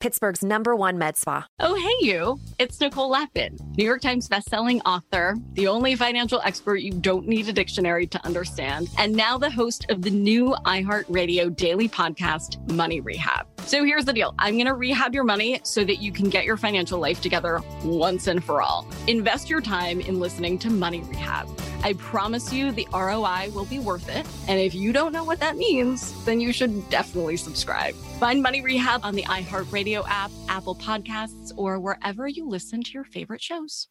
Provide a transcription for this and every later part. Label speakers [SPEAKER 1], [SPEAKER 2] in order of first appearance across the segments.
[SPEAKER 1] Pittsburgh's number one med spa.
[SPEAKER 2] Oh, hey, you. It's Nicole Lappin, New York Times bestselling author, the only financial expert you don't need a dictionary to understand, and now the host of the new iHeartRadio daily podcast, Money Rehab. So here's the deal I'm going to rehab your money so that you can get your financial life together once and for all. Invest your time in listening to Money Rehab. I promise you the ROI will be worth it. And if you don't know what that means, then you should definitely subscribe. Find Money Rehab on the iHeartRadio app, Apple Podcasts, or wherever you listen to your favorite shows.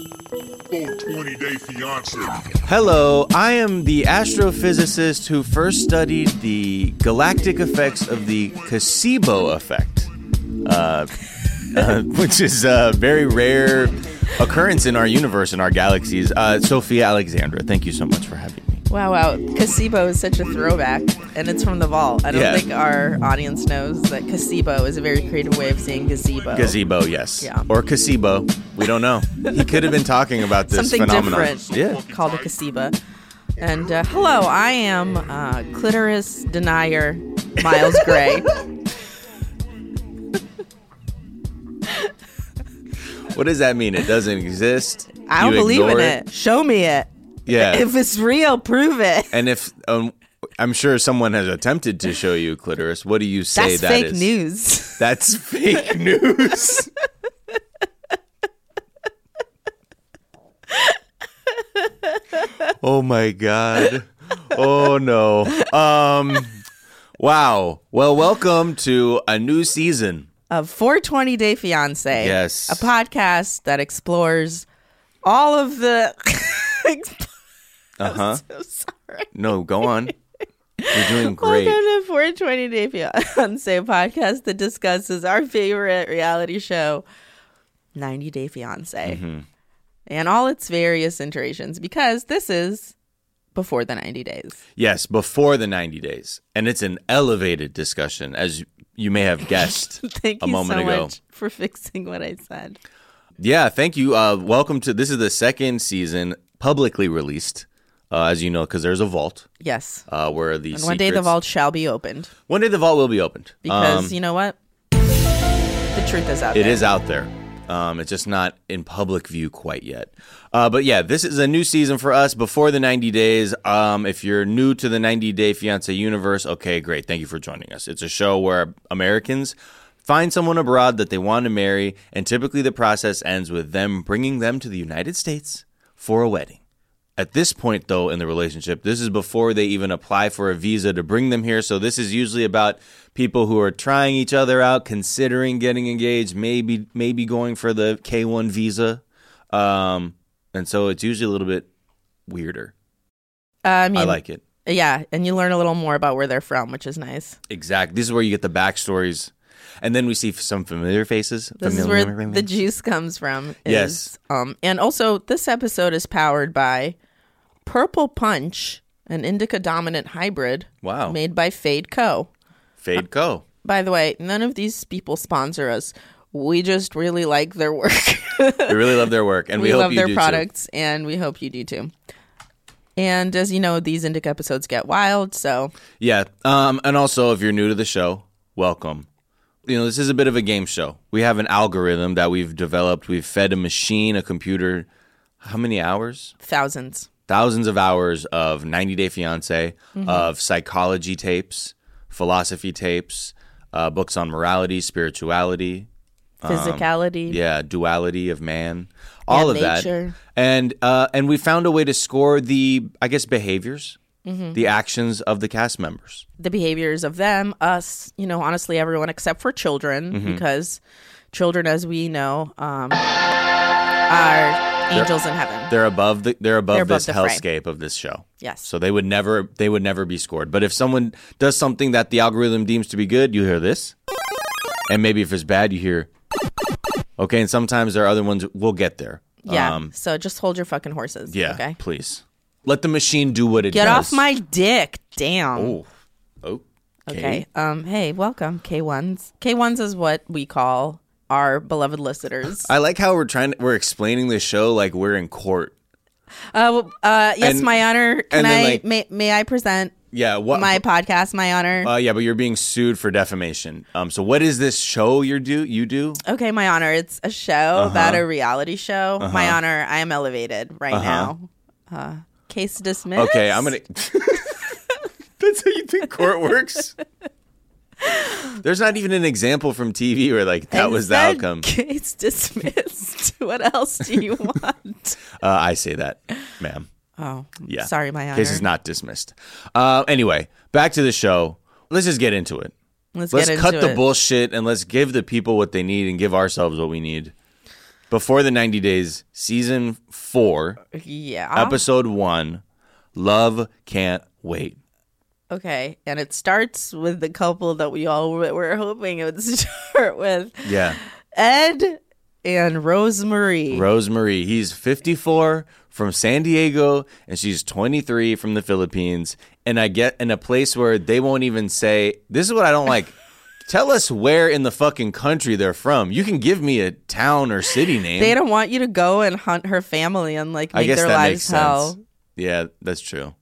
[SPEAKER 3] 20 Day Fiance.
[SPEAKER 4] Hello, I am the astrophysicist who first studied the galactic effects of the Casebo effect, uh, uh, which is a very rare occurrence in our universe, in our galaxies. Uh, Sophia Alexandra, thank you so much for having me.
[SPEAKER 5] Wow, wow. Casebo is such a throwback, and it's from The Vault. I don't
[SPEAKER 4] Yeah.
[SPEAKER 5] think our audience knows that Casebo is a very creative way of saying gazebo.
[SPEAKER 4] Gazebo, yes.
[SPEAKER 5] Oh, Yeah.
[SPEAKER 4] Or Casebo. We don't know. He could have been talking about this
[SPEAKER 5] Something
[SPEAKER 4] phenomenon.
[SPEAKER 5] different
[SPEAKER 4] Yeah.
[SPEAKER 5] called a casebo. And uh, hello, I am uh, clitoris denier Miles Gray.
[SPEAKER 4] What does that mean? It doesn't exist.
[SPEAKER 5] I don't
[SPEAKER 4] You
[SPEAKER 5] believe in
[SPEAKER 4] ignore
[SPEAKER 5] it. Show me it.
[SPEAKER 4] Yeah.
[SPEAKER 5] If it's real, prove it.
[SPEAKER 4] And if um, I'm sure someone has attempted to show you clitoris, what do you say
[SPEAKER 5] That's
[SPEAKER 4] that
[SPEAKER 5] fake
[SPEAKER 4] is?
[SPEAKER 5] news.
[SPEAKER 4] That's fake news. oh my god. Oh no. Um wow. Well, welcome to a new season.
[SPEAKER 5] of 420 Day Fiance.
[SPEAKER 4] Yes.
[SPEAKER 5] A podcast that explores all of the.
[SPEAKER 4] Uh-huh.
[SPEAKER 5] I'm sorry. Oh,
[SPEAKER 4] No, go on. You're doing great.
[SPEAKER 5] Welcome to 420 Day Fiance podcast that discusses our favorite reality show, 90 Day Fiance,
[SPEAKER 4] Mm-hmm.
[SPEAKER 5] and all its various iterations because this is before the 90 days.
[SPEAKER 4] Yes, before the 90 days. And it's an elevated discussion as you may have guessed
[SPEAKER 5] Thank
[SPEAKER 4] a
[SPEAKER 5] you
[SPEAKER 4] moment
[SPEAKER 5] so
[SPEAKER 4] ago.
[SPEAKER 5] much for fixing what I said.
[SPEAKER 4] Yeah, thank you. Uh, welcome to this is the second season publicly released, uh, as you know, because there's a vault
[SPEAKER 5] Yes.
[SPEAKER 4] uh, where the
[SPEAKER 5] And one day the
[SPEAKER 4] secrets-
[SPEAKER 5] vault shall be opened
[SPEAKER 4] one day the vault will be opened
[SPEAKER 5] because
[SPEAKER 4] Um,
[SPEAKER 5] you know what? The truth is out
[SPEAKER 4] It
[SPEAKER 5] there.
[SPEAKER 4] is out there. Um, it's just not in public view quite yet. Uh, but yeah, this is a new season for us before the 90 days. Um, if you're new to the 90 Day Fiance universe, okay, great. Thank you for joining us. It's a show where Americans find someone abroad that they want to marry, and typically the process ends with them bringing them to the United States for a wedding. At this point, though, in the relationship, this is before they even apply for a visa to bring them here. So, this is usually about people who are trying each other out, considering getting engaged, maybe maybe going for the K one visa, um, and so it's usually a little bit weirder.
[SPEAKER 5] Uh, I mean,
[SPEAKER 4] I like it.
[SPEAKER 5] Yeah, and you learn a little more about where they're from, which is nice.
[SPEAKER 4] Exactly. This is where you get the backstories, and then we see some familiar faces.
[SPEAKER 5] This is
[SPEAKER 4] familiar
[SPEAKER 5] where the juice comes from. Is,
[SPEAKER 4] Yes.
[SPEAKER 5] Um, and also, this episode is powered by Purple Punch, an indica dominant hybrid.
[SPEAKER 4] Wow.
[SPEAKER 5] Made by Fade Co.
[SPEAKER 4] Fade Co.
[SPEAKER 5] By the way, none of these people sponsor us. We just really like their work.
[SPEAKER 4] We really love their work, and we,
[SPEAKER 5] we
[SPEAKER 4] hope
[SPEAKER 5] love
[SPEAKER 4] you
[SPEAKER 5] their
[SPEAKER 4] do too.
[SPEAKER 5] products, and we hope you do too. And as you know, these indica episodes get wild, so
[SPEAKER 4] Yeah. Um, and also, if you're new to the show, welcome. You know, this is a bit of a game show. We have an algorithm that we've developed. We've fed a machine, a computer, how many hours?
[SPEAKER 5] thousands.
[SPEAKER 4] Thousands of hours of 90 Day Fiance, of psychology tapes, philosophy tapes, uh, books on morality, spirituality,
[SPEAKER 5] Physicality.
[SPEAKER 4] Um, yeah, duality of man, all
[SPEAKER 5] And
[SPEAKER 4] of
[SPEAKER 5] nature.
[SPEAKER 4] that, and uh, and we found a way to score the, I guess, behaviors, the actions of the cast members.
[SPEAKER 5] the behaviors of them, us, you know, honestly, everyone except for
[SPEAKER 4] Mm-hmm.
[SPEAKER 5] children, because children, as we know, um, are angels in heaven.
[SPEAKER 4] They're above the they're above,
[SPEAKER 5] They're above
[SPEAKER 4] this
[SPEAKER 5] the fray.
[SPEAKER 4] hellscape of this show.
[SPEAKER 5] Yes.
[SPEAKER 4] So they would never they would never be scored. But if someone does something that the algorithm deems to be good, you hear this. And maybe if it's bad, you hear Okay, and sometimes there are other ones we'll get there. Um,
[SPEAKER 5] Yeah. so just hold your fucking horses.
[SPEAKER 4] yeah.
[SPEAKER 5] Okay.
[SPEAKER 4] Please. Let the machine do what it
[SPEAKER 5] Get
[SPEAKER 4] does.
[SPEAKER 5] off my dick. Damn.
[SPEAKER 4] Oh. Okay.
[SPEAKER 5] Okay. Um. Hey, welcome K ones. K ones is what we call our beloved listeners.
[SPEAKER 4] I like how we're trying we're explaining the show like we're in court.
[SPEAKER 5] Uh. well, uh yes,
[SPEAKER 4] And-
[SPEAKER 5] my honor.
[SPEAKER 4] and
[SPEAKER 5] Can
[SPEAKER 4] then,
[SPEAKER 5] I?
[SPEAKER 4] like-
[SPEAKER 5] may May I present
[SPEAKER 4] Yeah, what
[SPEAKER 5] my podcast? My honor.
[SPEAKER 4] uh, yeah, but you're being sued for defamation. Um, so what is this show you do? You do?
[SPEAKER 5] okay, my honor. It's a show about
[SPEAKER 4] Uh-huh.
[SPEAKER 5] a reality show. My honor. I am elevated right now. Uh. Case dismissed.
[SPEAKER 4] Uh-huh. Okay, I'm gonna. That's how you think court works. There's not even an example from TV where like that
[SPEAKER 5] I
[SPEAKER 4] was the
[SPEAKER 5] said
[SPEAKER 4] outcome.
[SPEAKER 5] Case dismissed. what else do you want?
[SPEAKER 4] Uh, I say that, ma'am.
[SPEAKER 5] Oh,
[SPEAKER 4] Yeah.
[SPEAKER 5] Sorry, my honor.
[SPEAKER 4] Case is not dismissed. Uh, anyway, back to the show. Let's just get into it.
[SPEAKER 5] Let's,
[SPEAKER 4] Let's
[SPEAKER 5] get
[SPEAKER 4] cut
[SPEAKER 5] into
[SPEAKER 4] the
[SPEAKER 5] it.
[SPEAKER 4] bullshit and let's give the people what they need and give ourselves what we need. Before the 90 days, season four,
[SPEAKER 5] Yeah.
[SPEAKER 4] episode one, Love Can't Wait.
[SPEAKER 5] Okay, and it starts with the couple that we all w- were hoping it would start with
[SPEAKER 4] Yeah.
[SPEAKER 5] Ed and Rosemary.
[SPEAKER 4] Rosemary. He's 54 from San Diego, and she's 23 from the Philippines. And I get in a place where they won't even say, This is what I don't like. Tell us where in the fucking country they're from. You can give me a town or city name.
[SPEAKER 5] they don't want you to go and hunt her family and like
[SPEAKER 4] I
[SPEAKER 5] make
[SPEAKER 4] guess
[SPEAKER 5] their
[SPEAKER 4] that makes
[SPEAKER 5] lives hell.
[SPEAKER 4] sense. Yeah, that's true.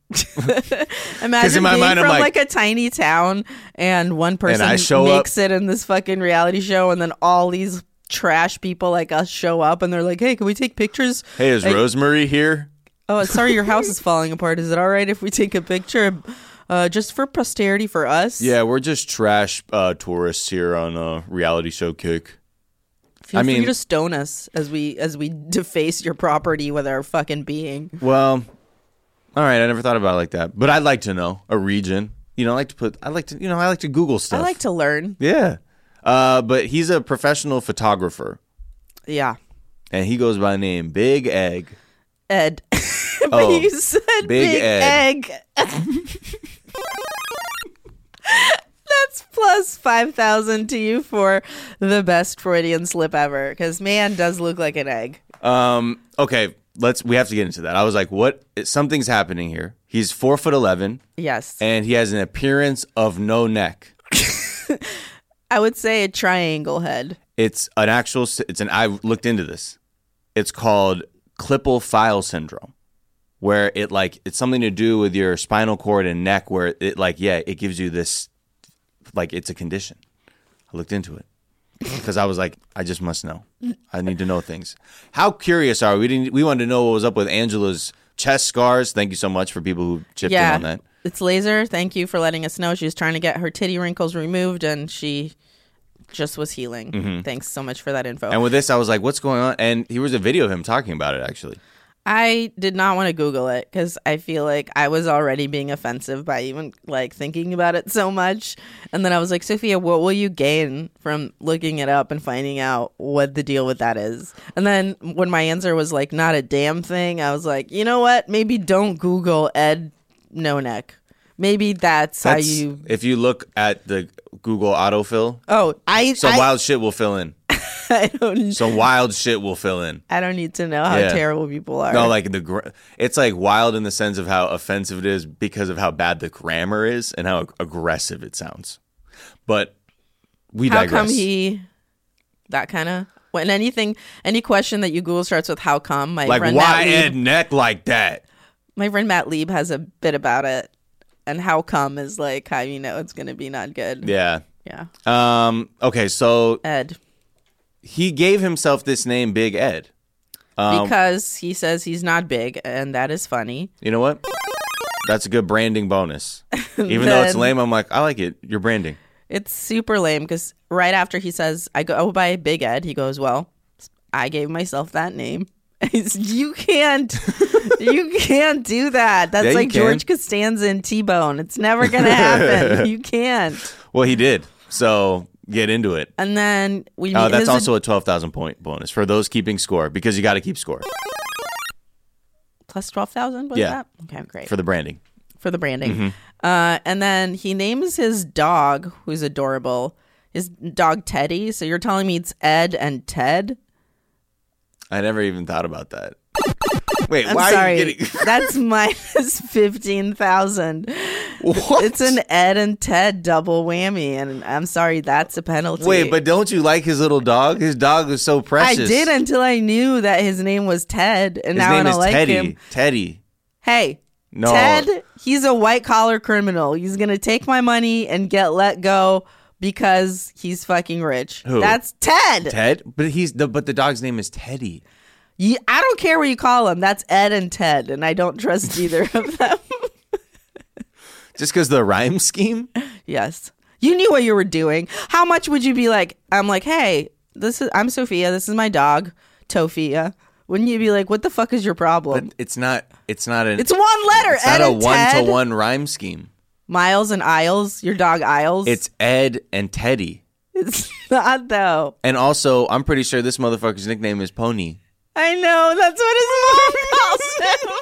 [SPEAKER 5] Imagine
[SPEAKER 4] in my
[SPEAKER 5] being
[SPEAKER 4] mind, I'm
[SPEAKER 5] from
[SPEAKER 4] like-
[SPEAKER 5] like, a tiny town and one person
[SPEAKER 4] I show up-
[SPEAKER 5] makes it in this fucking reality show, and then all these trash people like us show up and they're like, "Hey, can we take pictures?"
[SPEAKER 4] Hey, is Rosemary here?
[SPEAKER 5] Oh, sorry, your house is falling apart. Is it all right if we take a picture? Uh, just for posterity for us.
[SPEAKER 4] Yeah, we're just trash uh, tourists here on a reality show kick.
[SPEAKER 5] Feel
[SPEAKER 4] I
[SPEAKER 5] free
[SPEAKER 4] mean-
[SPEAKER 5] to stone us as we as we deface your property with our fucking being.
[SPEAKER 4] Well, all right. I never thought about it like that, but I'd like to know a region. You know, I like to put. I like to. You know, I like to Google stuff.
[SPEAKER 5] I like to learn.
[SPEAKER 4] Yeah. Uh, but he's a professional photographer
[SPEAKER 5] Yeah,
[SPEAKER 4] and he goes by name Big Egg.
[SPEAKER 5] Ed. but
[SPEAKER 4] Oh,
[SPEAKER 5] you said
[SPEAKER 4] Big
[SPEAKER 5] big, egg. That's plus five thousand to you for the best Freudian slip ever. Because man does look like an egg.
[SPEAKER 4] Um, okay, let's we have to get into that. I was like, what something's happening here. He's four foot eleven
[SPEAKER 5] Yes,
[SPEAKER 4] and he has an appearance of no neck.
[SPEAKER 5] I would say a triangle head.
[SPEAKER 4] It's an actual s- it's an I looked into this. It's called clipple file syndrome. Where it like it's something to do with your spinal cord and neck where it like, yeah, it gives you this like it's a condition. I looked into it because I was like, I just must know. I need to know things. How curious are we? We, didn't, we wanted to know what was up with Angela's chest scars. Thank you so much for people who chipped in on that.
[SPEAKER 5] It's laser. Thank you for letting us know. She was trying to get her titty wrinkles removed and she just was healing. Thanks so much for that info.
[SPEAKER 4] Mm-hmm. And with this, I was like, what's going on? And here was a video of him talking about it, actually.
[SPEAKER 5] I did not want to Google it because I feel like I was already being offensive by even like thinking about it so much. And then I was like, Sophia, what will you gain from looking it up and finding out what the deal with that is? And then when my answer was like, not a damn thing, I was like, you know what? Maybe don't Google Ed No Neck. Maybe that's, how
[SPEAKER 4] That's,
[SPEAKER 5] you.
[SPEAKER 4] If you look at the Google autofill,
[SPEAKER 5] Oh, I
[SPEAKER 4] some
[SPEAKER 5] I,
[SPEAKER 4] wild shit will fill in.
[SPEAKER 5] I don't.
[SPEAKER 4] Some wild shit will fill in.
[SPEAKER 5] I don't need to know how
[SPEAKER 4] Yeah.
[SPEAKER 5] terrible people are.
[SPEAKER 4] No, like the gra- it's like wild in the sense of how offensive it is because of how bad the grammar is and how ag- aggressive it sounds. But we
[SPEAKER 5] how
[SPEAKER 4] digress.
[SPEAKER 5] come he? That kind of when anything, any question that you Google starts with "How come?" My
[SPEAKER 4] like
[SPEAKER 5] friend
[SPEAKER 4] why
[SPEAKER 5] Matt Lieb,
[SPEAKER 4] Ed neck like that?
[SPEAKER 5] my friend Matt Lieb has a bit about it, and "How come?" is like how you know it's going to be not good.
[SPEAKER 4] Yeah.
[SPEAKER 5] Yeah,
[SPEAKER 4] Um. Okay. So
[SPEAKER 5] Ed,
[SPEAKER 4] he gave himself this name, Big Ed. Um,
[SPEAKER 5] because he says he's not big, and that is funny.
[SPEAKER 4] you know what? That's a good branding bonus. Even though it's
[SPEAKER 5] Then-
[SPEAKER 4] lame, I'm like, I like it. You're branding.
[SPEAKER 5] It's super lame because right after he says, I go by Big Ed, he goes, Well, I gave myself that name. He's, you can't, you can't do that. That's
[SPEAKER 4] Yeah, you
[SPEAKER 5] like
[SPEAKER 4] can.
[SPEAKER 5] George Costanza and T Bone. It's never going to happen. you can't.
[SPEAKER 4] Well, he did. So get into it.
[SPEAKER 5] And then we meet
[SPEAKER 4] Uh, that's
[SPEAKER 5] his
[SPEAKER 4] also a twelve thousand point bonus for those keeping score because you got to keep score.
[SPEAKER 5] plus 12,000? Was
[SPEAKER 4] Yeah.
[SPEAKER 5] that? Okay, great.
[SPEAKER 4] for Mm-hmm. the branding.
[SPEAKER 5] for the branding. Uh, and then he names his dog, who's adorable, his dog Teddy. So you're telling me it's Ed and Ted?
[SPEAKER 4] I never even thought about that. Wait,
[SPEAKER 5] I'm
[SPEAKER 4] why
[SPEAKER 5] sorry.
[SPEAKER 4] are you getting
[SPEAKER 5] That's minus 15,000.
[SPEAKER 4] what?
[SPEAKER 5] It's an Ed and Ted double whammy. And I'm sorry, that's a penalty.
[SPEAKER 4] Wait, but don't you like his little dog? His dog is so
[SPEAKER 5] I
[SPEAKER 4] precious.
[SPEAKER 5] did until I knew that his name was Ted. And
[SPEAKER 4] His
[SPEAKER 5] now I
[SPEAKER 4] name
[SPEAKER 5] don't
[SPEAKER 4] is
[SPEAKER 5] like
[SPEAKER 4] Teddy.
[SPEAKER 5] him.
[SPEAKER 4] Teddy.
[SPEAKER 5] Hey.
[SPEAKER 4] No.
[SPEAKER 5] Ted, he's a white collar criminal. He's gonna take my money and get let go because he's fucking rich.
[SPEAKER 4] Who?
[SPEAKER 5] That's Ted.
[SPEAKER 4] Ted, but he's the but the dog's name is Teddy.
[SPEAKER 5] Ye- I don't care what you call him. That's Ed and Ted, and I don't trust either of them.
[SPEAKER 4] Just because the rhyme scheme.
[SPEAKER 5] Oh. Yes, you knew what you were doing. How much would you be like? I'm like, hey, this is I'm Sophia. This is my dog, Tofia. Wouldn't you be like, what the fuck is your problem?
[SPEAKER 4] But it's not. It's not an.
[SPEAKER 5] it's one letter.
[SPEAKER 4] it's
[SPEAKER 5] Ed
[SPEAKER 4] not a
[SPEAKER 5] and Ted.
[SPEAKER 4] one-to-one rhyme scheme.
[SPEAKER 5] Miles and Isles. Your dog Isles.
[SPEAKER 4] It's Ed and Teddy.
[SPEAKER 5] it's not though.
[SPEAKER 4] And also, I'm pretty sure this motherfucker's nickname is Pony.
[SPEAKER 5] I know. That's what his mom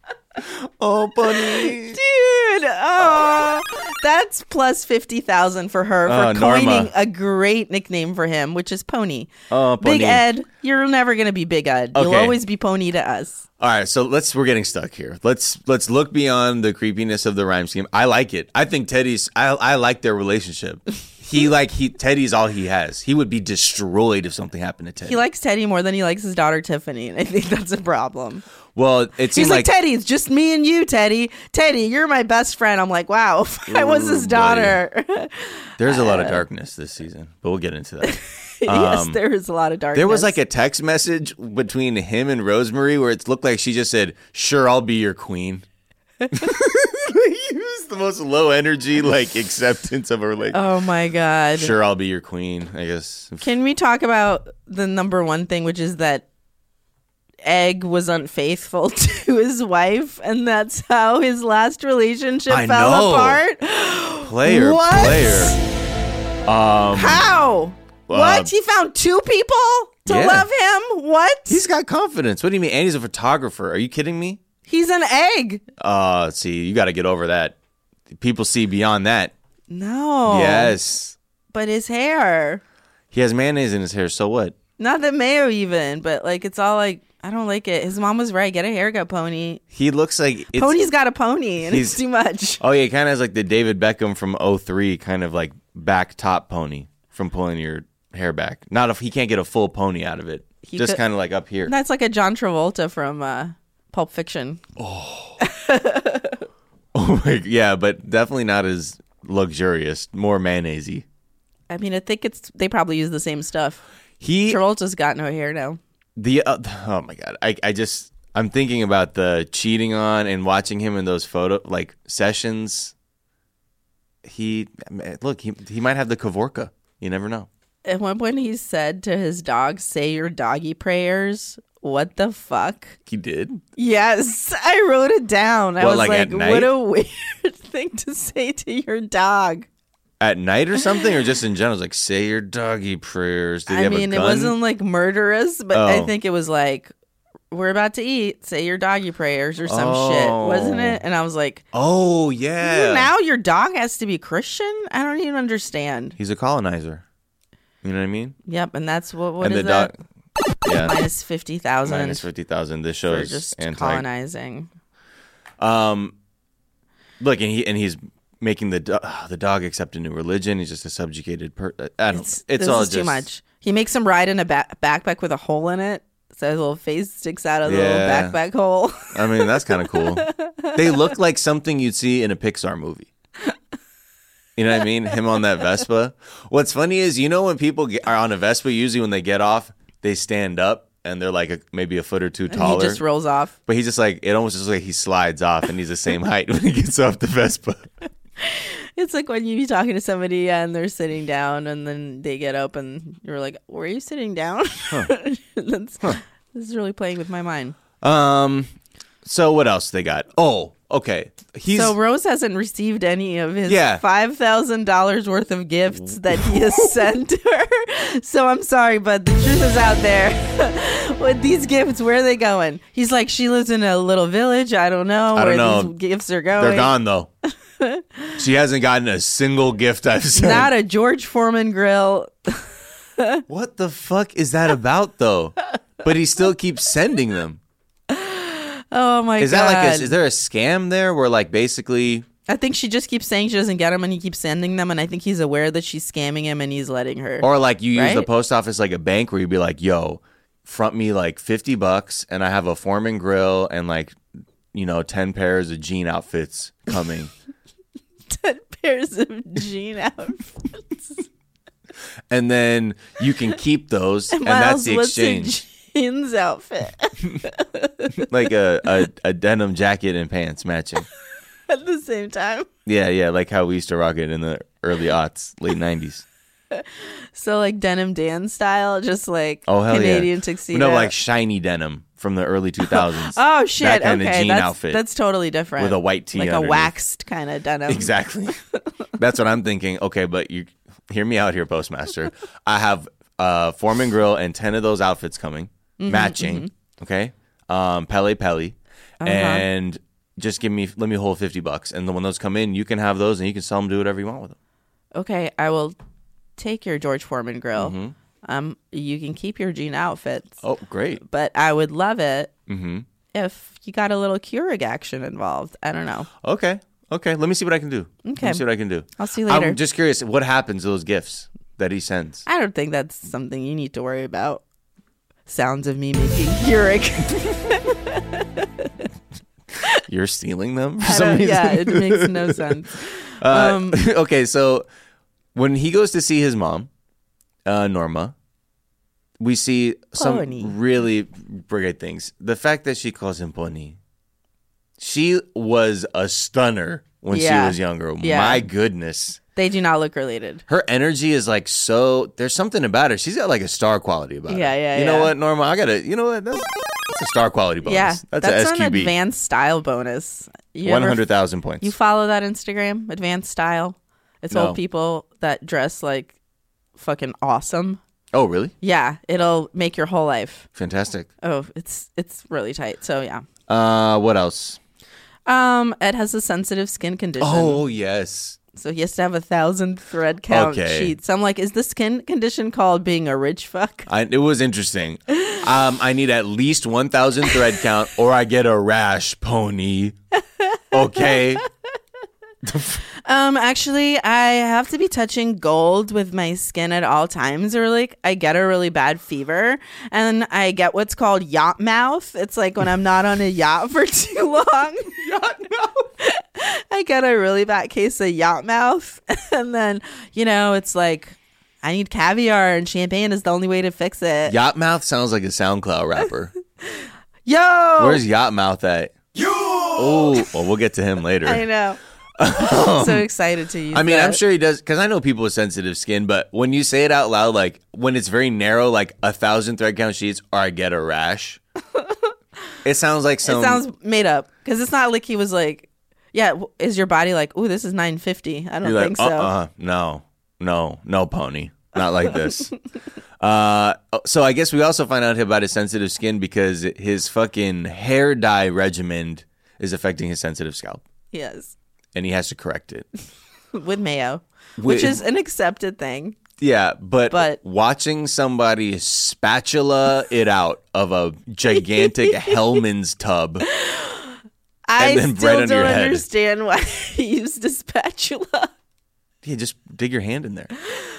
[SPEAKER 5] calls him.
[SPEAKER 4] Oh, Pony.
[SPEAKER 5] Dude, oh, that's plus fifty thousand for her for
[SPEAKER 4] Oh, Norma.
[SPEAKER 5] coining a great nickname for him, which is Pony.
[SPEAKER 4] Oh, Pony.
[SPEAKER 5] Big Ed, you're never gonna be Big Ed. You'll
[SPEAKER 4] Okay.
[SPEAKER 5] always be Pony to us.
[SPEAKER 4] All right, so let's we're getting stuck here. Let's let's look beyond the creepiness of the rhyme scheme. I like it. I think Teddy's. I I like their relationship. He like he Teddy's all he has. He would be destroyed if something happened to Teddy.
[SPEAKER 5] He likes Teddy more than he likes his daughter Tiffany, and I think that's a problem.
[SPEAKER 4] well, it seems
[SPEAKER 5] He's like,
[SPEAKER 4] like,
[SPEAKER 5] Teddy, it's just me and you, Teddy. Teddy, you're my best friend. I'm like, wow, if I was his
[SPEAKER 4] Ooh, buddy.
[SPEAKER 5] daughter.
[SPEAKER 4] there's a lot
[SPEAKER 5] Uh.
[SPEAKER 4] of darkness this season, but we'll get into that.
[SPEAKER 5] yes, there is a lot of darkness.
[SPEAKER 4] Um, There was like a text message between him and Rosemary where it looked like she just said, "Sure, I'll be your queen." he was the most low energy like acceptance of a relationship.
[SPEAKER 5] oh my god.
[SPEAKER 4] Sure, I'll be your queen. I guess.
[SPEAKER 5] Can we talk about the number one thing, which is that Egg was unfaithful to his wife, and that's how his last relationship
[SPEAKER 4] I
[SPEAKER 5] fell
[SPEAKER 4] know.
[SPEAKER 5] apart?
[SPEAKER 4] Player,
[SPEAKER 5] What?
[SPEAKER 4] player. Um,
[SPEAKER 5] How?
[SPEAKER 4] uh,
[SPEAKER 5] what? He found two people to
[SPEAKER 4] yeah.
[SPEAKER 5] love him? What? He's,
[SPEAKER 4] He's got confidence. What do you mean? And he's a photographer. Are you kidding me?
[SPEAKER 5] an egg.
[SPEAKER 4] Uh, see, you got to get over that. People see beyond that.
[SPEAKER 5] No.
[SPEAKER 4] Yes.
[SPEAKER 5] But his hair.
[SPEAKER 4] He has mayonnaise in his hair, so what?
[SPEAKER 5] Not the mayo, even, but like it's all like, I don't like it. His mom was right. Get a haircut, Pony.
[SPEAKER 4] He looks like it's
[SPEAKER 5] Pony's got a pony, and it's
[SPEAKER 4] he's-
[SPEAKER 5] too much.
[SPEAKER 4] Oh yeah, kind of has like the David Beckham from 03 kind of like back top pony from pulling your hair back. Not if he can't get a full pony out of it. Just
[SPEAKER 5] could-
[SPEAKER 4] kind of like up here.
[SPEAKER 5] That's like a John Travolta from uh, Pulp Fiction.
[SPEAKER 4] Oh my, yeah, but definitely not as luxurious, more mayonnaisey.
[SPEAKER 5] I mean, I think it's they probably use the same stuff.
[SPEAKER 4] He
[SPEAKER 5] Travolta's got no hair now.
[SPEAKER 4] the uh, oh my god, I I just I'm thinking about the cheating on and watching him in those photo like sessions. He look, he he might have the Kavorka. You never know.
[SPEAKER 5] At one point, he said to his dog, "Say your doggy prayers." What the fuck?
[SPEAKER 4] He did.
[SPEAKER 5] Yes, I wrote it down. I
[SPEAKER 4] What,
[SPEAKER 5] was
[SPEAKER 4] like,
[SPEAKER 5] like,
[SPEAKER 4] at
[SPEAKER 5] what
[SPEAKER 4] night?
[SPEAKER 5] a weird thing to say to your dog.
[SPEAKER 4] at night or something, or just in general? It's Like, say your doggy prayers. Did he
[SPEAKER 5] I
[SPEAKER 4] have
[SPEAKER 5] mean,
[SPEAKER 4] a
[SPEAKER 5] it
[SPEAKER 4] gun?
[SPEAKER 5] wasn't like murderous, but I
[SPEAKER 4] Oh.
[SPEAKER 5] think it was like, "We're about to eat. Say your doggy prayers" or some shit,
[SPEAKER 4] Oh.
[SPEAKER 5] wasn't it? And I was like,
[SPEAKER 4] oh yeah.
[SPEAKER 5] now your dog has to be Christian? I don't even understand.
[SPEAKER 4] He's a colonizer. You know what I mean?
[SPEAKER 5] Yep, and that's what. What
[SPEAKER 4] and
[SPEAKER 5] is
[SPEAKER 4] the
[SPEAKER 5] that?
[SPEAKER 4] dog. Yeah.
[SPEAKER 5] minus fifty thousand
[SPEAKER 4] Minus fifty thousand. This show
[SPEAKER 5] for
[SPEAKER 4] is
[SPEAKER 5] just
[SPEAKER 4] anti.
[SPEAKER 5] colonizing.
[SPEAKER 4] Um, look, and he and he's making the do- ugh, the dog accept a new religion. He's just a subjugated per. I don't. It's,
[SPEAKER 5] this
[SPEAKER 4] all
[SPEAKER 5] is
[SPEAKER 4] just
[SPEAKER 5] too much. He makes him ride in a ba- backpack with a hole in it, so his little face sticks out of the
[SPEAKER 4] Yeah.
[SPEAKER 5] little backpack hole.
[SPEAKER 4] I mean, that's kind of cool. they look like something you'd see in a Pixar movie. You know what I mean? Him on that Vespa. What's funny is, you know, when people get, are on a Vespa, usually when they get off, they stand up and they're like a, maybe a foot or two
[SPEAKER 5] and he
[SPEAKER 4] taller.
[SPEAKER 5] just rolls off.
[SPEAKER 4] but he's just like, it almost just like he slides off and he's the same height when he gets off the Vespa.
[SPEAKER 5] It's like when you be talking to somebody and they're sitting down, and then they get up, and you're like, "Were you sitting down?" That's, This is really playing with my mind.
[SPEAKER 4] Um, so what else they got? Oh, okay. He's
[SPEAKER 5] so Rose hasn't received any of his
[SPEAKER 4] Yeah.
[SPEAKER 5] five thousand dollars worth of gifts that he has sent her. So I'm sorry, but the truth is out there. with these gifts? Where are they going? He's like, she lives in a little village. I don't know
[SPEAKER 4] I don't
[SPEAKER 5] where
[SPEAKER 4] know.
[SPEAKER 5] these gifts are going.
[SPEAKER 4] They're gone though. she hasn't gotten a single gift I've sent.
[SPEAKER 5] Not a George Foreman grill.
[SPEAKER 4] what the fuck is that about though? But he still keeps sending them.
[SPEAKER 5] Oh my
[SPEAKER 4] Is
[SPEAKER 5] god!
[SPEAKER 4] that like a, is there a scam there where like basically
[SPEAKER 5] I think she just keeps saying she doesn't get him, and he keeps sending them. And I think he's aware that she's scamming him, and he's letting her.
[SPEAKER 4] or like you use the
[SPEAKER 5] Right?
[SPEAKER 4] post office like a bank where you'd be like, "Yo, front me like 50 bucks and I have a Foreman grill and like you know 10 pairs of jean outfits coming."
[SPEAKER 5] Ten pairs of jean outfits.
[SPEAKER 4] and then you can keep those and that's
[SPEAKER 5] Miles,
[SPEAKER 4] the
[SPEAKER 5] what's a
[SPEAKER 4] exchange.
[SPEAKER 5] jeans outfit?
[SPEAKER 4] like a, a a denim jacket and pants matching.
[SPEAKER 5] At the same time.
[SPEAKER 4] Yeah, yeah, like how we used to rock it in the early aughts, late nineties.
[SPEAKER 5] So like denim Dan style, just like
[SPEAKER 4] Oh hell
[SPEAKER 5] Canadian
[SPEAKER 4] yeah,
[SPEAKER 5] tuxedo.
[SPEAKER 4] No, like shiny denim from the early two thousands.
[SPEAKER 5] oh shit,
[SPEAKER 4] that kind
[SPEAKER 5] okay,
[SPEAKER 4] of jean
[SPEAKER 5] that's,
[SPEAKER 4] outfit
[SPEAKER 5] that's totally different.
[SPEAKER 4] with a white tee,
[SPEAKER 5] like
[SPEAKER 4] underneath.
[SPEAKER 5] a waxed kind of denim.
[SPEAKER 4] Exactly. that's what I'm thinking. Okay, but you hear me out here, postmaster. I have uh, Foreman Grill and ten of those outfits coming,
[SPEAKER 5] Mm-hmm,
[SPEAKER 4] matching. Okay, um, Pele Pele,
[SPEAKER 5] Uh-huh.
[SPEAKER 4] and just give me let me hold fifty bucks, and then when those come in, you can have those and you can sell them, do whatever you want with them.
[SPEAKER 5] Okay, I will take your George Foreman grill.
[SPEAKER 4] Mm-hmm.
[SPEAKER 5] Um, you can keep your jean outfits,
[SPEAKER 4] Oh, great.
[SPEAKER 5] but I would love it
[SPEAKER 4] Mm-hmm.
[SPEAKER 5] if you got a little Keurig action involved. I don't know.
[SPEAKER 4] Okay. Okay. Let me see what I can do. Let me
[SPEAKER 5] Okay.
[SPEAKER 4] see what I can do.
[SPEAKER 5] I'll see you later.
[SPEAKER 4] I'm just curious what happens to those gifts that he sends.
[SPEAKER 5] I don't think that's something you need to worry about. Sounds of me making Keurig.
[SPEAKER 4] You're stealing them for
[SPEAKER 5] I
[SPEAKER 4] some
[SPEAKER 5] don't-
[SPEAKER 4] reason.
[SPEAKER 5] yeah, it makes no sense.
[SPEAKER 4] Uh,
[SPEAKER 5] um,
[SPEAKER 4] okay. So when he goes to see his mom, uh, Norma, we see some
[SPEAKER 5] Pony.
[SPEAKER 4] really great things. The fact that she calls him Pony, she was a stunner when she
[SPEAKER 5] Yeah.
[SPEAKER 4] was younger.
[SPEAKER 5] Yeah.
[SPEAKER 4] My goodness.
[SPEAKER 5] They do not look related.
[SPEAKER 4] her energy is like so there's something about her she's got like a star quality about
[SPEAKER 5] Yeah,
[SPEAKER 4] her
[SPEAKER 5] yeah,
[SPEAKER 4] you know
[SPEAKER 5] yeah.
[SPEAKER 4] what norma i gotta you know what that's, that's a star quality bonus
[SPEAKER 5] Yeah,
[SPEAKER 4] that's, a
[SPEAKER 5] an
[SPEAKER 4] sqb
[SPEAKER 5] advanced style bonus. You ever-
[SPEAKER 4] 100000 points
[SPEAKER 5] You follow that Instagram, advanced style? It's
[SPEAKER 4] No.
[SPEAKER 5] old people that dress like fucking awesome.
[SPEAKER 4] oh really
[SPEAKER 5] Yeah, it'll make your whole life.
[SPEAKER 4] fantastic
[SPEAKER 5] Oh, it's it's really tight. So yeah.
[SPEAKER 4] uh what else
[SPEAKER 5] Um, Ed has a sensitive skin condition,
[SPEAKER 4] oh yes
[SPEAKER 5] so he has to have a thousand thread count
[SPEAKER 4] Okay.
[SPEAKER 5] sheets. I'm like, is the skin condition called being a rich fuck?
[SPEAKER 4] I, it was interesting um i need at least 1000 thread count or i get a rash pony okay
[SPEAKER 5] Um, actually, I have to be touching gold with my skin at all times, or like I get a really bad fever, and I get what's called yacht mouth. It's like when I'm not on a yacht for too long. yacht mouth. I get a really bad case of yacht mouth, and then you know it's like I need caviar and champagne is the only way to fix it.
[SPEAKER 4] yacht mouth sounds like a soundcloud rapper
[SPEAKER 5] Yo,
[SPEAKER 4] where's yacht mouth at oh well we'll get to him later
[SPEAKER 5] I know. I'm so excited to use.
[SPEAKER 4] Um, I mean, I'm
[SPEAKER 5] that.
[SPEAKER 4] sure he does because I know people with sensitive skin, but when you say it out loud, like when it's very narrow, like a thousand thread count sheets, or I get a rash, it sounds like some.
[SPEAKER 5] it sounds made up because it's not like he was like, yeah, w- is your body like, ooh, this is 950? I don't
[SPEAKER 4] you're like,
[SPEAKER 5] think so.
[SPEAKER 4] uh, uh, no, no, no, pony, not like this. uh, so I guess we also find out about his sensitive skin because his fucking hair dye regimen is affecting his sensitive scalp,
[SPEAKER 5] Yes,
[SPEAKER 4] and he has to correct it.
[SPEAKER 5] with mayo, which is an accepted thing.
[SPEAKER 4] Yeah, but,
[SPEAKER 5] But-
[SPEAKER 4] watching somebody spatula it out of a gigantic Hellman's tub.
[SPEAKER 5] I
[SPEAKER 4] then bread
[SPEAKER 5] still
[SPEAKER 4] under your
[SPEAKER 5] don't
[SPEAKER 4] head.
[SPEAKER 5] understand why he used a spatula.
[SPEAKER 4] Yeah, just dig your hand in there.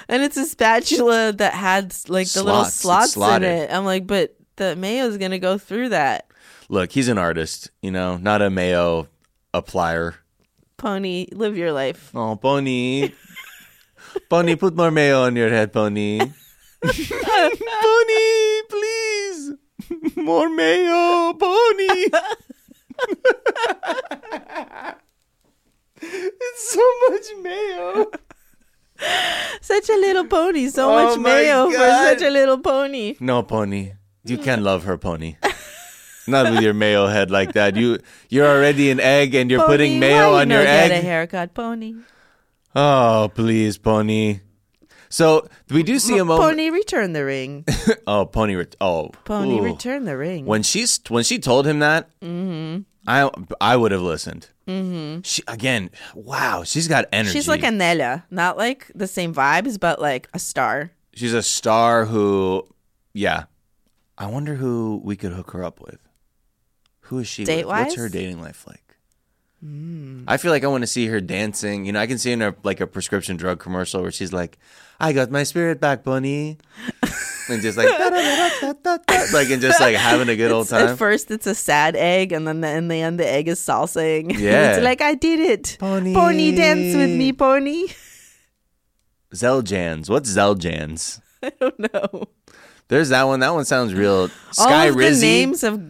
[SPEAKER 5] And it's a spatula that had like the little
[SPEAKER 4] Slots. It's
[SPEAKER 5] slots in
[SPEAKER 4] slotted.
[SPEAKER 5] it. I'm like, but the mayo's going to go through that.
[SPEAKER 4] Look, he's an artist, you know, not a mayo applier.
[SPEAKER 5] Pony, live your life.
[SPEAKER 4] Oh, pony. pony, put more mayo on your head, pony. pony, please. More mayo, pony. it's so much mayo.
[SPEAKER 5] Such a little pony. So
[SPEAKER 4] Oh
[SPEAKER 5] much
[SPEAKER 4] my
[SPEAKER 5] mayo for
[SPEAKER 4] God.
[SPEAKER 5] such a little pony.
[SPEAKER 4] No, pony. You can't love her, pony. Not with your mayo head like that. You you're already an egg, and you're
[SPEAKER 5] Pony,
[SPEAKER 4] putting
[SPEAKER 5] why
[SPEAKER 4] mayo
[SPEAKER 5] you
[SPEAKER 4] on your
[SPEAKER 5] no Get a
[SPEAKER 4] egg.
[SPEAKER 5] haircut, pony.
[SPEAKER 4] Oh, please, pony. So we do see a moment.
[SPEAKER 5] Pony returned the ring.
[SPEAKER 4] Oh, pony! Re- oh,
[SPEAKER 5] Pony
[SPEAKER 4] Ooh.
[SPEAKER 5] returned the ring.
[SPEAKER 4] When she's when she told him that,
[SPEAKER 5] Mm-hmm.
[SPEAKER 4] I I would have listened. Mm-hmm. She again, wow, she's got energy.
[SPEAKER 5] She's like a Nella, not like the same vibes, but like a star.
[SPEAKER 4] she's a star who, yeah. I wonder who we could hook her up with. Who is she? with?
[SPEAKER 5] Date-wise? Mm.
[SPEAKER 4] What's her dating life like? I feel like I want to see her dancing. You know, I can see in a like a prescription drug commercial where she's like, "I got my spirit back, bunny," and just like, "Da-da-da-da-da-da-da," like and just like having a good old time.
[SPEAKER 5] At first, it's a sad egg, and then the, in the end, the egg is salsing.
[SPEAKER 4] Yeah.
[SPEAKER 5] it's like I did it.
[SPEAKER 4] Pony.
[SPEAKER 5] pony, dance with me, pony.
[SPEAKER 4] Zeljans. What's Zeljans?
[SPEAKER 5] I don't know.
[SPEAKER 4] There's that one. That one sounds real.
[SPEAKER 5] All
[SPEAKER 4] Sky
[SPEAKER 5] of
[SPEAKER 4] Rizzy.
[SPEAKER 5] the names of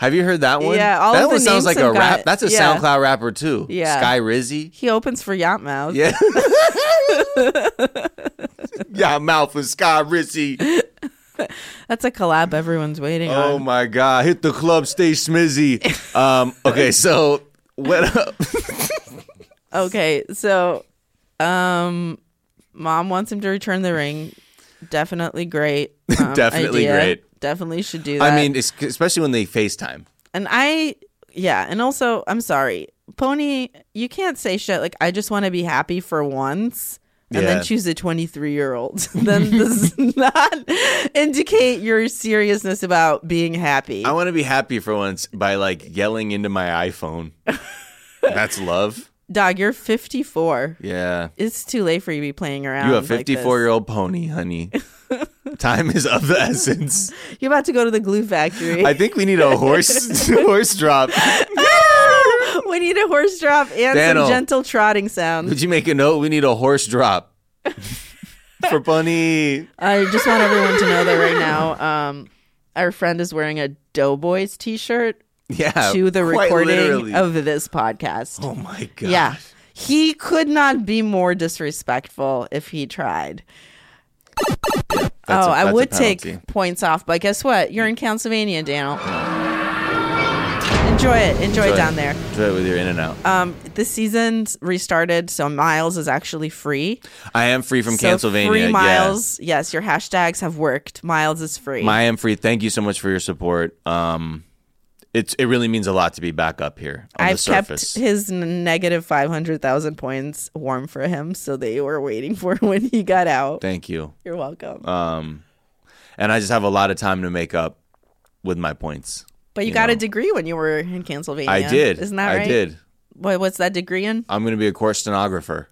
[SPEAKER 4] Have you heard that one?
[SPEAKER 5] Yeah, all
[SPEAKER 4] that
[SPEAKER 5] of
[SPEAKER 4] one
[SPEAKER 5] the
[SPEAKER 4] sounds like
[SPEAKER 5] names
[SPEAKER 4] a
[SPEAKER 5] have
[SPEAKER 4] rap.
[SPEAKER 5] got-
[SPEAKER 4] That's a
[SPEAKER 5] yeah.
[SPEAKER 4] SoundCloud rapper too.
[SPEAKER 5] Yeah.
[SPEAKER 4] Sky Rizzy.
[SPEAKER 5] he opens for Yatmouth.
[SPEAKER 4] Yeah. yeah, mouth with Sky Rizzy.
[SPEAKER 5] That's a collab everyone's waiting
[SPEAKER 4] Oh
[SPEAKER 5] on.
[SPEAKER 4] my God! Hit the club, stay smizzy. Um, okay, so what? Up?
[SPEAKER 5] Okay, so um mom wants him to return the ring. Definitely great. um,
[SPEAKER 4] Definitely
[SPEAKER 5] idea.
[SPEAKER 4] great.
[SPEAKER 5] Definitely should do that.
[SPEAKER 4] I mean, it's, especially when they FaceTime.
[SPEAKER 5] and I yeah, and also I'm sorry. Pony, you can't say shit like I just want to be happy for once. And
[SPEAKER 4] Yeah.
[SPEAKER 5] then choose a 23 year old. then does not indicate your seriousness about being happy.
[SPEAKER 4] I want to be happy for once by like yelling into my iPhone. That's love.
[SPEAKER 5] Dog, you're 54.
[SPEAKER 4] Yeah.
[SPEAKER 5] It's too late for you to be playing around.
[SPEAKER 4] You a
[SPEAKER 5] like this.
[SPEAKER 4] 54 year old pony, honey. Time is of the essence.
[SPEAKER 5] You're about to go to the glue factory.
[SPEAKER 4] I think we need a horse horse drop.
[SPEAKER 5] we need a horse drop and
[SPEAKER 4] Daniel.
[SPEAKER 5] some gentle trotting sound.
[SPEAKER 4] Would you make a note? We need a horse drop for pony.
[SPEAKER 5] I just want everyone to know that right now, um, our friend is wearing a Doughboys t-shirt
[SPEAKER 4] Yeah,
[SPEAKER 5] to the
[SPEAKER 4] Oh, quite
[SPEAKER 5] recording
[SPEAKER 4] literally.
[SPEAKER 5] of this podcast.
[SPEAKER 4] Oh my god.
[SPEAKER 5] yeah, he could not be more disrespectful if he tried.
[SPEAKER 4] That's
[SPEAKER 5] oh,
[SPEAKER 4] a-
[SPEAKER 5] I
[SPEAKER 4] that's a
[SPEAKER 5] would
[SPEAKER 4] penalty.
[SPEAKER 5] take points off, but guess what? You're in Pennsylvania, Daniel. Enjoy it. Enjoy, it
[SPEAKER 4] it.
[SPEAKER 5] down there.
[SPEAKER 4] Do it with your in and out.
[SPEAKER 5] Um, the season's restarted, so Miles is actually free.
[SPEAKER 4] I am free from
[SPEAKER 5] So
[SPEAKER 4] Pennsylvania.
[SPEAKER 5] Free Miles. Yes, your hashtags have worked. Miles is free.
[SPEAKER 4] Yeah. I am free. Thank you so much for your support. Um, it's it really means a lot to be back up here on the
[SPEAKER 5] I've
[SPEAKER 4] surface.
[SPEAKER 5] kept his n- negative 500,000 points warm for him, so they were waiting for when he got out.
[SPEAKER 4] Thank you.
[SPEAKER 5] You're welcome.
[SPEAKER 4] Uh, And I just have a lot of time to make up with my points.
[SPEAKER 5] but you,
[SPEAKER 4] you
[SPEAKER 5] got a
[SPEAKER 4] know.
[SPEAKER 5] degree when you were in Pennsylvania.
[SPEAKER 4] I did.
[SPEAKER 5] Isn't that right?
[SPEAKER 4] I did.
[SPEAKER 5] What, what's that degree in?
[SPEAKER 4] I'm going to be a course stenographer.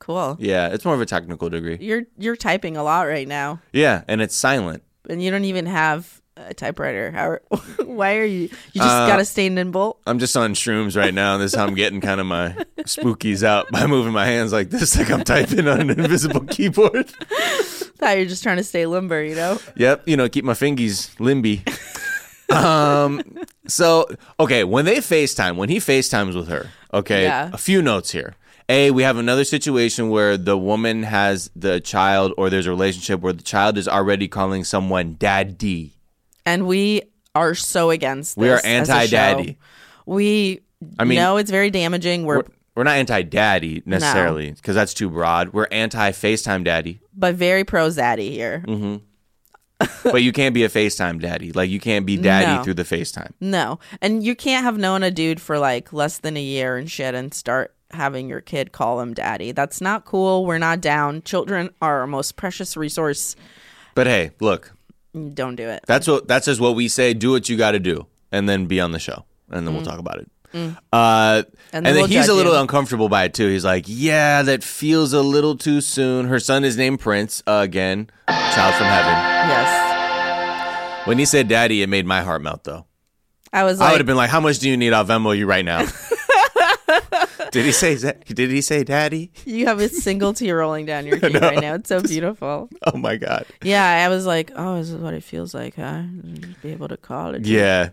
[SPEAKER 5] Cool.
[SPEAKER 4] Yeah, it's more of a technical degree.
[SPEAKER 5] You're you're typing a lot right now,
[SPEAKER 4] Yeah, and it's silent.
[SPEAKER 5] and you don't even have a typewriter. How? Why are you? You just
[SPEAKER 4] Uh,
[SPEAKER 5] got a stained and bolt.
[SPEAKER 4] I'm just on shrooms right now. and This is how I'm getting kind of my spookies out by moving my hands like this, like I'm typing on an invisible keyboard.
[SPEAKER 5] Thought you were just trying to stay limber, you know.
[SPEAKER 4] Yep, you know, keep my fingies limby. Um, so okay, when they FaceTime, when he FaceTimes with her, okay,
[SPEAKER 5] Yeah.
[SPEAKER 4] a few notes here. A, we have another situation where the woman has the child, or there's a relationship where the child is already calling someone daddy.
[SPEAKER 5] and we are so against. This
[SPEAKER 4] We are
[SPEAKER 5] as a
[SPEAKER 4] anti-daddy.
[SPEAKER 5] show. We,
[SPEAKER 4] I mean-
[SPEAKER 5] know it's very damaging. We're,
[SPEAKER 4] We're, we're not anti daddy necessarily because that's too broad. We're anti FaceTime daddy.
[SPEAKER 5] but very pro zaddy here.
[SPEAKER 4] but you can't be a FaceTime daddy. Like you can't be daddy
[SPEAKER 5] No.
[SPEAKER 4] through the FaceTime.
[SPEAKER 5] No, and you can't have known a dude for like less than a year and shit, and start having your kid call him daddy. That's not cool. We're not down. Children are our most precious resource.
[SPEAKER 4] But hey, look,
[SPEAKER 5] Don't do it.
[SPEAKER 4] that's what that's just what we say. Do what you got to do, and then be on the show, and then we'll talk about it. Uh, and
[SPEAKER 5] Mm. And then
[SPEAKER 4] then,
[SPEAKER 5] we'll
[SPEAKER 4] he's a
[SPEAKER 5] judge
[SPEAKER 4] little
[SPEAKER 5] you.
[SPEAKER 4] uncomfortable by it too. He's like, "Yeah, that feels a little too soon." Her son is named Prince uh, again, child from heaven.
[SPEAKER 5] Yes,
[SPEAKER 4] When he said "daddy," it made my heart melt. Though
[SPEAKER 5] I was
[SPEAKER 4] I
[SPEAKER 5] like,
[SPEAKER 4] would have been like, "How much do you need? I'll Venmo you right now." did he say? za- Did he say "daddy"?
[SPEAKER 5] you have a single tear rolling down your cheek right now. It's so beautiful.
[SPEAKER 4] Oh my god!
[SPEAKER 5] Yeah, I was like, oh, this is what it feels like, huh? Just Be able to call it.
[SPEAKER 4] Yeah.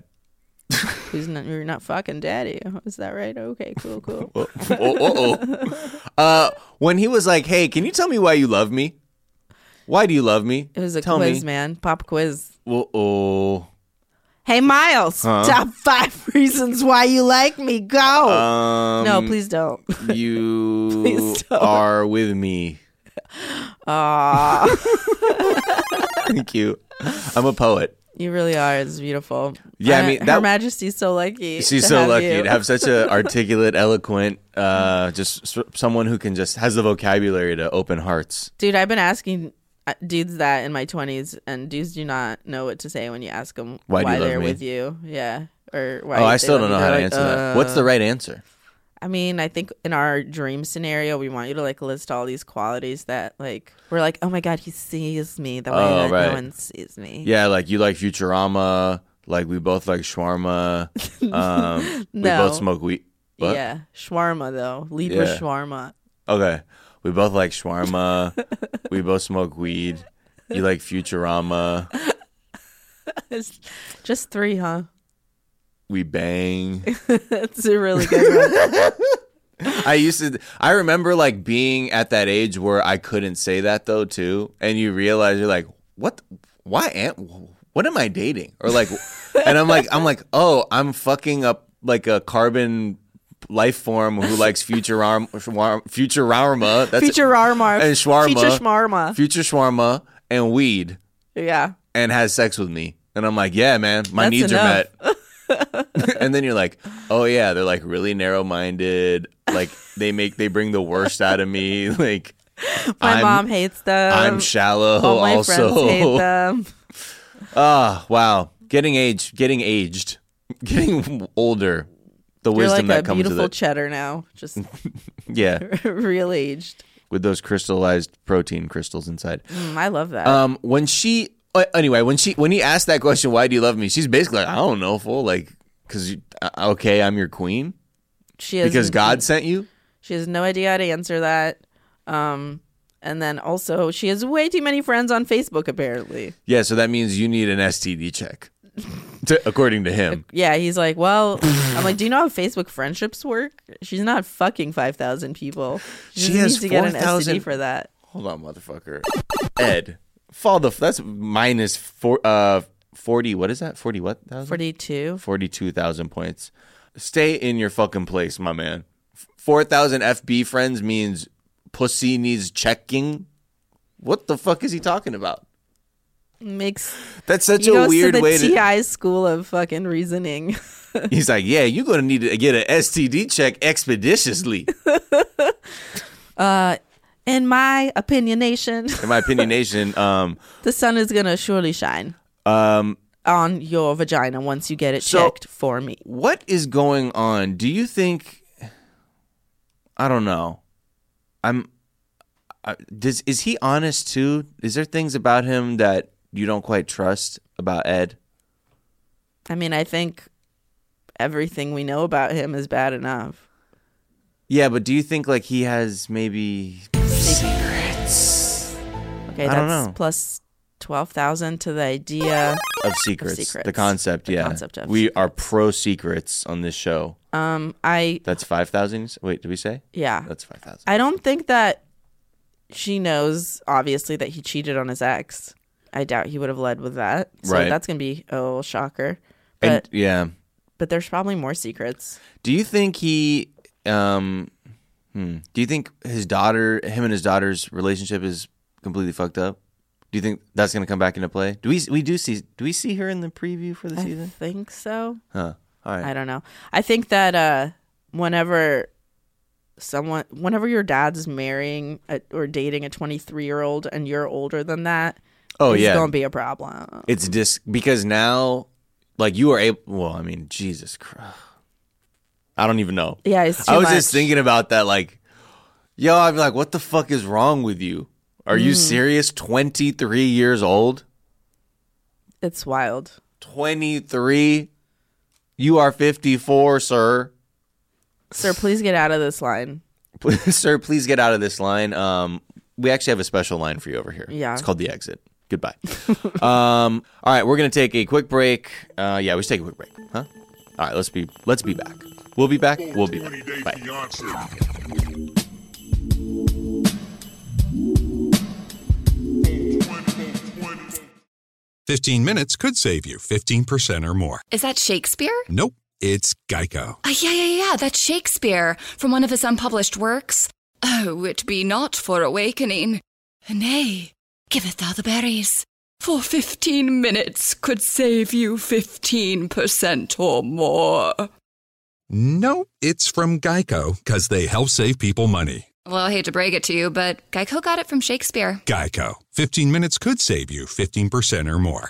[SPEAKER 5] Who's not, you're not fucking daddy. Is that right? Okay, cool, cool.
[SPEAKER 4] oh, oh, oh. Uh, when he was like, "Hey, can you tell me why you love me? Why do you love me?"
[SPEAKER 5] It was a
[SPEAKER 4] tell
[SPEAKER 5] quiz,
[SPEAKER 4] me.
[SPEAKER 5] man. Pop quiz.
[SPEAKER 4] Well, oh,
[SPEAKER 5] Hey, Miles, top five reasons why you like me. Go.
[SPEAKER 4] um,
[SPEAKER 5] no, please don't.
[SPEAKER 4] you
[SPEAKER 5] Please don't.
[SPEAKER 4] are with me.
[SPEAKER 5] Aw,
[SPEAKER 4] Thank you. I'm a poet.
[SPEAKER 5] you really are. It's beautiful. Uh,
[SPEAKER 4] Yeah, I mean,
[SPEAKER 5] Her
[SPEAKER 4] that-
[SPEAKER 5] Majesty's so lucky.
[SPEAKER 4] She's
[SPEAKER 5] to
[SPEAKER 4] so
[SPEAKER 5] have
[SPEAKER 4] lucky
[SPEAKER 5] you.
[SPEAKER 4] to have such an articulate, eloquent, uh, just s- someone who can just has the vocabulary to open hearts.
[SPEAKER 5] Dude, I've been asking uh, dudes that in my 20s, and dudes do not know what to say when you ask them
[SPEAKER 4] Why do you love
[SPEAKER 5] they're
[SPEAKER 4] me?
[SPEAKER 5] with you. Yeah. Or why
[SPEAKER 4] Oh, I
[SPEAKER 5] they
[SPEAKER 4] still
[SPEAKER 5] love
[SPEAKER 4] don't
[SPEAKER 5] you.
[SPEAKER 4] know how to
[SPEAKER 5] They're like,
[SPEAKER 4] answer that. What's
[SPEAKER 5] "Uh,
[SPEAKER 4] the right answer?
[SPEAKER 5] I mean, I think in our dream scenario, we want you to like list all these qualities that like we're like, oh my god, he sees me the way
[SPEAKER 4] Oh,
[SPEAKER 5] that
[SPEAKER 4] right.
[SPEAKER 5] no one sees me.
[SPEAKER 4] Yeah, like you like Futurama. Like we both like shawarma. Um, We
[SPEAKER 5] No.
[SPEAKER 4] both smoke weed. What?
[SPEAKER 5] yeah, shawarma though, lead with
[SPEAKER 4] Yeah.
[SPEAKER 5] shawarma.
[SPEAKER 4] Okay. We both like shawarma. we both smoke weed. You like Futurama.
[SPEAKER 5] It's just three, huh?
[SPEAKER 4] We bang.
[SPEAKER 5] That's a really good one.
[SPEAKER 4] I used to. I remember like being at that age where I couldn't say that though too, and you realize you're like, what? Why am? What am I dating? Or like, and I'm like, I'm like, oh, I'm fucking up like a carbon life form who likes Futurama. Futurama. That's
[SPEAKER 5] Future armor,
[SPEAKER 4] And shawarma.
[SPEAKER 5] Future shawarma.
[SPEAKER 4] Future shawarma and weed
[SPEAKER 5] yeah,
[SPEAKER 4] and has sex with me. And I'm like, yeah, man, my
[SPEAKER 5] That's
[SPEAKER 4] needs
[SPEAKER 5] enough.
[SPEAKER 4] are met. and then you're like, oh yeah, they're like really narrow minded. Like they make they bring the worst out of me. Like
[SPEAKER 5] my
[SPEAKER 4] I'm,
[SPEAKER 5] mom hates them.
[SPEAKER 4] I'm shallow.
[SPEAKER 5] Um, All my friends hate
[SPEAKER 4] also,
[SPEAKER 5] them.
[SPEAKER 4] ah, wow, getting aged, getting aged, getting older. The
[SPEAKER 5] You're
[SPEAKER 4] wisdom
[SPEAKER 5] like a
[SPEAKER 4] that comes with
[SPEAKER 5] beautiful
[SPEAKER 4] it.
[SPEAKER 5] cheddar now, just
[SPEAKER 4] yeah,
[SPEAKER 5] real aged.
[SPEAKER 4] with those crystallized protein crystals inside.
[SPEAKER 5] Mm, I love that.
[SPEAKER 4] Um, when she uh, anyway, when she when he asked that question, why do you love me? She's basically like, I don't know, fool, like because okay, I'm your queen
[SPEAKER 5] she is
[SPEAKER 4] because God sent you.
[SPEAKER 5] She has no idea how to answer that. Um, and then also, she has way too many friends on Facebook, apparently.
[SPEAKER 4] Yeah, so that means you need an STD check, to, according to him.
[SPEAKER 5] Yeah, he's like, Well, I'm like, Do you know how Facebook friendships work? She's not fucking 5,000 people.
[SPEAKER 4] She
[SPEAKER 5] She, just
[SPEAKER 4] has
[SPEAKER 5] needs to get an
[SPEAKER 4] 4,000
[SPEAKER 5] STD for that.
[SPEAKER 4] Hold on, motherfucker. Ed, fall the f- that's minus four uh forty. What is that? Forty what? Thousand?
[SPEAKER 5] 42?
[SPEAKER 4] Forty-two thousand points. Stay in your fucking place, my man. Four thousand FB friends means pussy needs checking. What the fuck is he talking about?
[SPEAKER 5] Makes
[SPEAKER 4] That's such
[SPEAKER 5] he
[SPEAKER 4] a
[SPEAKER 5] goes
[SPEAKER 4] weird
[SPEAKER 5] to the
[SPEAKER 4] way to.
[SPEAKER 5] TI school of fucking reasoning.
[SPEAKER 4] He's like, yeah, you're gonna need to get an STD check expeditiously.
[SPEAKER 5] In my opinionation,
[SPEAKER 4] In my opinionation, um,
[SPEAKER 5] the sun is going to surely shine
[SPEAKER 4] um,
[SPEAKER 5] on your vagina once you get it
[SPEAKER 4] So-
[SPEAKER 5] checked for me.
[SPEAKER 4] what is going on? Do you think? I don't know. I'm. I, does is he honest too? Is there things about him that you don't quite trust about Ed?
[SPEAKER 5] I mean, I think everything we know about him is bad enough.
[SPEAKER 4] Yeah, but do you think like he has maybe secrets
[SPEAKER 5] Okay,
[SPEAKER 4] I
[SPEAKER 5] that's
[SPEAKER 4] don't know.
[SPEAKER 5] plus twelve thousand to the idea.
[SPEAKER 4] of secrets? The
[SPEAKER 5] secrets.
[SPEAKER 4] concept,
[SPEAKER 5] The
[SPEAKER 4] yeah.
[SPEAKER 5] concept of
[SPEAKER 4] we are pro secrets on this show.
[SPEAKER 5] Um, I
[SPEAKER 4] That's five thousand. Wait, did we say?
[SPEAKER 5] yeah,
[SPEAKER 4] That's five thousand.
[SPEAKER 5] I don't think that she knows. Obviously, that he cheated on his ex. I doubt he would have led with that. So
[SPEAKER 4] Right.
[SPEAKER 5] that's gonna be oh shocker. But
[SPEAKER 4] And yeah,
[SPEAKER 5] but there's probably more secrets.
[SPEAKER 4] do you think he? Um, hmm, do you think his daughter, him and his daughter's relationship is completely fucked up? Do you think that's gonna come back into play? Do we we do see do we see her in the preview for the
[SPEAKER 5] I
[SPEAKER 4] season?
[SPEAKER 5] think so.
[SPEAKER 4] Huh. All right.
[SPEAKER 5] I don't know. I think that uh, whenever someone, whenever your dad's marrying a, or dating a 23 year old and you're older than that,
[SPEAKER 4] Oh
[SPEAKER 5] it's
[SPEAKER 4] yeah.
[SPEAKER 5] gonna be a problem.
[SPEAKER 4] it's dis because now, like you are able. Well, I mean, Jesus Christ. I don't even know.
[SPEAKER 5] Yeah, it's too
[SPEAKER 4] I was
[SPEAKER 5] much.
[SPEAKER 4] just thinking about that. Like, yo, I'm like, what the fuck is wrong with you? Are
[SPEAKER 5] Mm.
[SPEAKER 4] you serious? Twenty three years old.
[SPEAKER 5] It's wild.
[SPEAKER 4] 23. You are 54, sir.
[SPEAKER 5] Sir, please get out of this line.
[SPEAKER 4] Please, sir, please get out of this line. Um, we actually have a special line for you over here.
[SPEAKER 5] Yeah.
[SPEAKER 4] It's called The Exit. Goodbye. um, all right, we're going to take a quick break. Uh, yeah, we should take a quick break. Huh? All right, let's be let's be back. We'll be back. We'll be back.
[SPEAKER 3] 20 Day
[SPEAKER 4] Bye.
[SPEAKER 3] Fiance. Twenty.
[SPEAKER 6] 15 minutes could save you 15% or more.
[SPEAKER 7] Is that Shakespeare?
[SPEAKER 6] Nope, it's Geico.
[SPEAKER 7] Ah, yeah, yeah, yeah, that's Shakespeare from one of his unpublished works. Oh, it be not for awakening. Nay, giveth thou the berries. For fifteen minutes could save you fifteen percent or more.
[SPEAKER 6] No, it's from Geico because they help save people money.
[SPEAKER 7] Well, I hate to break it to you, but Geico got it from Shakespeare.
[SPEAKER 6] Geico. 15 minutes could save you 15% or more.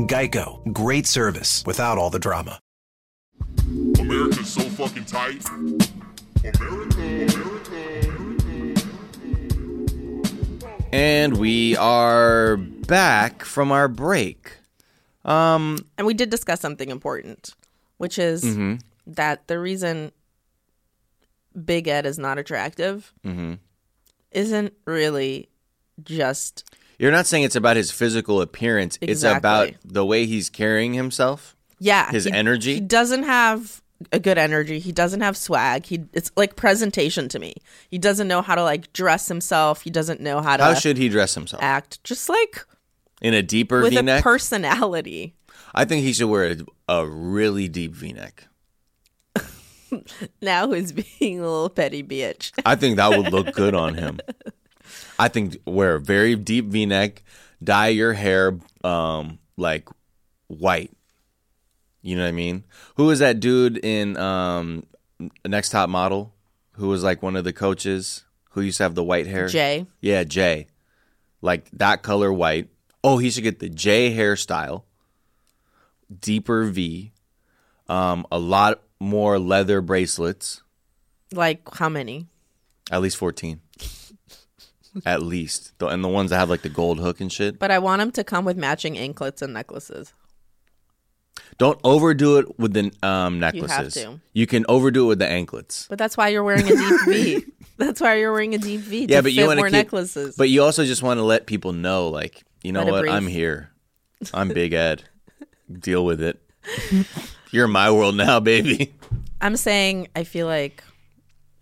[SPEAKER 8] Geico, great service without all the drama.
[SPEAKER 3] America's so fucking tight. America, America, America.
[SPEAKER 4] And we are back from our break. Um,
[SPEAKER 5] And we did discuss something important, which is
[SPEAKER 4] Mm-hmm.
[SPEAKER 5] that the reason Big Ed is not attractive
[SPEAKER 4] Mm-hmm.
[SPEAKER 5] isn't really just
[SPEAKER 4] you're not saying it's about his physical appearance. It's about
[SPEAKER 5] Exactly.
[SPEAKER 4] the way he's carrying himself.
[SPEAKER 5] yeah
[SPEAKER 4] His energy?
[SPEAKER 5] He doesn't have a good energy. He doesn't have swag. He it's like presentation to me. He doesn't know how to like dress himself. He doesn't know how to
[SPEAKER 4] How should he dress himself?
[SPEAKER 5] act. Just like
[SPEAKER 4] In a deeper
[SPEAKER 5] with
[SPEAKER 4] V-neck.
[SPEAKER 5] a personality.
[SPEAKER 4] I think he should wear a, a really deep V-neck.
[SPEAKER 5] Now who's being a little petty bitch?
[SPEAKER 4] I think that would look good on him. I think wear a very deep V-neck, dye your hair um like white. You know what I mean? Who was that dude in um Next Top Model who was like one of the coaches who used to have the white hair?
[SPEAKER 5] Jay.
[SPEAKER 4] Yeah, Jay. Like that color white. Oh, he should get the J hairstyle. Deeper V. Um a lot more leather bracelets.
[SPEAKER 5] Like how many?
[SPEAKER 4] At least 14. At least. The- And the ones that have like the gold hook and shit.
[SPEAKER 5] But I want him to come with matching anklets and necklaces.
[SPEAKER 4] Don't overdo it with the um, necklaces.
[SPEAKER 5] to.
[SPEAKER 4] You can overdo it with the anklets.
[SPEAKER 5] But that's why you're wearing a deep V. That's why you're wearing a deep V. To
[SPEAKER 4] yeah, but you
[SPEAKER 5] fit
[SPEAKER 4] want to
[SPEAKER 5] more
[SPEAKER 4] keep
[SPEAKER 5] necklaces.
[SPEAKER 4] But you also just want to let people know like, you know
[SPEAKER 5] Let it
[SPEAKER 4] what?
[SPEAKER 5] breathe.
[SPEAKER 4] I'm here. I'm Big Ed. Deal with it. You're in my world now, baby.
[SPEAKER 5] I'm saying I feel like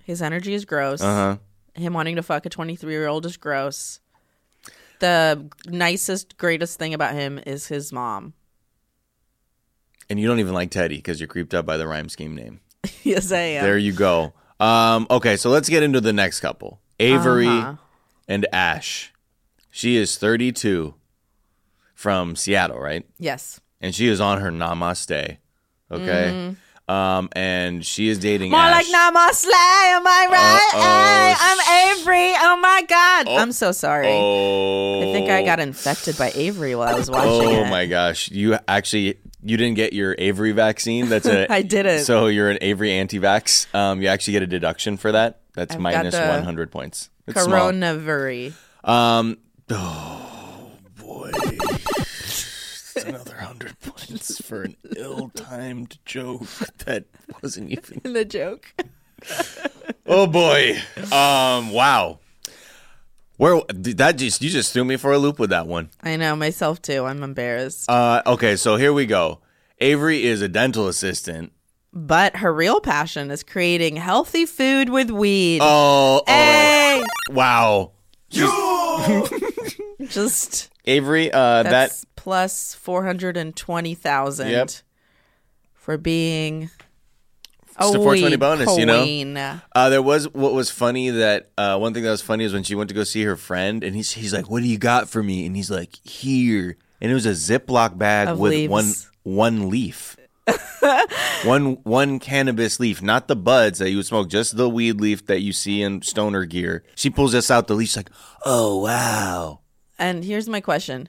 [SPEAKER 5] his energy is gross.
[SPEAKER 4] Uh-huh.
[SPEAKER 5] Him wanting to fuck a 23 year old is gross. The nicest, greatest thing about him is his mom.
[SPEAKER 4] And you don't even like Teddy because you're creeped up by the rhyme scheme name.
[SPEAKER 5] yes, I am.
[SPEAKER 4] There you go. Um, okay, so let's get into the next couple Avery
[SPEAKER 5] Uh-huh.
[SPEAKER 4] and Ash. She is 32 from Seattle, right?
[SPEAKER 5] yes.
[SPEAKER 4] And she is on her namaste. Okay. Um, and she is dating
[SPEAKER 5] Mm-hmm. More
[SPEAKER 4] Ash.
[SPEAKER 5] like Namaste, am I right?
[SPEAKER 4] Uh-oh.
[SPEAKER 5] Hey, I'm Avery. Oh my God. I'm so sorry.
[SPEAKER 4] oh.
[SPEAKER 5] I think I got infected by Avery while I was watching
[SPEAKER 4] Oh
[SPEAKER 5] it.
[SPEAKER 4] my gosh. You actually. You didn't get your Avery vaccine. That's a
[SPEAKER 5] I didn't.
[SPEAKER 4] So you're an Avery anti-vax. Um, you actually get a deduction for that. That's
[SPEAKER 5] I've got
[SPEAKER 4] minus
[SPEAKER 5] the
[SPEAKER 4] 100 points. It's small.
[SPEAKER 5] Coronavirus.
[SPEAKER 4] Um. Oh boy. It's another hundred points for an ill-timed joke that wasn't even.
[SPEAKER 5] The joke.
[SPEAKER 4] Oh boy. Um. Wow. Where that just you just threw me for a loop with that one.
[SPEAKER 5] I know myself too. I'm embarrassed.
[SPEAKER 4] Uh. Okay. So here we go. Avery is a dental assistant.
[SPEAKER 5] But her real passion is creating healthy food with weed.
[SPEAKER 4] Oh.
[SPEAKER 5] Eh.
[SPEAKER 4] oh
[SPEAKER 5] Hey,
[SPEAKER 4] wow.
[SPEAKER 5] just
[SPEAKER 4] Avery. Uh.
[SPEAKER 5] that's plus four hundred and twenty thousand
[SPEAKER 4] Yep.
[SPEAKER 5] for being a
[SPEAKER 4] It's the 420
[SPEAKER 5] 420
[SPEAKER 4] bonus, you know?
[SPEAKER 5] You know,
[SPEAKER 4] Uh, there was what was funny that uh, one thing that was funny is when she went to go see her friend, and he's he's like, "What do you got for me?" And he's like, "Here," and it was a Ziploc bag
[SPEAKER 5] Of
[SPEAKER 4] with
[SPEAKER 5] leaves.
[SPEAKER 4] one one leaf, one one cannabis leaf, not the buds that you would smoke, just the weed leaf that you see in stoner gear. She pulls this out, the leaf's like, "Oh wow."
[SPEAKER 5] and here's my question: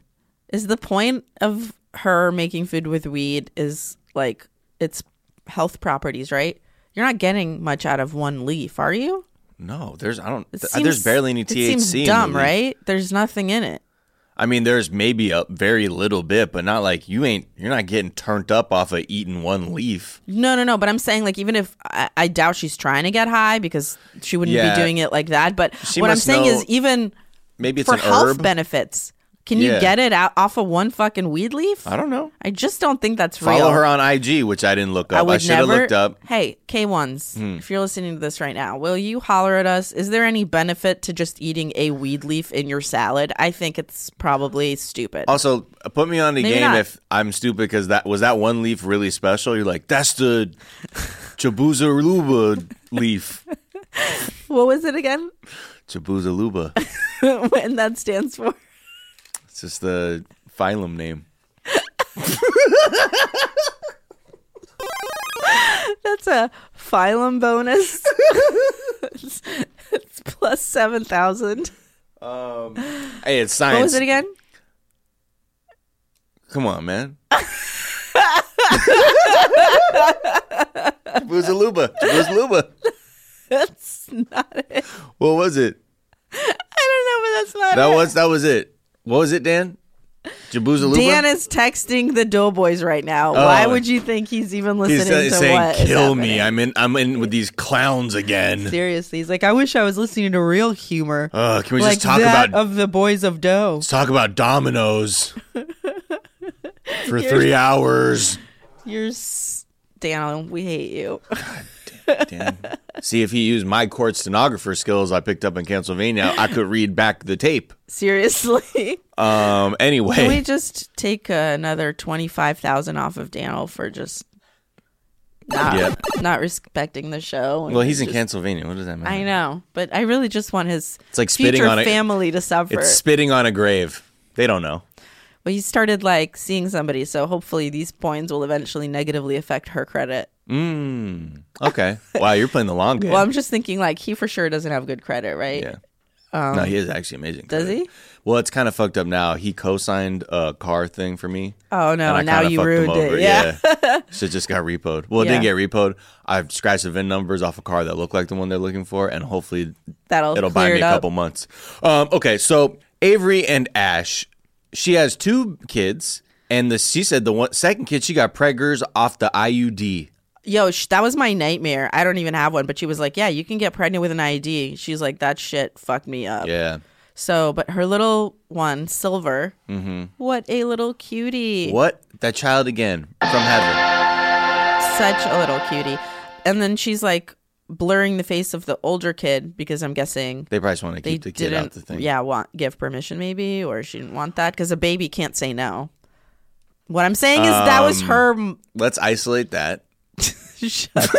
[SPEAKER 5] Is the point of her making food with weed is like its health properties, right? You're not getting much out of one leaf, are you?
[SPEAKER 4] No, there's I don't
[SPEAKER 5] It
[SPEAKER 4] th- uh, there's
[SPEAKER 5] seems-
[SPEAKER 4] barely any THC.
[SPEAKER 5] It seems
[SPEAKER 4] in the
[SPEAKER 5] dumb,
[SPEAKER 4] leaf.
[SPEAKER 5] right? There's nothing in it.
[SPEAKER 4] I mean, there's maybe a very little bit, but not like you ain't you're not getting turned up off of eating one leaf.
[SPEAKER 5] No, no, no. But I'm saying, like, even if I, I doubt she's trying to get high because she wouldn't
[SPEAKER 4] Yeah.
[SPEAKER 5] be doing it like that. But what I'm
[SPEAKER 4] must
[SPEAKER 5] saying
[SPEAKER 4] know-
[SPEAKER 5] is, even
[SPEAKER 4] Maybe it's
[SPEAKER 5] for
[SPEAKER 4] an
[SPEAKER 5] health
[SPEAKER 4] herb.
[SPEAKER 5] benefits, Can
[SPEAKER 4] Yeah.
[SPEAKER 5] you get it out off of one fucking weed leaf?
[SPEAKER 4] I don't know.
[SPEAKER 5] I just don't think that's real.
[SPEAKER 4] Follow her on IG, which I didn't look up. I,
[SPEAKER 5] would
[SPEAKER 4] should have
[SPEAKER 5] never-
[SPEAKER 4] looked up. Hmm.
[SPEAKER 5] Hey, K1s, if you're listening to this right now, will you holler at us? Is there any benefit to just eating a weed leaf in your salad? I think it's probably stupid.
[SPEAKER 4] Also, put me on the
[SPEAKER 5] Maybe
[SPEAKER 4] game
[SPEAKER 5] not.
[SPEAKER 4] if I'm stupid because that was that one leaf really special. You're like, that's the Chabuzaluba leaf.
[SPEAKER 5] what was it again?
[SPEAKER 4] Chabuzaluba.
[SPEAKER 5] and that stands for?
[SPEAKER 4] It's just the phylum name.
[SPEAKER 5] That's a phylum bonus. it's, it's plus 7,000.
[SPEAKER 4] Hey, it's science.
[SPEAKER 5] What was it again?
[SPEAKER 4] Come on, man. Chabuzaluba. Chabuzaluba.
[SPEAKER 5] That's not it.
[SPEAKER 4] What was it?
[SPEAKER 5] I don't know, but that's not
[SPEAKER 4] That
[SPEAKER 5] it.
[SPEAKER 4] was that was it. What was it, Dan? Jabuzaluba.
[SPEAKER 5] Dan is texting the Doughboys right now. Why would you think he's even
[SPEAKER 4] Oh. He's
[SPEAKER 5] listening
[SPEAKER 4] sa-
[SPEAKER 5] to
[SPEAKER 4] saying,
[SPEAKER 5] what is
[SPEAKER 4] "Kill me!
[SPEAKER 5] happening?"
[SPEAKER 4] I'm in. I'm in with these clowns again."
[SPEAKER 5] Seriously, he's like, I wish I was listening to real humor,
[SPEAKER 4] Ugh, can Oh, we
[SPEAKER 5] like
[SPEAKER 4] just talk
[SPEAKER 5] that
[SPEAKER 4] about
[SPEAKER 5] of the Boys of Dough.
[SPEAKER 4] Let's talk about dominoes for three hours.
[SPEAKER 5] You're s- Dan. We hate you.
[SPEAKER 4] See if he used my court stenographer skills I picked up in Pennsylvania. I could read back the tape.
[SPEAKER 5] Seriously,
[SPEAKER 4] Um. Anyway,
[SPEAKER 5] can we just take uh, another twenty five thousand off of Daniel for just not,
[SPEAKER 4] Yeah.
[SPEAKER 5] not respecting the show? and
[SPEAKER 4] well, he's in
[SPEAKER 5] just-
[SPEAKER 4] Pennsylvania. What does that mean?
[SPEAKER 5] I know, but I really just want his
[SPEAKER 4] It's like spitting
[SPEAKER 5] future
[SPEAKER 4] on a-
[SPEAKER 5] family to suffer.
[SPEAKER 4] It's spitting on a grave. They don't know.
[SPEAKER 5] But he started like seeing somebody, so hopefully these points will eventually negatively affect her credit.
[SPEAKER 4] Mm. Okay. Wow, you're playing the long game.
[SPEAKER 5] Well, I'm just thinking like he for sure doesn't have good credit, right?
[SPEAKER 4] Yeah. no, he is actually amazing.
[SPEAKER 5] Does he?
[SPEAKER 4] Well, it's kind of fucked up now. He co-signed a car thing for me.
[SPEAKER 5] Oh
[SPEAKER 4] and
[SPEAKER 5] no,
[SPEAKER 4] I
[SPEAKER 5] now
[SPEAKER 4] kinda
[SPEAKER 5] you
[SPEAKER 4] fucked him
[SPEAKER 5] ruined
[SPEAKER 4] over.
[SPEAKER 5] it. Yeah.
[SPEAKER 4] Shit just got repoed. Well, it didn't
[SPEAKER 5] Yeah.
[SPEAKER 4] get repoed. I've scratched the VIN numbers off a car that looked like the one they're looking for, and hopefully
[SPEAKER 5] That'll
[SPEAKER 4] it'll
[SPEAKER 5] clear
[SPEAKER 4] buy me
[SPEAKER 5] it
[SPEAKER 4] a
[SPEAKER 5] up.
[SPEAKER 4] couple months. Um, okay, so Avery and Ash, she has two kids, and the she said the one second kid she got preggers off the IUD.
[SPEAKER 5] Yo, sh- that was my nightmare. I don't even have one, but she was like, "Yeah, you can get pregnant with an ID." She's like, "That shit fucked me up."
[SPEAKER 4] Yeah.
[SPEAKER 5] So, but her little one, Silver, what a little cutie!
[SPEAKER 4] Mm-hmm. What that child again from heaven?
[SPEAKER 5] Such a little cutie. And then she's like blurring the face of the older kid because I'm guessing
[SPEAKER 4] They probably just want to
[SPEAKER 5] they
[SPEAKER 4] keep the kid
[SPEAKER 5] didn't
[SPEAKER 4] out the thing.
[SPEAKER 5] yeah want give permission maybe or she didn't want that because a baby can't say no what i'm saying is that
[SPEAKER 4] Um,
[SPEAKER 5] was her m-
[SPEAKER 4] Let's isolate that.
[SPEAKER 5] Shut up.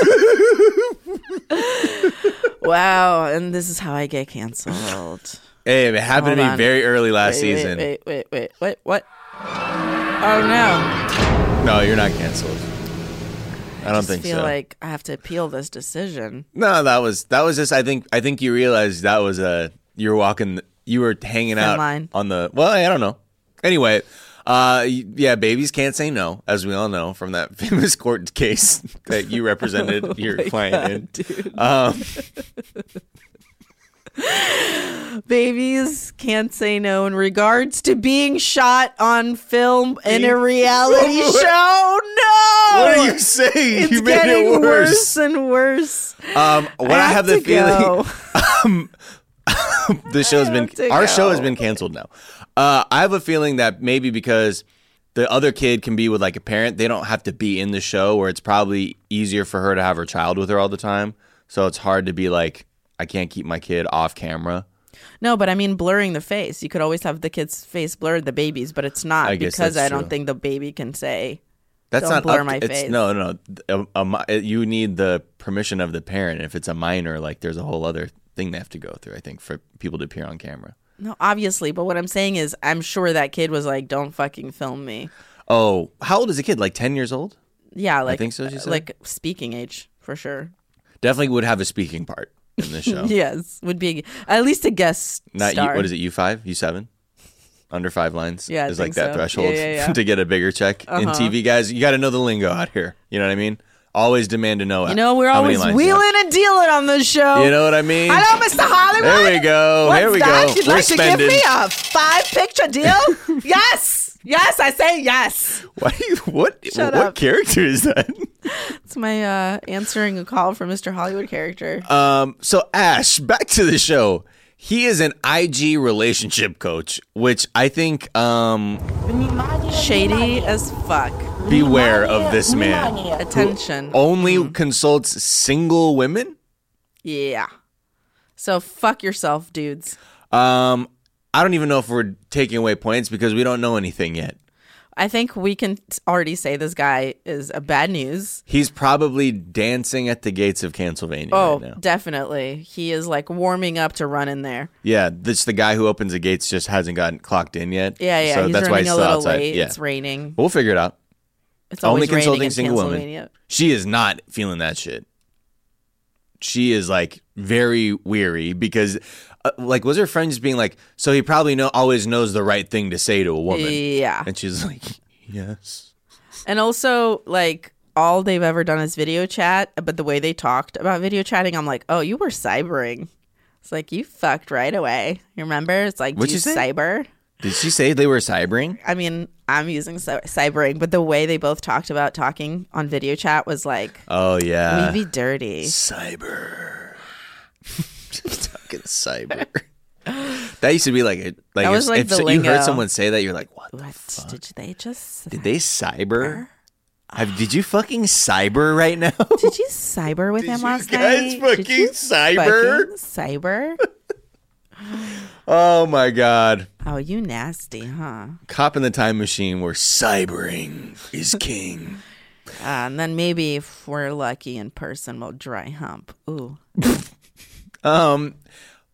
[SPEAKER 5] wow and this is how i get canceled
[SPEAKER 4] Hey, it happened to
[SPEAKER 5] Hold
[SPEAKER 4] me
[SPEAKER 5] on.
[SPEAKER 4] very early last
[SPEAKER 5] wait,
[SPEAKER 4] season.
[SPEAKER 5] wait wait wait wait what oh no
[SPEAKER 4] No, you're not canceled. I don't
[SPEAKER 5] just
[SPEAKER 4] think
[SPEAKER 5] feel
[SPEAKER 4] so.
[SPEAKER 5] like i have to appeal this decision
[SPEAKER 4] No, that was that was just. I think I think you realized that was a you were walking, you were hanging out
[SPEAKER 5] line.
[SPEAKER 4] on the. Well, I don't know. Anyway, uh, y- yeah, babies can't say no, as we all know from that famous court case that you represented
[SPEAKER 5] Oh
[SPEAKER 4] your client in. Um,
[SPEAKER 5] babies can't say no in regards to being shot on film in a reality show no
[SPEAKER 4] what are you saying?
[SPEAKER 5] It's
[SPEAKER 4] you made
[SPEAKER 5] getting
[SPEAKER 4] it worse.
[SPEAKER 5] and worse.
[SPEAKER 4] Um, when I,
[SPEAKER 5] I
[SPEAKER 4] have
[SPEAKER 5] have
[SPEAKER 4] the
[SPEAKER 5] to go.
[SPEAKER 4] feeling, this show's been
[SPEAKER 5] have to
[SPEAKER 4] our show has
[SPEAKER 5] go.
[SPEAKER 4] been canceled now. Uh, I have a feeling that maybe because the other kid can be with like a parent, they don't have to be in the show, where it's probably easier for her to have her child with her all the time. So it's hard to be like, I can't keep my kid off camera.
[SPEAKER 5] No, but I mean blurring the face. You could always have the kid's face blurred, the baby's, but it's not
[SPEAKER 4] I guess
[SPEAKER 5] because
[SPEAKER 4] that's
[SPEAKER 5] I don't
[SPEAKER 4] true.
[SPEAKER 5] think the baby can say.
[SPEAKER 4] That's
[SPEAKER 5] Don't
[SPEAKER 4] not
[SPEAKER 5] blur
[SPEAKER 4] up-
[SPEAKER 5] my
[SPEAKER 4] it's-
[SPEAKER 5] face.
[SPEAKER 4] No, no, no. A, a mi- you need the permission of the parent. If it's a minor, like there's a whole other thing they have to go through. I think for people to appear on camera.
[SPEAKER 5] No, obviously, but what I'm saying is I'm sure that kid was like, "Don't fucking film me."
[SPEAKER 4] Oh, how old is the kid? Like ten years old?
[SPEAKER 5] Yeah, like uh,
[SPEAKER 4] think so, she said?
[SPEAKER 5] like speaking age for sure.
[SPEAKER 4] Definitely would have a speaking part in this show.
[SPEAKER 5] Yes, would be at least a guest
[SPEAKER 4] Not you,
[SPEAKER 5] star.
[SPEAKER 4] what is it? U five, U seven, under five lines.
[SPEAKER 5] Yeah, I
[SPEAKER 4] is like
[SPEAKER 5] think
[SPEAKER 4] that
[SPEAKER 5] so.
[SPEAKER 4] threshold
[SPEAKER 5] Yeah, yeah, Uh-huh. yeah.
[SPEAKER 4] to get a bigger check in TV. Guys, you got to know the lingo out here. You know what I mean? Always demand to know.
[SPEAKER 5] You know, we're
[SPEAKER 4] how many
[SPEAKER 5] always
[SPEAKER 4] lines you have.
[SPEAKER 5] wheeling and dealing on this show.
[SPEAKER 4] You know what I mean?
[SPEAKER 5] Hello, Mr. Hollywood.
[SPEAKER 4] There we go.
[SPEAKER 5] What's
[SPEAKER 4] Here we
[SPEAKER 5] that?
[SPEAKER 4] go.
[SPEAKER 5] You'd
[SPEAKER 4] We're
[SPEAKER 5] like
[SPEAKER 4] spending.
[SPEAKER 5] to give me a five picture deal? yes. Yes, I say yes.
[SPEAKER 4] Why do you, what?
[SPEAKER 5] Shut
[SPEAKER 4] what
[SPEAKER 5] up.
[SPEAKER 4] character is that?
[SPEAKER 5] It's my uh, answering a call from Mr. Hollywood character.
[SPEAKER 4] Um. So Ash, back to the show. He is an IG relationship coach, which I think um
[SPEAKER 5] Shady as fuck.
[SPEAKER 4] beware of this man.
[SPEAKER 5] Attention.
[SPEAKER 4] Only consults single women? oh.
[SPEAKER 5] Yeah. So fuck yourself, dudes.
[SPEAKER 4] Um I don't even know if we're taking away points because we don't know anything yet.
[SPEAKER 5] I think we can t- already say this guy is a bad news.
[SPEAKER 4] He's probably dancing at the gates of Pennsylvania
[SPEAKER 5] Oh,
[SPEAKER 4] right now.
[SPEAKER 5] definitely. He is like warming up to run in there.
[SPEAKER 4] Yeah, this the guy who opens the gates just hasn't gotten clocked in yet.
[SPEAKER 5] Yeah, yeah.
[SPEAKER 4] So
[SPEAKER 5] he's
[SPEAKER 4] that's why
[SPEAKER 5] running
[SPEAKER 4] he's
[SPEAKER 5] a
[SPEAKER 4] still
[SPEAKER 5] little
[SPEAKER 4] outside.
[SPEAKER 5] late.
[SPEAKER 4] Yeah.
[SPEAKER 5] It's raining.
[SPEAKER 4] We'll figure it out.
[SPEAKER 5] It's
[SPEAKER 4] Only
[SPEAKER 5] always raining
[SPEAKER 4] consulting
[SPEAKER 5] in
[SPEAKER 4] single women.
[SPEAKER 5] Pennsylvania.
[SPEAKER 4] She is not feeling that shit. She is like very weary because, uh, like, was her friend just being like, so he probably know always knows the right thing to say to a woman,
[SPEAKER 5] Yeah.
[SPEAKER 4] and she's like, yes,
[SPEAKER 5] And also, like, all they've ever done is video chat, but the way they talked about video chatting, I'm like, oh, you were cybering. It's like, you fucked right away. You remember? It's like, do
[SPEAKER 4] What'd
[SPEAKER 5] you
[SPEAKER 4] you say?
[SPEAKER 5] cyber?
[SPEAKER 4] did she say they were cybering?
[SPEAKER 5] I mean, I'm using cy- cybering, but the way they both talked about talking on video chat was like,
[SPEAKER 4] Oh yeah,
[SPEAKER 5] we be dirty.
[SPEAKER 4] cyber. Fucking cyber. that used to be like a like,
[SPEAKER 5] That
[SPEAKER 4] if,
[SPEAKER 5] was like
[SPEAKER 4] if
[SPEAKER 5] the
[SPEAKER 4] so- you heard
[SPEAKER 5] lingo.
[SPEAKER 4] someone say that, you're like, what? The
[SPEAKER 5] What
[SPEAKER 4] fuck?
[SPEAKER 5] did they just?
[SPEAKER 4] Did they cyber? Have, did you fucking cyber right now?
[SPEAKER 5] Did you cyber with him last
[SPEAKER 4] guys
[SPEAKER 5] night? Did
[SPEAKER 4] fucking
[SPEAKER 5] you
[SPEAKER 4] cyber?
[SPEAKER 5] fucking cyber?
[SPEAKER 4] oh my god.
[SPEAKER 5] Oh, you nasty, huh?
[SPEAKER 4] Cop in the Time Machine where cybering is king.
[SPEAKER 5] Uh, and then maybe if we're lucky in person, we'll dry hump. Ooh.
[SPEAKER 4] um,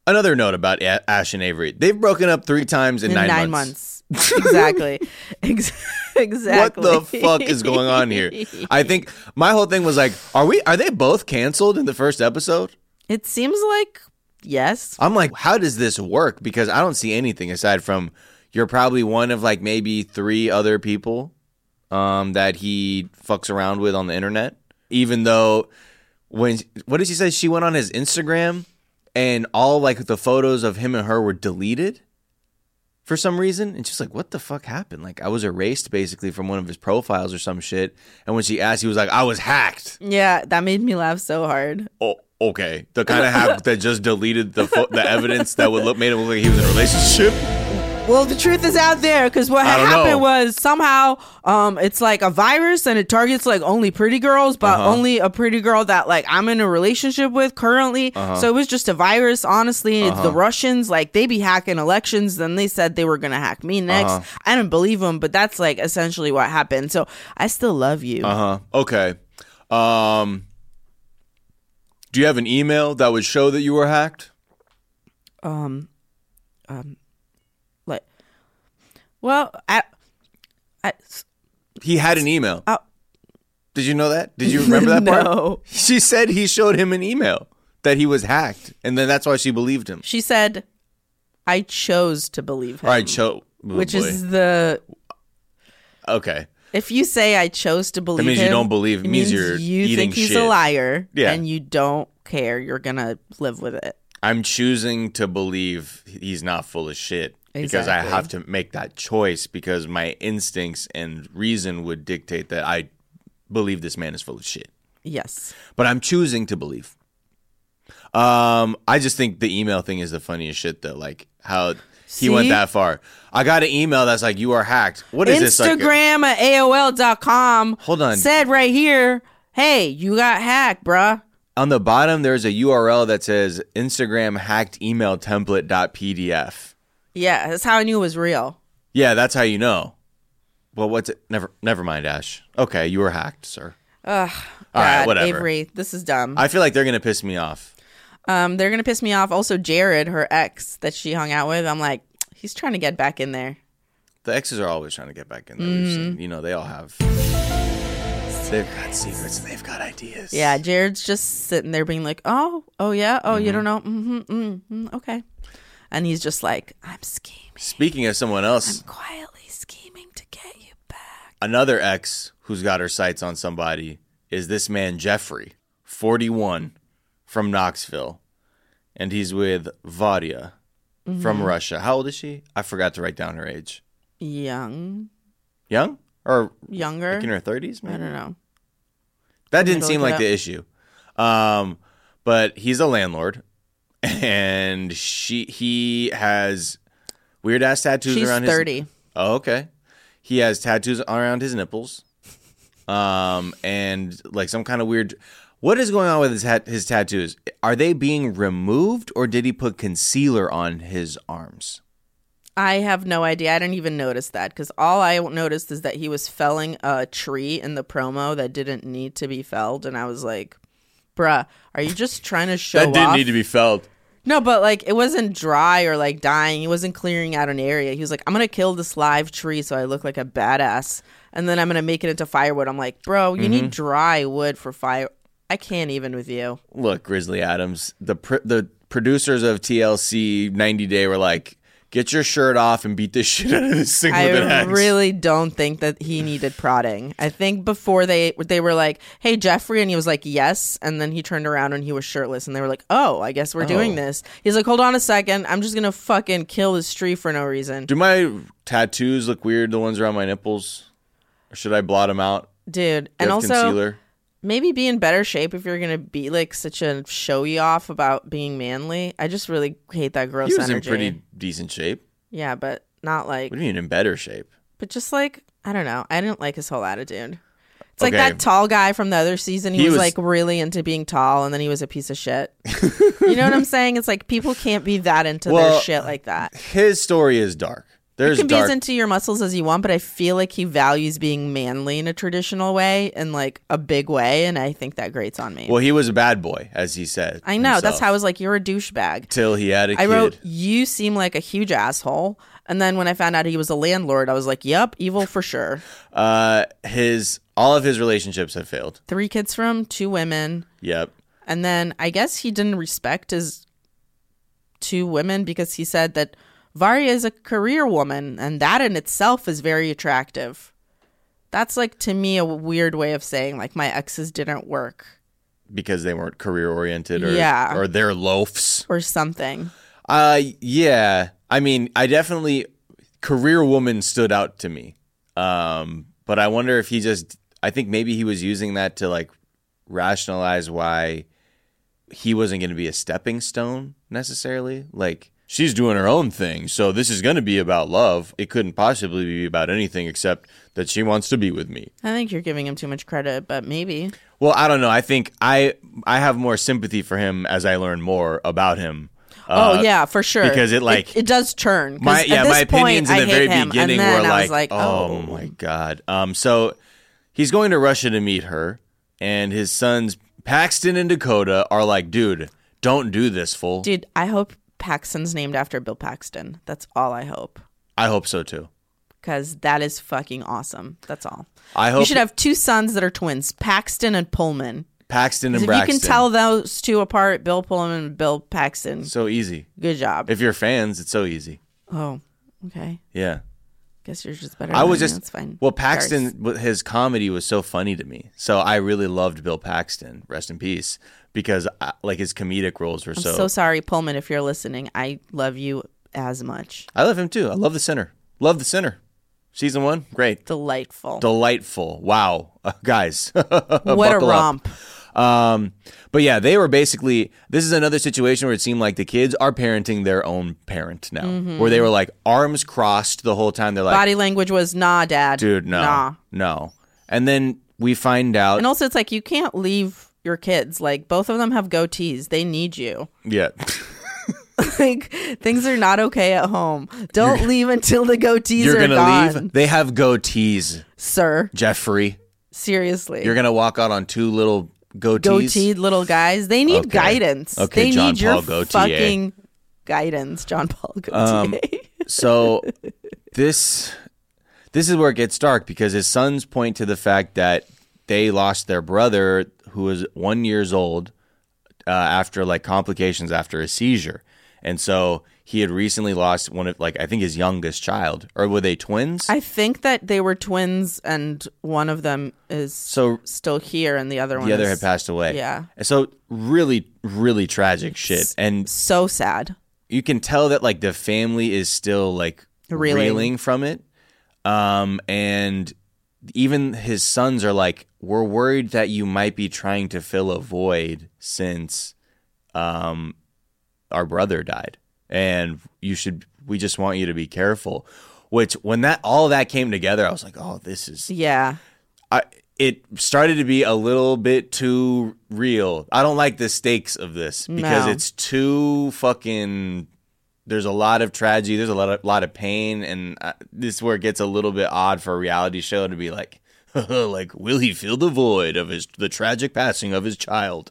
[SPEAKER 4] another note about A- Ash and Avery. They've broken up three times in,
[SPEAKER 5] in
[SPEAKER 4] nine,
[SPEAKER 5] nine,
[SPEAKER 4] months.
[SPEAKER 5] months. exactly. Ex- exactly.
[SPEAKER 4] What the fuck is going on here? I think my whole thing was like, are we are they both canceled in the first episode?
[SPEAKER 5] It seems like yes.
[SPEAKER 4] I'm like, how does this work? Because I don't see anything aside from you're probably one of like maybe three other people um, that he fucks around with on the internet. Even though, when what did she say? She went on his Instagram and all like the photos of him and her were deleted for some reason. And she's like, what the fuck happened? Like, I was erased basically from one of his profiles or some shit. And when she asked, he was like, I was hacked.
[SPEAKER 5] Yeah, that made me laugh so hard.
[SPEAKER 4] Oh, okay. The kind of hack that just deleted the fo- the evidence that would look made him look like he was in a relationship.
[SPEAKER 5] Well, the truth is out there because what
[SPEAKER 4] I
[SPEAKER 5] had
[SPEAKER 4] don't
[SPEAKER 5] happened
[SPEAKER 4] know.
[SPEAKER 5] was somehow um, it's like a virus and it targets like only pretty girls, but
[SPEAKER 4] Uh-huh.
[SPEAKER 5] only a pretty girl that like I'm in a relationship with currently.
[SPEAKER 4] Uh-huh.
[SPEAKER 5] So it was just a virus, honestly. It's the Russians, like they be hacking elections. Then they said they were going to hack me next.
[SPEAKER 4] Uh-huh.
[SPEAKER 5] I didn't believe them, but that's like essentially what happened. So I still love you.
[SPEAKER 4] Uh huh. Okay. Um, do you have an email that would show that you were hacked?
[SPEAKER 5] Like, well, I, I,
[SPEAKER 4] He had an email.
[SPEAKER 5] Oh.
[SPEAKER 4] Did you know that? Did you remember that part?
[SPEAKER 5] no.
[SPEAKER 4] She said he showed him an email that he was hacked, and then that's why she believed him.
[SPEAKER 5] She said, I chose to believe him.
[SPEAKER 4] All right, show. oh,
[SPEAKER 5] which
[SPEAKER 4] boy.
[SPEAKER 5] is the
[SPEAKER 4] okay.
[SPEAKER 5] if you say I chose to believe
[SPEAKER 4] means you
[SPEAKER 5] him,
[SPEAKER 4] don't believe. It
[SPEAKER 5] it
[SPEAKER 4] means
[SPEAKER 5] means
[SPEAKER 4] you're
[SPEAKER 5] you
[SPEAKER 4] eating
[SPEAKER 5] think he's
[SPEAKER 4] shit.
[SPEAKER 5] a liar
[SPEAKER 4] Yeah.
[SPEAKER 5] and you don't care. You're gonna live with it.
[SPEAKER 4] I'm choosing to believe he's not full of shit because I
[SPEAKER 5] Exactly.
[SPEAKER 4] have to make that choice because my instincts and reason would dictate that I believe this man is full of shit.
[SPEAKER 5] Yes.
[SPEAKER 4] But I'm choosing to believe. Um, I just think the email thing is the funniest shit though. Like how he went
[SPEAKER 5] See?
[SPEAKER 4] that far. I got an email that's like you are hacked. What is this? Like a-
[SPEAKER 5] Instagram at AOL.com
[SPEAKER 4] Hold on.
[SPEAKER 5] said right here, hey, you got hacked, bruh.
[SPEAKER 4] on the bottom there's a URL that says Instagram hacked email template.pdf.
[SPEAKER 5] Yeah, that's how I knew it was real.
[SPEAKER 4] Yeah, that's how you know. Well, what's it? Never, never mind, Ash. Okay, you were hacked, sir. All right,
[SPEAKER 5] God,
[SPEAKER 4] whatever.
[SPEAKER 5] Avery, this is dumb.
[SPEAKER 4] I feel like they're gonna piss me off.
[SPEAKER 5] um, they're gonna piss me off. Also, Jared, her ex that she hung out with, I'm like, he's trying to get back in there.
[SPEAKER 4] The exes are always trying to get back in there. We've
[SPEAKER 5] Mm-hmm.
[SPEAKER 4] seen- you know, they all have. They've got secrets and they've got ideas.
[SPEAKER 5] Yeah, Jared's just sitting there being like, "Oh, oh yeah, oh you don't know, mm-hmm, mm, mm, okay," and he's just like, "I'm scheming,
[SPEAKER 4] Speaking of someone else,
[SPEAKER 5] quietly scheming to get you back."
[SPEAKER 4] another ex who's got her sights on somebody is this man Jeffrey, forty-one, from Knoxville, and he's with Vadia
[SPEAKER 5] Mm-hmm.
[SPEAKER 4] from Russia. How old is she? I forgot to write down her age.
[SPEAKER 5] Young,
[SPEAKER 4] Young or
[SPEAKER 5] younger.
[SPEAKER 4] like in her thirties?
[SPEAKER 5] I don't know.
[SPEAKER 4] That didn't
[SPEAKER 5] to
[SPEAKER 4] seem
[SPEAKER 5] look
[SPEAKER 4] like
[SPEAKER 5] it
[SPEAKER 4] the
[SPEAKER 5] up.
[SPEAKER 4] issue. Um, but he's a landlord. and she he has weird ass tattoos
[SPEAKER 5] She's
[SPEAKER 4] around his
[SPEAKER 5] 30.
[SPEAKER 4] Oh, okay. He has tattoos around his nipples. Um and like some kind of weird what is going on with his hat his tattoos? Are they being removed or did he put concealer on his arms?
[SPEAKER 5] I have no idea. I didn't even notice that because all I noticed is that he was felling a tree in the promo that didn't need to be felled, and I was like, "Bruh, are you just trying to show
[SPEAKER 4] that didn't
[SPEAKER 5] off?"
[SPEAKER 4] need to be felt.
[SPEAKER 5] no, but like it wasn't dry or like dying. He wasn't clearing out an area. He was like, "I'm gonna kill this live tree so I look like a badass, and then I'm gonna make it into firewood." I'm like, "Bro, you
[SPEAKER 4] Mm-hmm.
[SPEAKER 5] need dry wood for fire. I can't even with you."
[SPEAKER 4] Look, Grizzly Adams, the pr- the producers of TLC 90 Day were like, get your shirt off and beat this shit out of this thing with an
[SPEAKER 5] I
[SPEAKER 4] axe.
[SPEAKER 5] really don't think that he needed prodding. I think before they they were like, "Hey Jeffrey," and he was like, "Yes," and then he turned around and he was shirtless, and they were like, "Oh, I guess we're doing this." He's like, "Hold on a second, I'm just gonna fucking kill this tree for no reason,
[SPEAKER 4] Do my tattoos look weird? The ones around my nipples, or should I blot them out?
[SPEAKER 5] dude."
[SPEAKER 4] Do I
[SPEAKER 5] And
[SPEAKER 4] have
[SPEAKER 5] also,
[SPEAKER 4] concealer.
[SPEAKER 5] maybe be in better shape if you're gonna be like such a showy off about being manly. I just really hate that gross
[SPEAKER 4] He was
[SPEAKER 5] energy.
[SPEAKER 4] in pretty decent shape.
[SPEAKER 5] yeah, but not like,
[SPEAKER 4] What do you mean in better shape?
[SPEAKER 5] but just like I don't know. I didn't like his whole attitude. It's like
[SPEAKER 4] Okay.
[SPEAKER 5] that tall guy from the other season. He,
[SPEAKER 4] He
[SPEAKER 5] was,
[SPEAKER 4] was-
[SPEAKER 5] like really into being tall, and then he was a piece of shit. you know what I'm saying? It's like people can't be that into
[SPEAKER 4] Well,
[SPEAKER 5] their shit like that.
[SPEAKER 4] His story is dark.
[SPEAKER 5] You
[SPEAKER 4] There's
[SPEAKER 5] can be as
[SPEAKER 4] dark.
[SPEAKER 5] into your muscles as you want, but I feel like he values being manly in a traditional way and like a big way, and I think that grates on me.
[SPEAKER 4] well, he was a bad boy, as he said.
[SPEAKER 5] I know that's
[SPEAKER 4] himself,
[SPEAKER 5] how I was like, "You're a douchebag."
[SPEAKER 4] Till he had a
[SPEAKER 5] I
[SPEAKER 4] kid.
[SPEAKER 5] wrote, "You seem like a huge asshole," and then when I found out he was a landlord, I was like, "Yep, evil for sure."
[SPEAKER 4] uh, his all of his relationships have failed.
[SPEAKER 5] Three kids from two women.
[SPEAKER 4] Yep.
[SPEAKER 5] And then I guess he didn't respect his two women because he said that Varya is a career woman and that in itself is very attractive. That's like to me a weird way of saying like my exes didn't work
[SPEAKER 4] Because they weren't career oriented, or
[SPEAKER 5] Yeah.
[SPEAKER 4] or they're loafs.
[SPEAKER 5] or something.
[SPEAKER 4] Uh, yeah. I mean, I definitely career woman stood out to me. Um, but I wonder if he just. I think maybe he was using that to like rationalize why he wasn't going to be a stepping stone necessarily. Like she's doing her own thing, so this is going to be about love. It couldn't possibly be about anything except that she wants to be with me.
[SPEAKER 5] I think you're giving him too much credit, but maybe.
[SPEAKER 4] Well, I don't know. I think I I have more sympathy for him as I learn more about him.
[SPEAKER 5] oh yeah, for sure.
[SPEAKER 4] because it, like-
[SPEAKER 5] it, does turn. 'Cause
[SPEAKER 4] my
[SPEAKER 5] at
[SPEAKER 4] yeah,
[SPEAKER 5] this
[SPEAKER 4] my opinions
[SPEAKER 5] point,
[SPEAKER 4] in the
[SPEAKER 5] I hate
[SPEAKER 4] very
[SPEAKER 5] him. And
[SPEAKER 4] beginning
[SPEAKER 5] then
[SPEAKER 4] were
[SPEAKER 5] I
[SPEAKER 4] like,
[SPEAKER 5] was like,
[SPEAKER 4] oh. my god. Um, so he's going to Russia to meet her, and his sons Paxton and Dakota are like, dude, don't do this, fool.
[SPEAKER 5] dude, I hope Paxton's named after Bill Paxton. That's all I hope.
[SPEAKER 4] I hope so too.
[SPEAKER 5] because that is fucking awesome. That's all.
[SPEAKER 4] I
[SPEAKER 5] You
[SPEAKER 4] hope
[SPEAKER 5] should have two sons that are twins, Paxton and Pullman.
[SPEAKER 4] Paxton and
[SPEAKER 5] 'Cause If
[SPEAKER 4] Braxton.
[SPEAKER 5] you can tell those two apart, Bill Pullman and Bill Paxton,
[SPEAKER 4] so easy.
[SPEAKER 5] good job.
[SPEAKER 4] If you're fans, it's so easy.
[SPEAKER 5] oh, okay.
[SPEAKER 4] Yeah.
[SPEAKER 5] Guess you're just better.
[SPEAKER 4] I
[SPEAKER 5] than
[SPEAKER 4] was
[SPEAKER 5] me.
[SPEAKER 4] just
[SPEAKER 5] That's fine.
[SPEAKER 4] well,
[SPEAKER 5] Sorry.
[SPEAKER 4] Paxton, w- his comedy was so funny to me, so I really loved Bill Paxton, rest in peace, because I, like his comedic roles were
[SPEAKER 5] I'm
[SPEAKER 4] so.
[SPEAKER 5] so, sorry, Pullman, if you're listening. I love you as much.
[SPEAKER 4] I love him too. I love the center. Love the center. Season one, great.
[SPEAKER 5] Delightful.
[SPEAKER 4] delightful. Wow, Uh, guys,
[SPEAKER 5] what a
[SPEAKER 4] uh, buckle up.
[SPEAKER 5] romp.
[SPEAKER 4] Um, but yeah, they were basically. This is another situation where it seemed like the kids are parenting their own parent now, where they were like arms crossed the whole time. They're like,
[SPEAKER 5] Mm-hmm. Body language was nah, dad.
[SPEAKER 4] dude, no,
[SPEAKER 5] Nah.
[SPEAKER 4] no. And then we find out,
[SPEAKER 5] And also, it's like you can't leave your kids. Like both of them have goatees. They need you.
[SPEAKER 4] yeah,
[SPEAKER 5] like things are not okay at home. Don't leave until the goatees
[SPEAKER 4] you're
[SPEAKER 5] are
[SPEAKER 4] gonna
[SPEAKER 5] gone,
[SPEAKER 4] leave. They have goatees,
[SPEAKER 5] sir.
[SPEAKER 4] Jeffrey.
[SPEAKER 5] Seriously,
[SPEAKER 4] You're gonna walk out on two little goatees.
[SPEAKER 5] goateed little guys. They need
[SPEAKER 4] Okay.
[SPEAKER 5] guidance.
[SPEAKER 4] Okay,
[SPEAKER 5] they
[SPEAKER 4] John
[SPEAKER 5] need your
[SPEAKER 4] Paul Gaultier. Um,
[SPEAKER 5] fucking guidance, John Paul Gaultier.
[SPEAKER 4] so this this is where it gets dark because his sons point to the fact that they lost their brother who was one years old uh, after like complications after a seizure and so he had recently lost one of like i think his youngest child or were they twins
[SPEAKER 5] I think that they were twins, and one of them is
[SPEAKER 4] so
[SPEAKER 5] still here, and the other one
[SPEAKER 4] the other had
[SPEAKER 5] is
[SPEAKER 4] passed away
[SPEAKER 5] yeah.
[SPEAKER 4] so really really tragic shit and
[SPEAKER 5] So sad.
[SPEAKER 4] you can tell that like the family is still like
[SPEAKER 5] Reeling.
[SPEAKER 4] reeling, from it. Um, and even his sons are like, we're worried that you might be trying to fill a void since um, our brother died and you should we just want you to be careful which when that all that came together i was like oh this is
[SPEAKER 5] Yeah.
[SPEAKER 4] I, it started to be a little bit too real. I don't like the stakes of this because
[SPEAKER 5] No.
[SPEAKER 4] it's too fucking. There's a lot of tragedy. There's a lot of lot of pain, and uh, this is where it gets a little bit odd for a reality show to be like, like, will he fill the void of his the tragic passing of his child?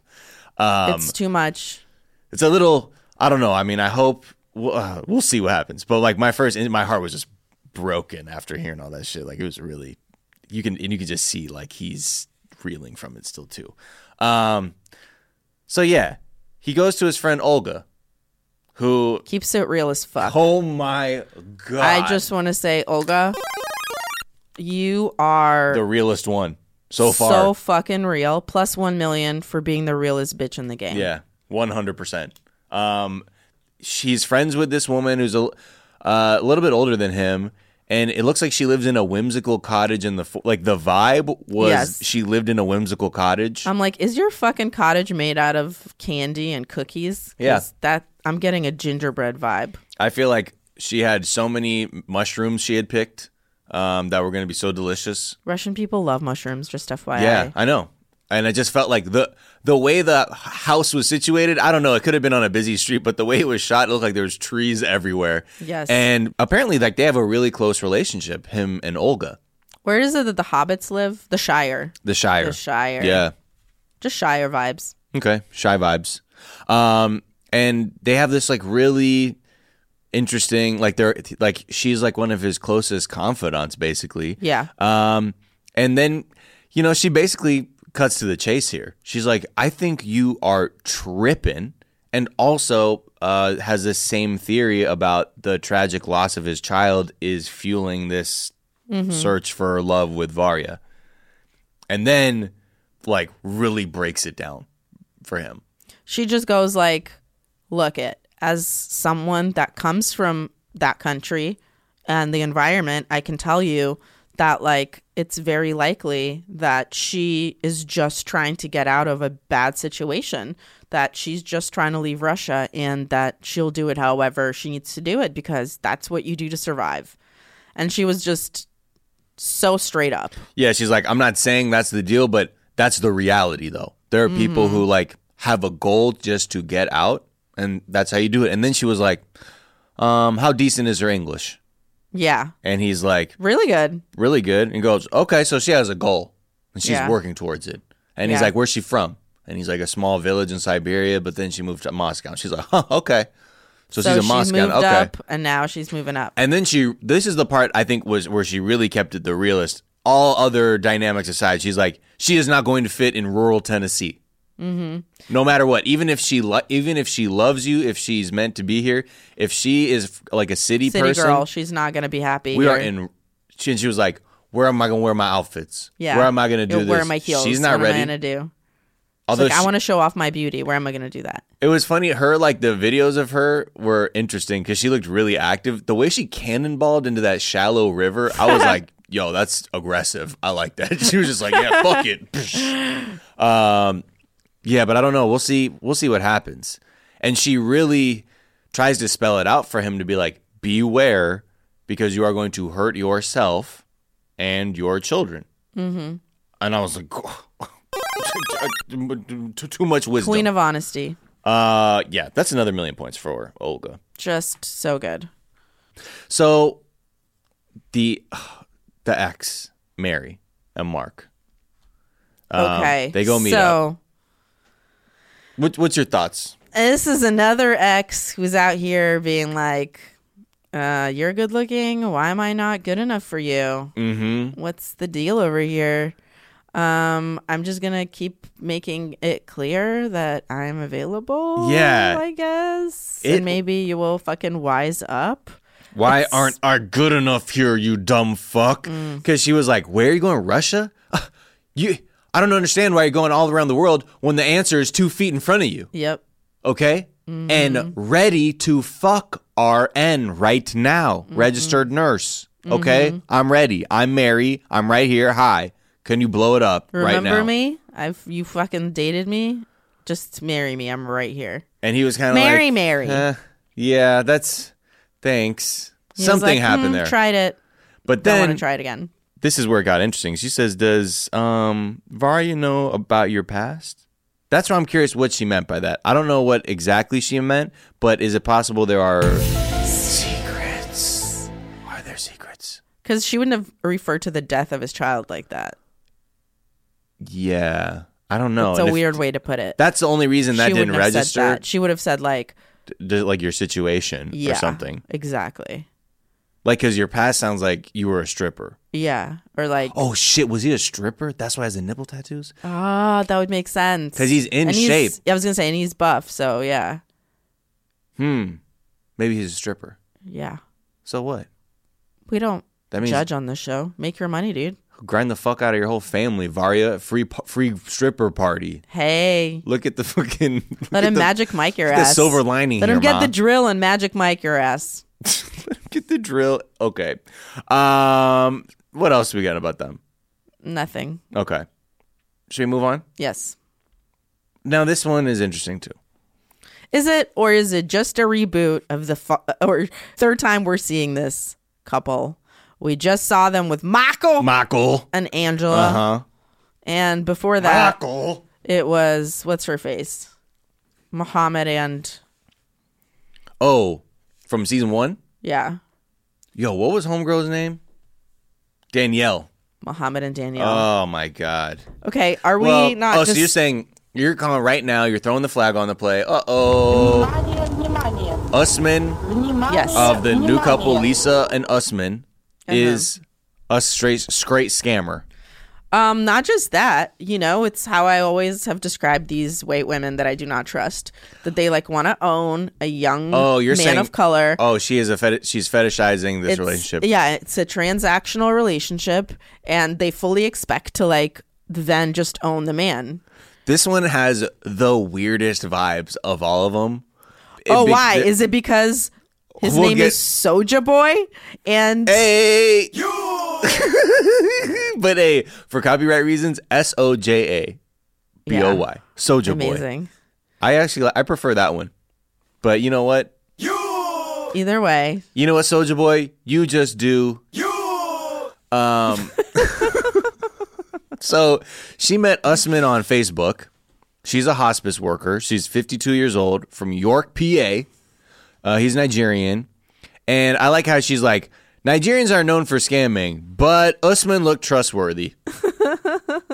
[SPEAKER 4] Um,
[SPEAKER 5] it's too much.
[SPEAKER 4] it's a little i don't know i mean i hope we'll, uh, we'll see what happens but like my first my heart was just broken after hearing all that shit like it was really you can and you can just see like he's reeling from it still too um so yeah he goes to his friend olga who
[SPEAKER 5] Keeps it real as fuck.
[SPEAKER 4] oh my Oh, god
[SPEAKER 5] I just want to say, Olga, you are
[SPEAKER 4] the realest one so far
[SPEAKER 5] so fucking real. Plus one million for being the realest bitch in the game.
[SPEAKER 4] Yeah, one hundred percent. Um, she's friends with this woman who's a uh, a little bit older than him, and it looks like she lives in a whimsical cottage. In the fo- like, the vibe was
[SPEAKER 5] Yes. Um,
[SPEAKER 4] she lived in a whimsical cottage.
[SPEAKER 5] I'm like, is your fucking cottage made out of candy and cookies? 'Cause
[SPEAKER 4] Yeah.
[SPEAKER 5] That I'm getting a gingerbread vibe.
[SPEAKER 4] I feel like she had so many mushrooms she had picked um, that were going to be so delicious.
[SPEAKER 5] Russian people love mushrooms, just FYI.
[SPEAKER 4] Yeah, I know. And I just felt like the the way the house was situated, I don't know, it could have been on a busy street, but the way it was shot, it looked like there was trees everywhere.
[SPEAKER 5] Yes.
[SPEAKER 4] And apparently like they have a really close relationship, him and Olga,
[SPEAKER 5] Where is it that the hobbits live? The Shire.
[SPEAKER 4] the Shire.
[SPEAKER 5] The Shire.
[SPEAKER 4] Yeah.
[SPEAKER 5] Just Shire vibes.
[SPEAKER 4] Okay. Shy vibes. Um and they have this like really interesting like they're like she's like one of his closest confidants basically.
[SPEAKER 5] Yeah.
[SPEAKER 4] Um, and then, you know, she basically cuts to the chase here. She's like, I think you are tripping. And also uh, has this same theory about the tragic loss of his child is fueling this search for love with Varya. And then, like, really breaks it down for him.
[SPEAKER 5] she just goes like look it as someone that comes from that country and the environment i can tell you that like it's very likely that she is just trying to get out of a bad situation that she's just trying to leave russia and that she'll do it however she needs to do it because that's what you do to survive and she was just so straight up
[SPEAKER 4] Yeah, she's like, I'm not saying that's the deal, but that's the reality though. There are people
[SPEAKER 5] Mm-hmm.
[SPEAKER 4] who like have a goal just to get out, and that's how you do it. And then she was like, um, how decent is her English?
[SPEAKER 5] yeah
[SPEAKER 4] And he's like,
[SPEAKER 5] really good
[SPEAKER 4] really good. And goes, okay, so she has a goal and she's
[SPEAKER 5] Yeah.
[SPEAKER 4] working towards it. And he's
[SPEAKER 5] Yeah.
[SPEAKER 4] like, where's she from? And he's like, a small village in Siberia, but then she moved to Moscow. And she's like, huh, okay. So,
[SPEAKER 5] so
[SPEAKER 4] she's a
[SPEAKER 5] she
[SPEAKER 4] Moscow.
[SPEAKER 5] moved
[SPEAKER 4] okay.
[SPEAKER 5] up and now she's moving up
[SPEAKER 4] And then she, this is the part I think was where she really kept it the realest. All other dynamics aside, she's like, she is not going to fit in rural Tennessee. Mm-hmm. No matter what, even if she, lo- even if she loves you, if she's meant to be here, if she is f- like a city,
[SPEAKER 5] city
[SPEAKER 4] person,
[SPEAKER 5] girl. She's not gonna be happy.
[SPEAKER 4] we are
[SPEAKER 5] here.
[SPEAKER 4] in. She, and she was like, where am I going to wear my outfits?
[SPEAKER 5] Yeah.
[SPEAKER 4] Where am I going to do
[SPEAKER 5] Yeah,
[SPEAKER 4] this?
[SPEAKER 5] Where are my heels?
[SPEAKER 4] She's not
[SPEAKER 5] what
[SPEAKER 4] ready.
[SPEAKER 5] Am I gonna do. It's
[SPEAKER 4] Although
[SPEAKER 5] like, I
[SPEAKER 4] she-
[SPEAKER 5] want to show off my beauty. Where am I gonna do that?
[SPEAKER 4] It was funny. Her like the videos of her were interesting because she looked really active. The way she cannonballed into that shallow river, I was like, "Yo, that's aggressive. I like that." She was just like, "Yeah, fuck it." um, yeah, but I don't know. We'll see. We'll see what happens. And she really tries to spell it out for him to be like, "Beware, because you are going to hurt yourself and your children." Mm-hmm. And I was like, too, too much wisdom.
[SPEAKER 5] Queen of honesty.
[SPEAKER 4] Uh, yeah, that's another million points for Olga.
[SPEAKER 5] Just so good.
[SPEAKER 4] So the the ex Mary and Mark. Um,
[SPEAKER 5] Okay.
[SPEAKER 4] they go meet up.
[SPEAKER 5] So
[SPEAKER 4] What, what's your thoughts?
[SPEAKER 5] this is another ex who's out here being like, uh, "You're good looking. Why am I not good enough for you?
[SPEAKER 4] Mm-hmm.
[SPEAKER 5] What's the deal over here?" Um, I'm just gonna keep making it clear that I'm available.
[SPEAKER 4] Yeah.
[SPEAKER 5] I guess,
[SPEAKER 4] It-
[SPEAKER 5] and maybe you will fucking wise up.
[SPEAKER 4] Why aren't I good enough here, you dumb fuck? Because she was like, "Where are you going, Russia? Uh, you, I don't understand why you're going all around the world when the answer is two feet in front of you."
[SPEAKER 5] Yep.
[SPEAKER 4] okay?
[SPEAKER 5] Mm-hmm.
[SPEAKER 4] And ready to fuck RN right now,
[SPEAKER 5] Mm-hmm.
[SPEAKER 4] registered nurse. Okay, I'm ready. I'm Mary. I'm right here. Hi, can you blow it up right
[SPEAKER 5] Remember
[SPEAKER 4] now?
[SPEAKER 5] me? I've you fucking dated me. Just marry me. I'm right here.
[SPEAKER 4] and he was kind of
[SPEAKER 5] Mary,
[SPEAKER 4] like,
[SPEAKER 5] Mary.
[SPEAKER 4] "Eh, yeah, that's thanks.
[SPEAKER 5] He was
[SPEAKER 4] Something
[SPEAKER 5] like,
[SPEAKER 4] happened
[SPEAKER 5] "Mm,
[SPEAKER 4] there.
[SPEAKER 5] Tried it.
[SPEAKER 4] but
[SPEAKER 5] Don't want
[SPEAKER 4] then
[SPEAKER 5] to try it again.
[SPEAKER 4] this is where it got interesting. She says, "Does um Varya know about your past?" That's why I'm curious what she meant by that. I don't know what exactly she meant, but is it possible there are secrets? Are there secrets?
[SPEAKER 5] Because she wouldn't have referred to the death of his child like that.
[SPEAKER 4] Yeah, I don't know.
[SPEAKER 5] it's a
[SPEAKER 4] And if-
[SPEAKER 5] weird way to put it.
[SPEAKER 4] That's the only reason that
[SPEAKER 5] she
[SPEAKER 4] didn't
[SPEAKER 5] wouldn't have
[SPEAKER 4] register,
[SPEAKER 5] Said that. She would have said like,
[SPEAKER 4] d- like your situation
[SPEAKER 5] yeah,
[SPEAKER 4] or something.
[SPEAKER 5] Exactly.
[SPEAKER 4] Like, because your past sounds like you were a stripper.
[SPEAKER 5] Yeah. Or like,
[SPEAKER 4] Oh shit, was he a stripper? That's why he has the nipple tattoos.
[SPEAKER 5] ah, that would make sense.
[SPEAKER 4] 'Cause he's in
[SPEAKER 5] And
[SPEAKER 4] shape.
[SPEAKER 5] I was gonna say, and he's buff, so yeah,
[SPEAKER 4] Hmm. Maybe he's a stripper.
[SPEAKER 5] yeah.
[SPEAKER 4] So what?
[SPEAKER 5] We don't
[SPEAKER 4] That means
[SPEAKER 5] judge on this show. Make your money, dude.
[SPEAKER 4] grind the fuck out of your whole family, Varya. Free pa- free stripper party.
[SPEAKER 5] Hey,
[SPEAKER 4] Look at the fucking. look
[SPEAKER 5] let
[SPEAKER 4] at
[SPEAKER 5] him
[SPEAKER 4] the-
[SPEAKER 5] magic Mike your
[SPEAKER 4] look at
[SPEAKER 5] ass.
[SPEAKER 4] The silver lining.
[SPEAKER 5] Let
[SPEAKER 4] here,
[SPEAKER 5] him get the
[SPEAKER 4] Ma.
[SPEAKER 5] drill and magic Mike your ass.
[SPEAKER 4] get the drill. Okay. Um. What else we got about them?
[SPEAKER 5] Nothing.
[SPEAKER 4] Okay. Should we move on?
[SPEAKER 5] Yes.
[SPEAKER 4] Now this one is interesting too.
[SPEAKER 5] Is it or is it just a reboot of the fu- or third time we're seeing this couple? We just saw them with Michael
[SPEAKER 4] Michael.
[SPEAKER 5] and Angela,
[SPEAKER 4] Huh.
[SPEAKER 5] and before that, it was what's her face, Muhammad and
[SPEAKER 4] Oh, from season one.
[SPEAKER 5] yeah,
[SPEAKER 4] Yo, what was Homegirl's name? Danielle.
[SPEAKER 5] Muhammad and Danielle.
[SPEAKER 4] Oh my god.
[SPEAKER 5] okay, are we
[SPEAKER 4] well,
[SPEAKER 5] not?
[SPEAKER 4] oh,
[SPEAKER 5] just,
[SPEAKER 4] so you're saying you're calling right now? You're throwing the flag on the play. Uh oh. Usman
[SPEAKER 5] yes?
[SPEAKER 4] of the new couple, Lisa and Usman,
[SPEAKER 5] Uh-huh.
[SPEAKER 4] is a straight straight scammer.
[SPEAKER 5] Um, not just that, you know, it's how I always have described these white women that I do not trust. That they like want to own a young
[SPEAKER 4] Oh, you're
[SPEAKER 5] man
[SPEAKER 4] saying
[SPEAKER 5] of color.
[SPEAKER 4] Oh, she is a feti- she's fetishizing this
[SPEAKER 5] It's-
[SPEAKER 4] relationship.
[SPEAKER 5] Yeah, it's a transactional relationship, and they fully expect to like then just own the man.
[SPEAKER 4] This one has the weirdest vibes of all of them.
[SPEAKER 5] oh, why? Is it because his
[SPEAKER 4] We'll
[SPEAKER 5] name
[SPEAKER 4] get-
[SPEAKER 5] is Soja Boy? And
[SPEAKER 4] Hey. but hey, for copyright reasons, S O J A B O Y. Soja Boy.
[SPEAKER 5] amazing.
[SPEAKER 4] I actually li- I prefer that one. But you know what?
[SPEAKER 5] Either way,
[SPEAKER 4] You know what, Soja Boy? You just do. You. Um. so she met Usman on Facebook. She's a hospice worker. She's 52 years old from York, PA. Uh, he's Nigerian. And I like how she's like, Nigerians are known for scamming, but Usman looked trustworthy.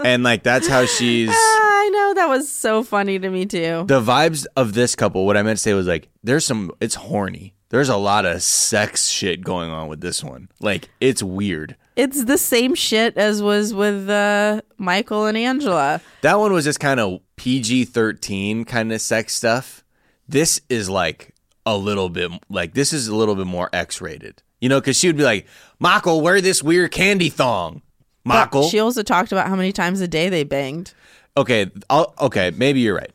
[SPEAKER 4] and like, that's how she's.
[SPEAKER 5] I know that was so funny to me too.
[SPEAKER 4] The vibes of this couple, what I meant to say was like, there's some, it's horny. There's a lot of sex shit going on with this one. Like, it's weird.
[SPEAKER 5] It's the same shit as was with uh, Michael and Angela.
[SPEAKER 4] That one was just kind of PG 13 kind of sex stuff. This is like a little bit, like, this is a little bit more X rated, you know, because she would be like, Michael, wear this weird candy thong. Michael.
[SPEAKER 5] She also talked about how many times a day they banged.
[SPEAKER 4] okay, I'll, okay, maybe you're right,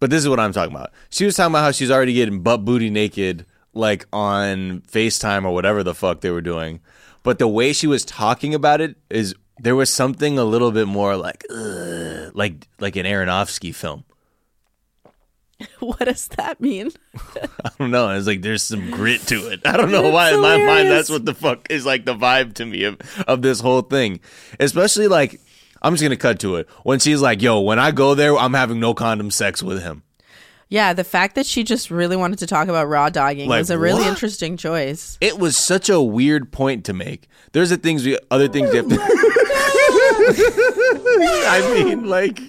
[SPEAKER 4] but this is what I'm talking about. She was talking about how she's already getting butt booty naked, like on FaceTime or whatever the fuck they were doing. But the way she was talking about it is there was something a little bit more like, ugh, like like an Aronofsky film.
[SPEAKER 5] What does that mean?
[SPEAKER 4] I don't know. It's like there's some grit to it. I don't know why in my mind that's what the fuck is like the vibe to me of, of this whole thing. Especially like I'm just gonna cut to it when she's like, "Yo, when I go there, I'm having no condom sex with him."
[SPEAKER 5] Yeah, the fact that she just really wanted to talk about raw dogging
[SPEAKER 4] Like,
[SPEAKER 5] was a really
[SPEAKER 4] what?
[SPEAKER 5] interesting choice.
[SPEAKER 4] It was such a weird point to make. There's the things we other things we have to I mean, like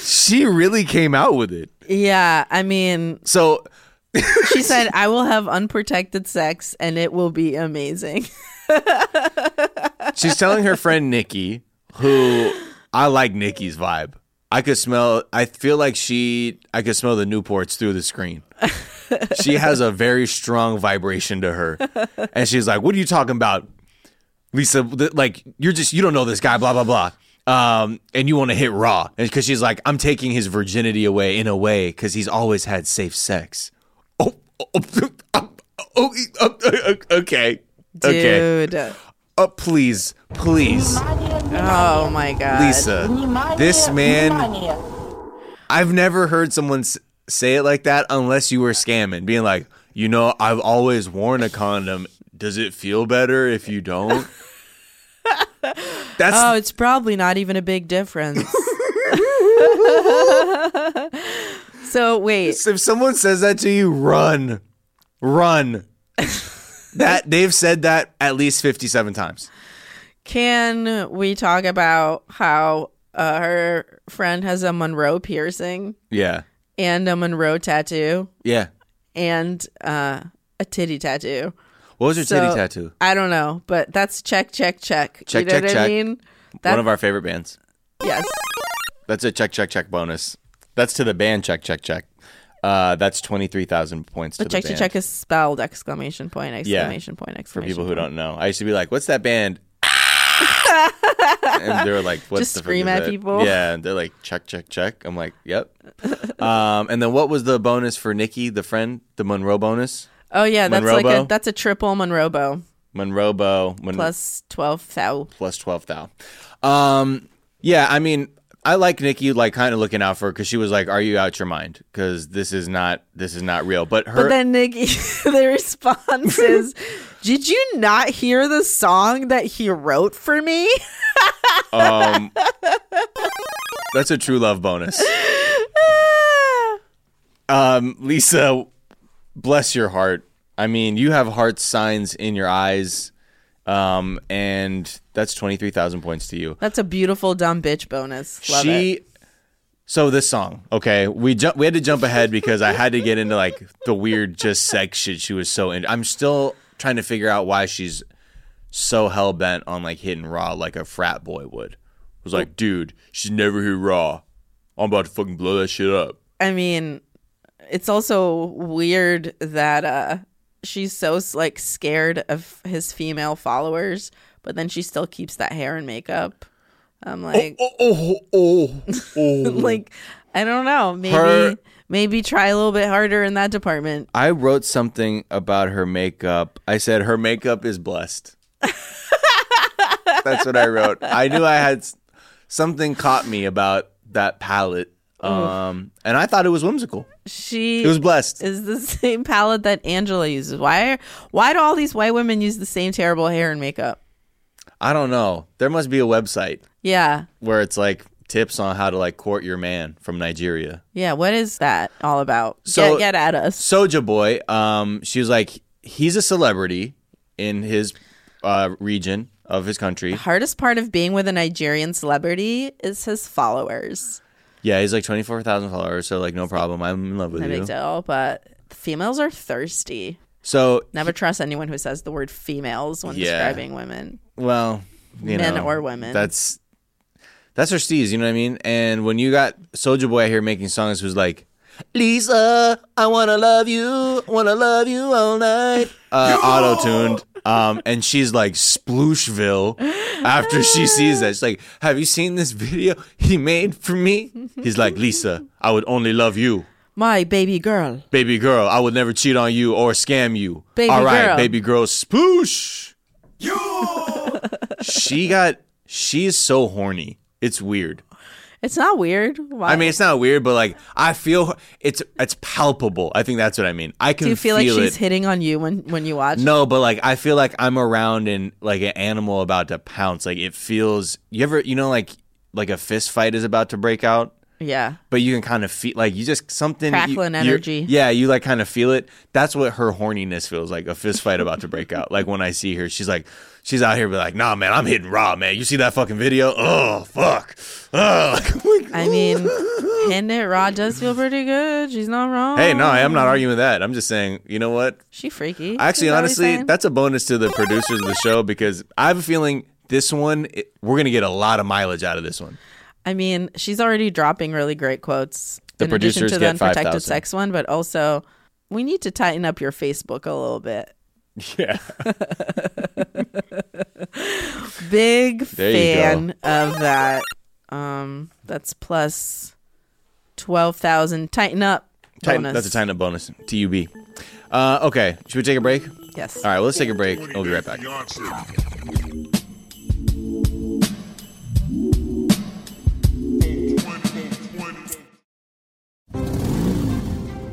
[SPEAKER 4] she really came out with it.
[SPEAKER 5] Yeah, I mean,
[SPEAKER 4] So
[SPEAKER 5] she said, I will have unprotected sex and it will be amazing.
[SPEAKER 4] she's telling her friend Nikki, who I like Nikki's vibe. I could smell. I feel like she. I could smell the Newports through the screen. she has a very strong vibration to her, and she's like, "What are you talking about, Lisa? Th- Like you're just you don't know this guy. Blah blah blah." Um, and you want to hit raw, and because she's like, I'm taking his virginity away in a way because he's always had safe sex. Oh, oh, oh, oh, oh, oh, okay, okay.
[SPEAKER 5] Dude.
[SPEAKER 4] Uh, please, please,
[SPEAKER 5] Oh my God.
[SPEAKER 4] Lisa. This man. I've never heard someone s- say it like that unless you were scamming, being like, you know, I've always worn a condom. Does it feel better if you don't? That's
[SPEAKER 5] Oh, it's probably not even a big difference. so wait,
[SPEAKER 4] if someone says that to you, run, run. that they've said that at least fifty-seven times.
[SPEAKER 5] can we talk about how uh, her friend has a Monroe piercing
[SPEAKER 4] Yeah,
[SPEAKER 5] and a Monroe tattoo
[SPEAKER 4] yeah.
[SPEAKER 5] and uh, a titty tattoo?
[SPEAKER 4] What was your
[SPEAKER 5] So-
[SPEAKER 4] titty tattoo?
[SPEAKER 5] I don't know, but that's check, check, check.
[SPEAKER 4] Check,
[SPEAKER 5] you know
[SPEAKER 4] check,
[SPEAKER 5] what I
[SPEAKER 4] check.
[SPEAKER 5] mean?
[SPEAKER 4] One of our favorite bands.
[SPEAKER 5] Yes.
[SPEAKER 4] That's a check, check, check bonus. That's to the band. Check, check, check. Uh, that's twenty-three thousand points.
[SPEAKER 5] But
[SPEAKER 4] to
[SPEAKER 5] check,
[SPEAKER 4] the
[SPEAKER 5] check,
[SPEAKER 4] band.
[SPEAKER 5] check is spelled exclamation point, exclamation point,
[SPEAKER 4] for
[SPEAKER 5] exclamation
[SPEAKER 4] people who
[SPEAKER 5] point.
[SPEAKER 4] don't know. I used to be like, "What's that band?" and they're like, "What
[SPEAKER 5] Just
[SPEAKER 4] the frick
[SPEAKER 5] scream
[SPEAKER 4] is
[SPEAKER 5] at
[SPEAKER 4] that?"
[SPEAKER 5] people.
[SPEAKER 4] Yeah, and they're like, "Check, check, check." I'm like, "Yep." um, and then what was the bonus for Nikki, the friend, the Monroe bonus?
[SPEAKER 5] Oh yeah, that's like a
[SPEAKER 4] Monrobo?
[SPEAKER 5] that's a triple Monrobo
[SPEAKER 4] Monroe Bo Mon-
[SPEAKER 5] plus twelve thou.
[SPEAKER 4] plus twelve thou. Um, yeah, I mean, I like Nikki, like kind of looking out for her because she was like, "Are you out your mind?" Because this is not this is not real. But her
[SPEAKER 5] But then Nikki, the response is, "Did you not hear the song that he wrote for me?"
[SPEAKER 4] um, that's a true love bonus. Um, Lisa, bless your heart. I mean, you have heart signs in your eyes, um, and that's twenty three thousand points to you.
[SPEAKER 5] That's a beautiful dumb bitch bonus. Love
[SPEAKER 4] she.
[SPEAKER 5] it.
[SPEAKER 4] So this song, okay, we ju- we had to jump ahead because I had to get into like the weird just sex shit she was so into. I'm still trying to figure out why she's so hell bent on like hitting raw like a frat boy would. It was like, dude, she's never hit raw. I'm about to fucking blow that shit up.
[SPEAKER 5] I mean, it's also weird that uh, she's so like scared of his female followers, but then she still keeps that hair and makeup. I'm like,
[SPEAKER 4] Oh, oh, oh, oh.
[SPEAKER 5] like I don't know. Maybe
[SPEAKER 4] Her-
[SPEAKER 5] maybe try a little bit harder in that department.
[SPEAKER 4] I wrote something about her makeup. I said her makeup is blessed. That's what I wrote. I knew I had s- something caught me about that palette. Um, and I thought it was whimsical.
[SPEAKER 5] She
[SPEAKER 4] It was blessed.
[SPEAKER 5] is the same palette that Angela uses. Why why do all these white women use the same terrible hair and makeup?
[SPEAKER 4] I don't know. There must be a website
[SPEAKER 5] Yeah.
[SPEAKER 4] where it's like tips on how to like court your man from Nigeria.
[SPEAKER 5] Yeah, what is that all about?
[SPEAKER 4] So-
[SPEAKER 5] get, get at us.
[SPEAKER 4] Soja Boy, um, she was like, he's a celebrity in his uh, region of his country.
[SPEAKER 5] Hardest part of being with a Nigerian celebrity is his followers.
[SPEAKER 4] Yeah, he's like 24,000 followers, so like no problem. I'm in love with
[SPEAKER 5] No
[SPEAKER 4] you.
[SPEAKER 5] big deal, but females are thirsty.
[SPEAKER 4] So
[SPEAKER 5] Never trust anyone who says the word females when
[SPEAKER 4] Yeah.
[SPEAKER 5] describing women.
[SPEAKER 4] Well, you
[SPEAKER 5] Men
[SPEAKER 4] know,
[SPEAKER 5] or women.
[SPEAKER 4] That's that's her steez, you know what I mean? And when you got Soldier Boy out here making songs who's like, Lisa, I wanna love you, wanna love you all night. Uh, auto tuned. Um, and she's like Splooshville after she sees that. She's like, Have you seen this video he made for me? He's like, Lisa, I would only love you.
[SPEAKER 5] My baby girl.
[SPEAKER 4] Baby girl, I would never cheat on you or scam you.
[SPEAKER 5] Baby
[SPEAKER 4] All right,
[SPEAKER 5] girl.
[SPEAKER 4] baby girl, spoosh. she got. She's so horny. It's weird.
[SPEAKER 5] It's not weird. Why?
[SPEAKER 4] I mean, it's not weird, but like I feel it's it's palpable. I think that's what I mean. I can
[SPEAKER 5] do you feel, like she's
[SPEAKER 4] it.
[SPEAKER 5] hitting on you when when you watch?
[SPEAKER 4] No, but like I feel like I'm around and like an animal about to pounce. Like it feels. You ever you know like like a fist fight is about to break out
[SPEAKER 5] Yeah.
[SPEAKER 4] but you can kind of feel like you just something you-
[SPEAKER 5] Crackling
[SPEAKER 4] you're-
[SPEAKER 5] energy.
[SPEAKER 4] Yeah, you like kind of feel it. That's what her horniness feels like. A fist fight about to break out. Like when I see her, she's like, she's out here, be like, nah, man, I'm hitting raw, man. You see that fucking video? Oh, fuck. Ugh.
[SPEAKER 5] I mean, hitting it raw does feel pretty good. She's not wrong.
[SPEAKER 4] hey, no, I'm not arguing with that. I'm just saying, you know what?
[SPEAKER 5] She
[SPEAKER 4] Actually,
[SPEAKER 5] freaky. Is that what you're
[SPEAKER 4] honestly,
[SPEAKER 5] saying?
[SPEAKER 4] that's a bonus to the producers of the show because I have a feeling this one it- we're gonna get a lot of mileage out of this one.
[SPEAKER 5] I mean, she's already dropping really great quotes.
[SPEAKER 4] The
[SPEAKER 5] in addition
[SPEAKER 4] producers
[SPEAKER 5] to the
[SPEAKER 4] get 5,000.
[SPEAKER 5] unprotected sex one, but also we need to tighten up your Facebook a little bit.
[SPEAKER 4] Yeah.
[SPEAKER 5] Big
[SPEAKER 4] There you
[SPEAKER 5] fan of that. Um, that's plus twelve thousand. Tighten up.
[SPEAKER 4] Titan,
[SPEAKER 5] bonus.
[SPEAKER 4] that's a tiny bonus. TUB. Uh, okay, should we take a break? All
[SPEAKER 5] Yes.
[SPEAKER 4] right, well, let's take a break. and We'll be right back.
[SPEAKER 3] Beyonce.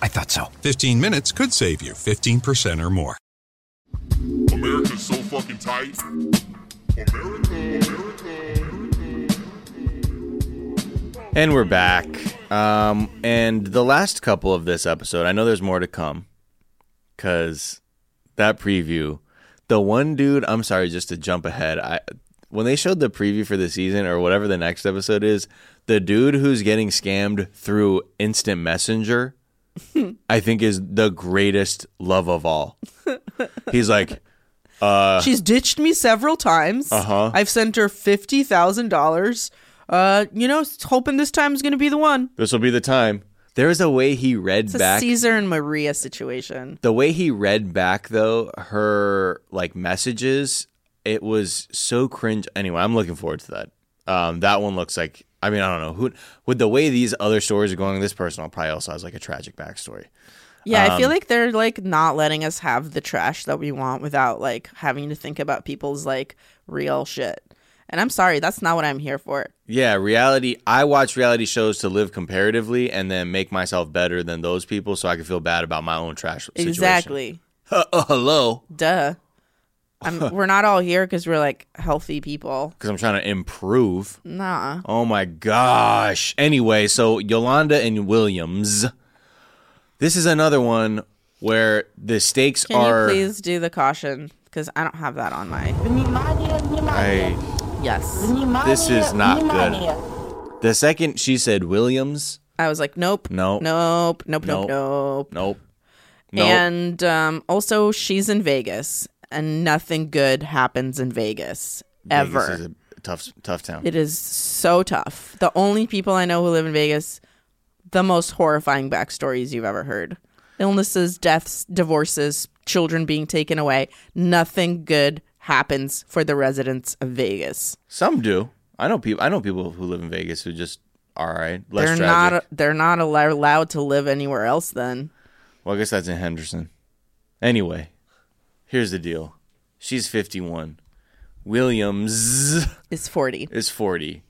[SPEAKER 9] I thought so.
[SPEAKER 6] 15 minutes could save you 15% or more.
[SPEAKER 3] America's so fucking tight. America, America.
[SPEAKER 4] And we're back. Um, and the last couple of this episode, I know there's more to come because that preview, the one dude, I'm sorry, just to jump ahead, I when they showed the preview for the season or whatever the next episode is, the dude who's getting scammed through instant messenger I think is the greatest love of all. He's like, uh,
[SPEAKER 5] She's ditched me several times.
[SPEAKER 4] Uh-huh.
[SPEAKER 5] I've sent her fifty thousand dollars. Uh, you know, hoping this time's gonna be the one.
[SPEAKER 4] this will be the time. There is a way he read
[SPEAKER 5] It's a
[SPEAKER 4] back.
[SPEAKER 5] Caesar and Maria situation.
[SPEAKER 4] the way he read back though her like messages it was so cringe anyway i'm looking forward to that um that one looks like i mean i don't know who with the way these other stories are going this person will probably also has like a tragic backstory
[SPEAKER 5] Yeah, I
[SPEAKER 4] Um,
[SPEAKER 5] feel like they're like not letting us have the trash that we want without like having to think about people's like real shit. And I'm sorry, that's not what I'm here for.
[SPEAKER 4] yeah reality i watch reality shows to live comparatively and then make myself better than those people so i can feel bad about my own trash situation
[SPEAKER 5] Exactly.
[SPEAKER 4] oh, hello
[SPEAKER 5] Duh. I'm, we're not all here because we're like healthy people.
[SPEAKER 4] because i'm trying to improve
[SPEAKER 5] Nah.
[SPEAKER 4] Oh my gosh. Anyway, so Yolanda and Williams. This is another one where the stakes
[SPEAKER 5] Can
[SPEAKER 4] are.
[SPEAKER 5] you please do the caution? Because I don't have that on my.
[SPEAKER 4] I-
[SPEAKER 5] Yes.
[SPEAKER 4] this is not good. The second she said Williams,
[SPEAKER 5] I was like, nope.
[SPEAKER 4] No.
[SPEAKER 5] Nope. Nope.
[SPEAKER 4] Nope.
[SPEAKER 5] Nope. Nope.
[SPEAKER 4] nope. Nope.
[SPEAKER 5] And um, also, she's in Vegas, and nothing good happens in Vegas
[SPEAKER 4] Vegas
[SPEAKER 5] ever.
[SPEAKER 4] is a tough, tough town.
[SPEAKER 5] It is so tough. The only people I know who live in Vegas, the most horrifying backstories you've ever heard illnesses, deaths, divorces, children being taken away. Nothing good happens for the residents of Vegas.
[SPEAKER 4] Some do. I know people. I know people who live in Vegas who just are all right. Less
[SPEAKER 5] they're
[SPEAKER 4] tragic.
[SPEAKER 5] not they're not allo- allowed to live anywhere else then.
[SPEAKER 4] Well, I guess that's in Henderson. Anyway, here's the deal. She's 51. Williams.
[SPEAKER 5] It's 40.
[SPEAKER 4] is 40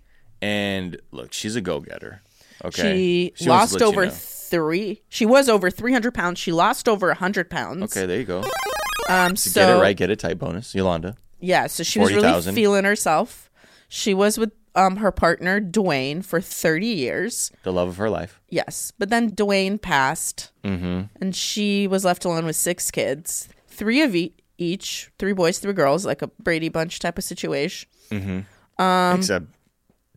[SPEAKER 4] and look she's a go-getter okay
[SPEAKER 5] She,
[SPEAKER 4] wants to
[SPEAKER 5] lost
[SPEAKER 4] let you
[SPEAKER 5] over
[SPEAKER 4] know.
[SPEAKER 5] 3. She was over 300 pounds. She lost over 100 pounds.
[SPEAKER 4] okay there you go
[SPEAKER 5] Um
[SPEAKER 4] to
[SPEAKER 5] so
[SPEAKER 4] get it right get a tight bonus yolanda
[SPEAKER 5] Yeah, so she was really
[SPEAKER 4] 40,000.
[SPEAKER 5] feeling herself. She was with um her partner Dwayne for 30 years.
[SPEAKER 4] the love of her life
[SPEAKER 5] Yes, but then Dwayne passed, and she was left alone with six kids, three of e- each, three boys, three girls, like a Brady Bunch type of situation.
[SPEAKER 4] except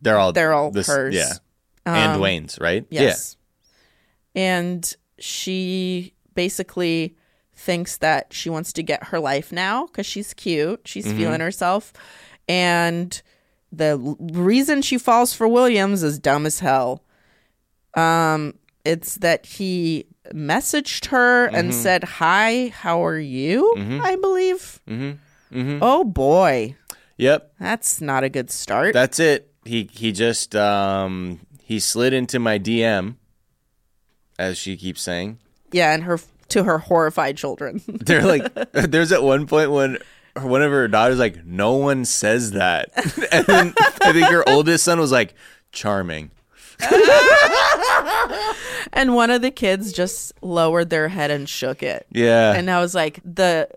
[SPEAKER 4] they're all
[SPEAKER 5] Um, They're all
[SPEAKER 4] this-
[SPEAKER 5] hers. Um,
[SPEAKER 4] yeah and dwayne's right
[SPEAKER 5] Yes. And she basically thinks that she wants to get her life now because she's cute. She's feeling herself. And the l- reason she falls for Williams is dumb as hell. Um, it's that he messaged her and said, Hi, how are you? I believe. Oh boy,
[SPEAKER 4] yeah yep
[SPEAKER 5] that's not a good start.
[SPEAKER 4] that's it he he just um he slid into my dm as she keeps saying
[SPEAKER 5] yeah, and her to her horrified children.
[SPEAKER 4] they're like there's at one point when one of her daughters like no one says that and then i think her oldest son was like charming
[SPEAKER 5] And one of the kids just lowered their head and shook it.
[SPEAKER 4] yeah
[SPEAKER 5] And I was like, the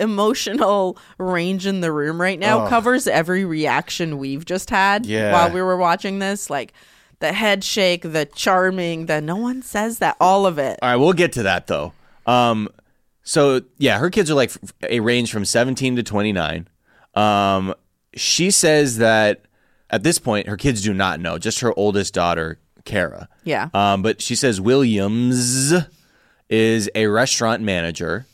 [SPEAKER 5] emotional range in the room right now covers every reaction we've just had
[SPEAKER 4] Yeah.
[SPEAKER 5] while we were watching this. Like the head shake, the charming, the no one says that, all of it.
[SPEAKER 4] All right, we'll get to that though. Um, So yeah, her kids are like f- a range from 17 to 29. Um, she says that at this point her kids do not know, just her oldest daughter, Kara.
[SPEAKER 5] Yeah.
[SPEAKER 4] Um, but she says Williams is a restaurant manager.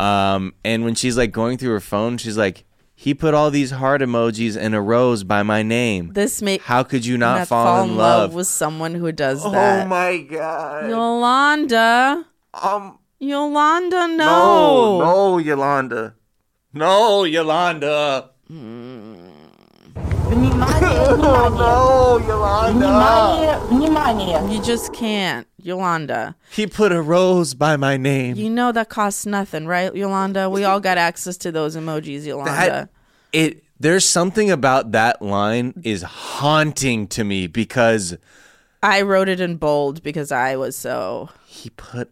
[SPEAKER 4] Um, and when she's like going through her phone, she's like, he put all these heart emojis in a rose by my name.
[SPEAKER 5] This make
[SPEAKER 4] How could you not,
[SPEAKER 5] not
[SPEAKER 4] fall, in love?
[SPEAKER 5] with someone who does
[SPEAKER 4] Oh
[SPEAKER 5] that.
[SPEAKER 10] my god.
[SPEAKER 5] Yolanda.
[SPEAKER 10] Um
[SPEAKER 5] Yolanda, no.
[SPEAKER 4] Oh, No,
[SPEAKER 10] no, Yolanda.
[SPEAKER 4] No, Yolanda.
[SPEAKER 10] no, Yolanda.
[SPEAKER 5] You just can't, Yolanda.
[SPEAKER 4] He put a rose by my name.
[SPEAKER 5] You know that costs nothing, right, Yolanda? We all got access to those emojis, Yolanda.
[SPEAKER 4] That, it there's something about that line is haunting to me because
[SPEAKER 5] I wrote it in bold because I was so.
[SPEAKER 4] He put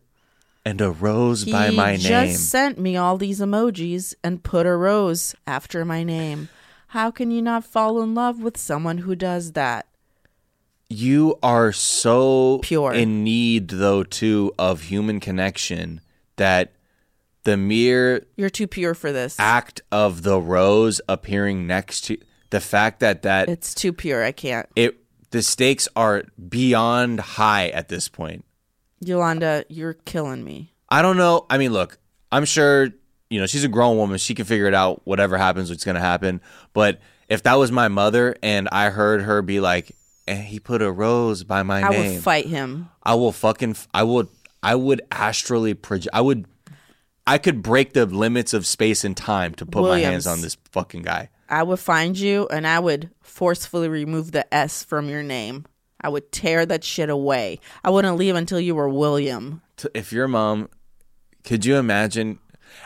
[SPEAKER 4] and a rose
[SPEAKER 5] He
[SPEAKER 4] by my
[SPEAKER 5] just
[SPEAKER 4] name.
[SPEAKER 5] sent me all these emojis and put a rose after my name. How can you not fall in love with someone who does that?
[SPEAKER 4] you are so pure in need though too of human connection that the mere
[SPEAKER 5] You're too pure for this.
[SPEAKER 4] act of the rose appearing next to the fact that that
[SPEAKER 5] It's too pure. I can't.
[SPEAKER 4] it the stakes are beyond high at this point.
[SPEAKER 5] Yolanda, you're killing me.
[SPEAKER 4] I don't know. I mean, look, I'm sure, you know, she's a grown woman. She can figure it out. Whatever happens, what's going to happen. But if that was my mother and I heard her be like, and he put a rose by my
[SPEAKER 5] I
[SPEAKER 4] name,
[SPEAKER 5] would fight him.
[SPEAKER 4] I will fucking, f- I would, I would astrally project, I would, I could break the limits of space and time to put my hands
[SPEAKER 5] Williams.
[SPEAKER 4] on this fucking guy.
[SPEAKER 5] I would find you and I would forcefully remove the S from your name. I would tear that shit away. I wouldn't leave until you were William.
[SPEAKER 4] T- If your mom, could you imagine?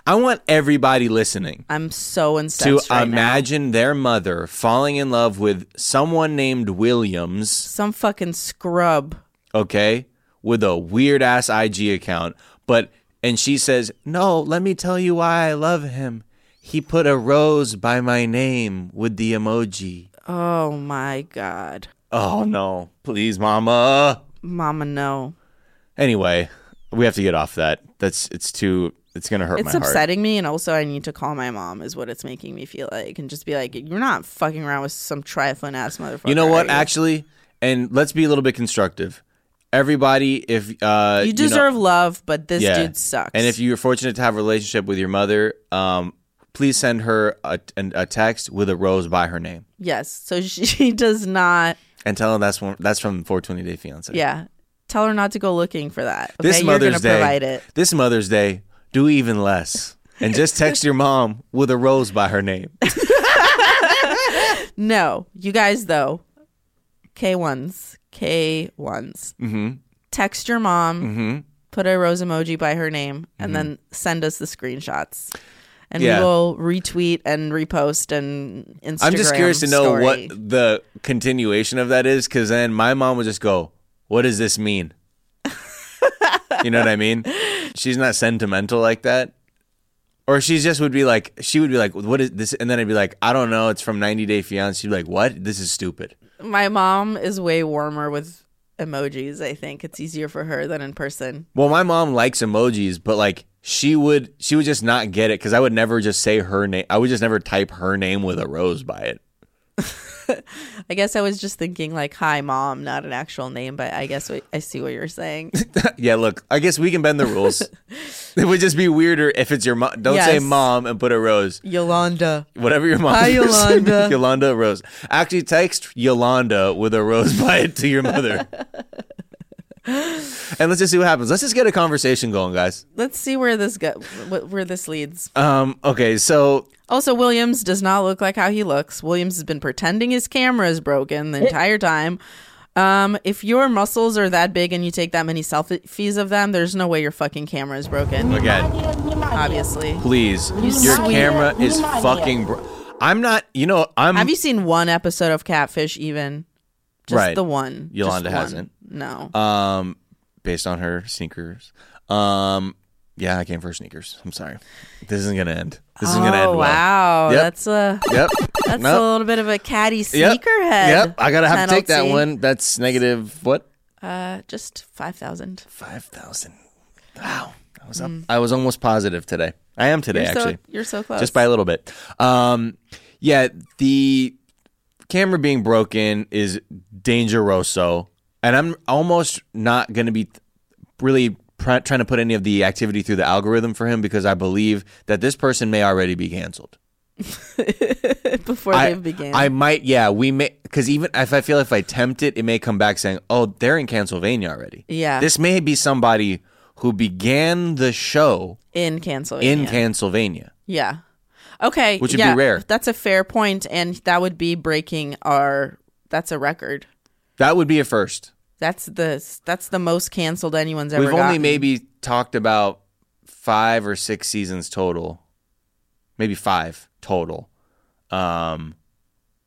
[SPEAKER 4] I want everybody listening.
[SPEAKER 5] I'm so
[SPEAKER 4] to
[SPEAKER 5] incensed right now.
[SPEAKER 4] imagine their mother falling in love with someone named Williams,
[SPEAKER 5] Some fucking scrub.
[SPEAKER 4] okay, with a weird ass IG account, but and she says, "No, let me tell you why I love him. He put a rose by my name with the emoji."
[SPEAKER 5] Oh my god.
[SPEAKER 4] Oh no, please mama.
[SPEAKER 5] Mama no.
[SPEAKER 4] Anyway, we have to get off that. That's it's too it's going to hurt
[SPEAKER 5] it's
[SPEAKER 4] my heart.
[SPEAKER 5] upsetting me and also I need to call my mom is what it's making me feel like and just be like you're not fucking around with some trifling ass motherfucker.
[SPEAKER 4] You know
[SPEAKER 5] are
[SPEAKER 4] what? Actually, and let's be a little bit constructive. Everybody, if uh,
[SPEAKER 5] you
[SPEAKER 4] know-
[SPEAKER 5] deserve love, but this
[SPEAKER 4] Yeah.
[SPEAKER 5] dude sucks.
[SPEAKER 4] And if you're fortunate to have a relationship with your mother, um, please send her a, an- a text with a rose by her name
[SPEAKER 5] yes, so she does not
[SPEAKER 4] and tell her that's from, that's from 420 Day Fiance.
[SPEAKER 5] Yeah. Tell her not to go looking for that. Okay?
[SPEAKER 4] This
[SPEAKER 5] You're
[SPEAKER 4] Mother's
[SPEAKER 5] gonna
[SPEAKER 4] Day,
[SPEAKER 5] provide it.
[SPEAKER 4] this Mother's Day, do even less and just text your mom with a rose by her name.
[SPEAKER 5] No, you guys though. K ones, K ones.
[SPEAKER 4] Mhm.
[SPEAKER 5] Text your mom.
[SPEAKER 4] Mhm.
[SPEAKER 5] Put a rose emoji by her name, and
[SPEAKER 4] Mhm.
[SPEAKER 5] then send us the screenshots, and
[SPEAKER 4] Yeah.
[SPEAKER 5] we will retweet and repost and Instagram.
[SPEAKER 4] I'm just curious to know
[SPEAKER 5] story.
[SPEAKER 4] what the continuation of that is because then my mom would just go, What does this mean? you know what I mean? She's not sentimental like that. Or she just would be like, She would be like, What is this? And then I'd be like, I don't know. It's from 90 Day Fiance. She'd be like, What? This is stupid.
[SPEAKER 5] My mom is way warmer with emojis. I think it's easier for her than in person.
[SPEAKER 4] Well, my mom likes emojis, but like, she would she would just not get it because I would never just say her name. I would just never type her name with a rose by it.
[SPEAKER 5] I guess I was just thinking like, "Hi, mom," not an actual name, but I guess what, I see what you're saying.
[SPEAKER 4] yeah, look, I guess we can bend the rules. it would just be weirder if it's your mom. Don't say
[SPEAKER 5] Yes.
[SPEAKER 4] mom and put a rose.
[SPEAKER 5] Yolanda.
[SPEAKER 4] Whatever your mom.
[SPEAKER 5] Hi,
[SPEAKER 4] is.
[SPEAKER 5] Yolanda.
[SPEAKER 4] Yolanda Rose. Actually, text Yolanda with a rose by it to your mother. and let's just see what happens. Let's just get a conversation going, guys.
[SPEAKER 5] Let's see where this go- wh- where this leads.
[SPEAKER 4] Um. Okay. So
[SPEAKER 5] Also, Williams does not look like how he looks. Williams has been pretending his camera is broken the entire time. Um, if your muscles are that big and you take that many selfies of them, there's no way your fucking camera is broken.
[SPEAKER 4] again,
[SPEAKER 5] Obviously.
[SPEAKER 4] please,
[SPEAKER 5] You
[SPEAKER 4] your
[SPEAKER 5] sweet-
[SPEAKER 4] camera is
[SPEAKER 5] you sweet-
[SPEAKER 4] fucking. Br- I'm not. You know. I'm.
[SPEAKER 5] Have you seen one episode of Catfish even? Just
[SPEAKER 4] Right.
[SPEAKER 5] the one. Just
[SPEAKER 4] Yolanda
[SPEAKER 5] one.
[SPEAKER 4] hasn't.
[SPEAKER 5] No.
[SPEAKER 4] Um. Based on her sneakers. Um. Yeah, I came for her sneakers. I'm sorry. This isn't gonna end. This isn't gonna end.
[SPEAKER 5] Oh,
[SPEAKER 4] well.
[SPEAKER 5] wow.
[SPEAKER 4] Yep.
[SPEAKER 5] That's a
[SPEAKER 4] Yep.
[SPEAKER 5] that's
[SPEAKER 4] Nope.
[SPEAKER 5] a little bit of a catty
[SPEAKER 4] Yep.
[SPEAKER 5] sneakerhead.
[SPEAKER 4] Yep. I gotta have to take that
[SPEAKER 5] penalty.
[SPEAKER 4] one. That's negative. What?
[SPEAKER 5] Uh, just 5,000.
[SPEAKER 4] 5,000. Wow. I was up. I was almost positive today. I am today
[SPEAKER 5] Mm. You're so-
[SPEAKER 4] actually.
[SPEAKER 5] you're so close.
[SPEAKER 4] Uh, Just by a little bit. Um, yeah, the camera being broken is dangeroso, and I'm almost not going to be really pr- trying to put any of the activity through the algorithm for him because I believe that this person may already be canceled.
[SPEAKER 5] before
[SPEAKER 4] I,
[SPEAKER 5] they began.
[SPEAKER 4] I might, yeah, we may, because even if I feel if I tempt it, it may come back saying, "Oh, they're in Pennsylvania already."
[SPEAKER 5] Yeah.
[SPEAKER 4] this may be somebody who began the show
[SPEAKER 5] in Pennsylvania.
[SPEAKER 4] in Pennsylvania.
[SPEAKER 5] Yeah. Okay.
[SPEAKER 4] Which would be
[SPEAKER 5] yeah,
[SPEAKER 4] rare.
[SPEAKER 5] That's a fair point, and that would be breaking our. That's a record.
[SPEAKER 4] That would be a first.
[SPEAKER 5] That's the that's the most canceled anyone's ever.
[SPEAKER 4] We've only
[SPEAKER 5] gotten.
[SPEAKER 4] maybe talked about five or six seasons total, maybe five total, um,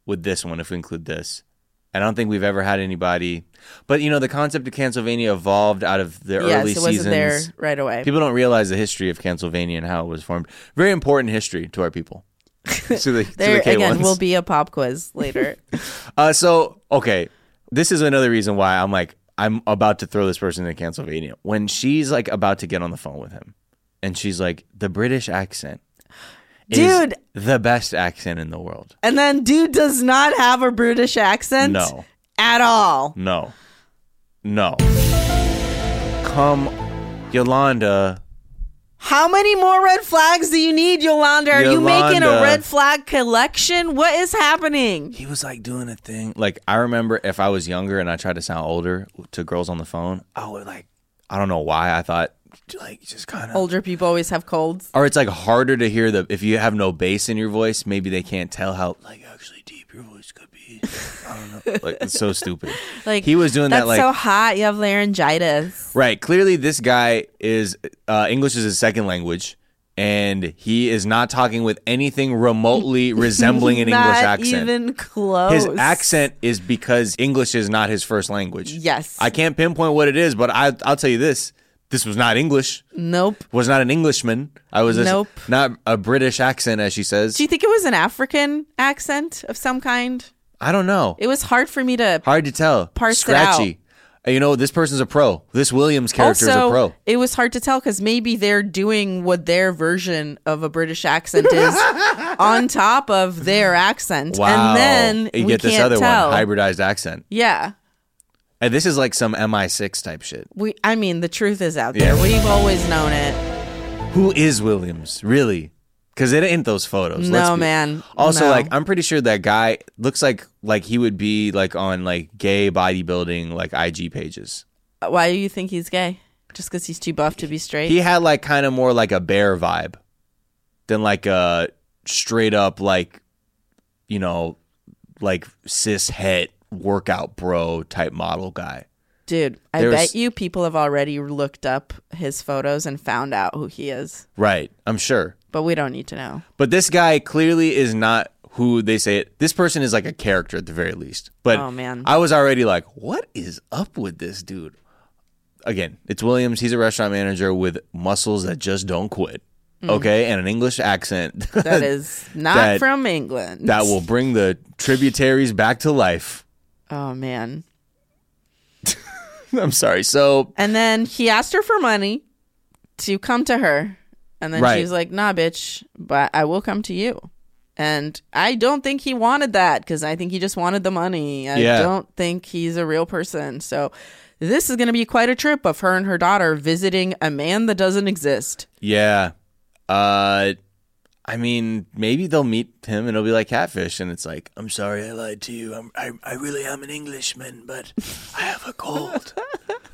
[SPEAKER 4] with this one if we include this. And I don't think we've ever had anybody, but you know, the concept of Cancelvania evolved out of the
[SPEAKER 5] Yes,
[SPEAKER 4] early
[SPEAKER 5] it wasn't
[SPEAKER 4] seasons.
[SPEAKER 5] there right away.
[SPEAKER 4] People don't realize the history of Cancelvania and how it was formed. Very important history to our people. to the, to
[SPEAKER 5] there
[SPEAKER 4] the K
[SPEAKER 5] again
[SPEAKER 4] ones.
[SPEAKER 5] will be a pop quiz later.
[SPEAKER 4] Uh, so okay, this is another reason why I'm like I'm about to throw this person in Pennsylvania when she's like about to get on the phone with him, and she's like the British accent, is
[SPEAKER 5] Dude.
[SPEAKER 4] the best accent in the world.
[SPEAKER 5] and then dude does not have a British accent
[SPEAKER 4] No.
[SPEAKER 5] at all.
[SPEAKER 4] No, no, come, Yolanda.
[SPEAKER 5] How many more red flags do you need, Yolanda? Are you making a
[SPEAKER 4] Yolanda.
[SPEAKER 5] red flag collection? What is happening?
[SPEAKER 4] He was like doing a thing. Like I remember if I was younger and I tried to sound older to girls on the phone, I would like I don't know why I thought like just kind of
[SPEAKER 5] older people always have colds.
[SPEAKER 4] or it's like harder to hear the if you have no bass in your voice, maybe they can't tell how like actually deep your voice could be. I don't know. Like it's so stupid.
[SPEAKER 5] Like
[SPEAKER 4] he was doing that
[SPEAKER 5] that's
[SPEAKER 4] like
[SPEAKER 5] so hot. You have laryngitis.
[SPEAKER 4] right. Clearly, this guy is uh, English is his second language, and he is not talking with anything remotely resembling an
[SPEAKER 5] Not
[SPEAKER 4] English accent.
[SPEAKER 5] Even close.
[SPEAKER 4] his accent is because English is not his first language.
[SPEAKER 5] Yes.
[SPEAKER 4] I can't pinpoint what it is, but I, I'll tell you this: this was not English.
[SPEAKER 5] Nope.
[SPEAKER 4] Was not an Englishman. I was a,
[SPEAKER 5] Nope.
[SPEAKER 4] not a British accent, as she says.
[SPEAKER 5] Do you think it was an African accent of some kind?
[SPEAKER 4] I don't know.
[SPEAKER 5] It was hard for me to
[SPEAKER 4] Hard to tell.
[SPEAKER 5] Parse it
[SPEAKER 4] Scratchy. Uh, You know, this person's a pro. This Williams character is a
[SPEAKER 5] also,
[SPEAKER 4] pro.
[SPEAKER 5] It was hard to tell because maybe they're doing what their version of a British accent is on top of their accent,
[SPEAKER 4] Wow.
[SPEAKER 5] and then
[SPEAKER 4] you
[SPEAKER 5] we
[SPEAKER 4] get this
[SPEAKER 5] can't
[SPEAKER 4] other
[SPEAKER 5] tell.
[SPEAKER 4] one, hybridized accent.
[SPEAKER 5] Yeah,
[SPEAKER 4] And this is like some MI6 type shit.
[SPEAKER 5] we. I mean, the truth is out there.
[SPEAKER 4] Yeah.
[SPEAKER 5] We've always known it.
[SPEAKER 4] Who is Williams, really? Because it ain't those photos. let's
[SPEAKER 5] No,
[SPEAKER 4] be-
[SPEAKER 5] man.
[SPEAKER 4] Also,
[SPEAKER 5] No.
[SPEAKER 4] like, I'm pretty sure that guy looks like like he would be like on like gay bodybuilding like IG pages.
[SPEAKER 5] Why do you think he's gay? Just because he's too buff to be straight?
[SPEAKER 4] He had like kind of more like a bear vibe than like a straight up like you know like cis het workout bro type model guy.
[SPEAKER 5] Dude, I
[SPEAKER 4] There was-
[SPEAKER 5] bet you people have already looked up his photos and found out who he is,
[SPEAKER 4] Right, I'm sure.
[SPEAKER 5] but we don't need to know.
[SPEAKER 4] But this guy clearly is not who they say it. This person is like a character at the very least. But
[SPEAKER 5] Oh, man.
[SPEAKER 4] I was already like, what is up with this dude? Again, it's Williams. He's a restaurant manager with muscles that just don't quit.
[SPEAKER 5] Mm.
[SPEAKER 4] Okay, and an English accent
[SPEAKER 5] That is not
[SPEAKER 4] That-
[SPEAKER 5] from England.
[SPEAKER 4] that will bring the tributaries back to life.
[SPEAKER 5] Oh man.
[SPEAKER 4] I'm sorry. So
[SPEAKER 5] And then he asked her for money to come to her. And then
[SPEAKER 4] Right.
[SPEAKER 5] she was like, nah, bitch, but I will come to you. And I don't think he wanted that because I think he just wanted the money. I
[SPEAKER 4] Yeah.
[SPEAKER 5] don't think he's a real person. So this is going to be quite a trip of her and her daughter visiting a man that doesn't exist.
[SPEAKER 4] yeah, uh, I mean, maybe they'll meet him and it'll be like catfish, and it's like, I'm sorry, I lied to you. I'm, I I really am an Englishman, but I have a cold.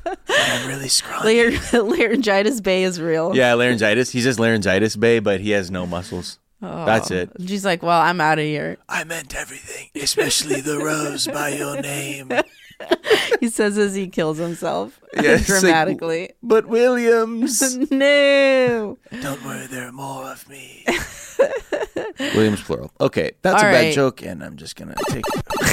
[SPEAKER 4] And I'm really scrawny.
[SPEAKER 5] Lar- laryngitis Bay is real.
[SPEAKER 4] Yeah, laryngitis. He's just laryngitis bay, but he has no muscles.
[SPEAKER 5] Oh.
[SPEAKER 4] That's it.
[SPEAKER 5] She's like, well, I'm out of here.
[SPEAKER 4] I meant everything, especially the rose by your name.
[SPEAKER 5] He says as he kills himself
[SPEAKER 4] Yeah, it's like,
[SPEAKER 5] dramatically.
[SPEAKER 4] But Williams.
[SPEAKER 5] no.
[SPEAKER 4] Don't worry, there are more of me. Williams plural. Okay,
[SPEAKER 5] that's a All bad right. joke,
[SPEAKER 4] and I'm just gonna take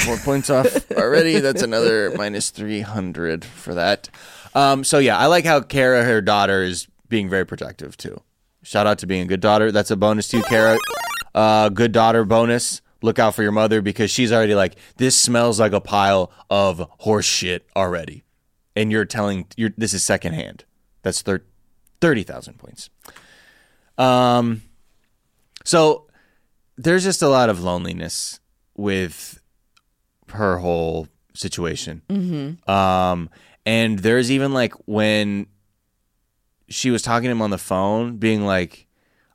[SPEAKER 4] four points off already. That's another minus three hundred for that. Um, so yeah, I like how Kara, her daughter, is being very protective too. Shout out to being a good daughter. That's a bonus to you, Kara. Uh, good daughter bonus. Look out for your mother because she's already like this smells like a pile of horse shit already, and you're telling you're this is secondhand. That's third 30,000 points. Um, so there's just a lot of loneliness with her whole situation.
[SPEAKER 5] Mhm.
[SPEAKER 4] Um, and there's even like when she was talking to him on the phone, being like,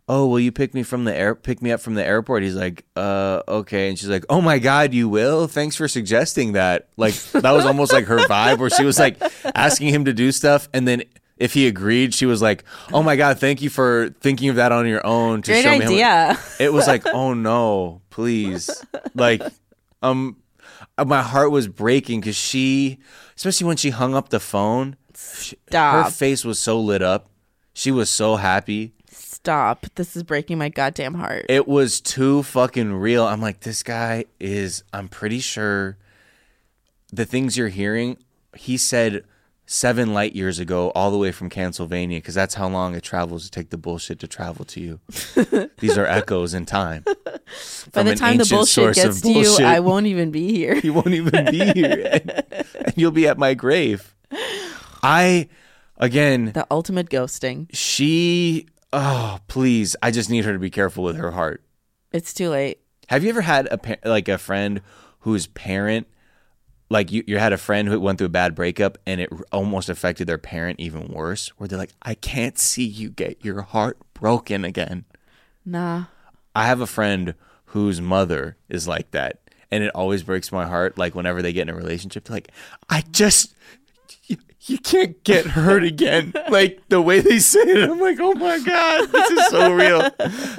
[SPEAKER 4] "Oh, will you pick me from the air? Pick me up from the airport?" He's like, "Uh, okay." And she's like, "Oh my god, you will! Thanks for suggesting that." Like that was almost like her vibe, where she was like asking him to do stuff, and then if he agreed, she was like, "Oh my god, thank you for thinking of that on your own." To
[SPEAKER 5] Great
[SPEAKER 4] show me how much-
[SPEAKER 5] idea.
[SPEAKER 4] it was like, oh no, please. Like, um, my heart was breaking because she, especially when she hung up the phone, she- her
[SPEAKER 5] Stop.
[SPEAKER 4] face was so lit up. She was so happy.
[SPEAKER 5] Stop. This is breaking my goddamn heart.
[SPEAKER 4] It was too fucking real. I'm like, this guy is, I'm pretty sure the things you're hearing, he said seven light years ago, all the way from Pennsylvania, because that's how long it travels to take the bullshit to travel to you. These are echoes in time.
[SPEAKER 5] By
[SPEAKER 4] from
[SPEAKER 5] the
[SPEAKER 4] an
[SPEAKER 5] time the
[SPEAKER 4] ancient
[SPEAKER 5] bullshit
[SPEAKER 4] source of
[SPEAKER 5] gets to you,
[SPEAKER 4] bullshit.
[SPEAKER 5] I won't even be here.
[SPEAKER 4] You won't even be here. And, and you'll be at my grave. I, again,
[SPEAKER 5] the ultimate ghosting.
[SPEAKER 4] She, oh, please, I just need her to be careful with her heart.
[SPEAKER 5] It's too late.
[SPEAKER 4] Have you ever had a pa- like a friend whose parent, like you, you had a friend who went through a bad breakup and it r- almost affected their parent even worse, where they're like, I can't see you get your heart broken again.
[SPEAKER 5] Nah.
[SPEAKER 4] I have a friend whose mother is like that, and it always breaks my heart. Like whenever they get in a relationship, they're like, I just you, you can't get hurt again. like the way they say it, I'm like, oh my god, this is so real.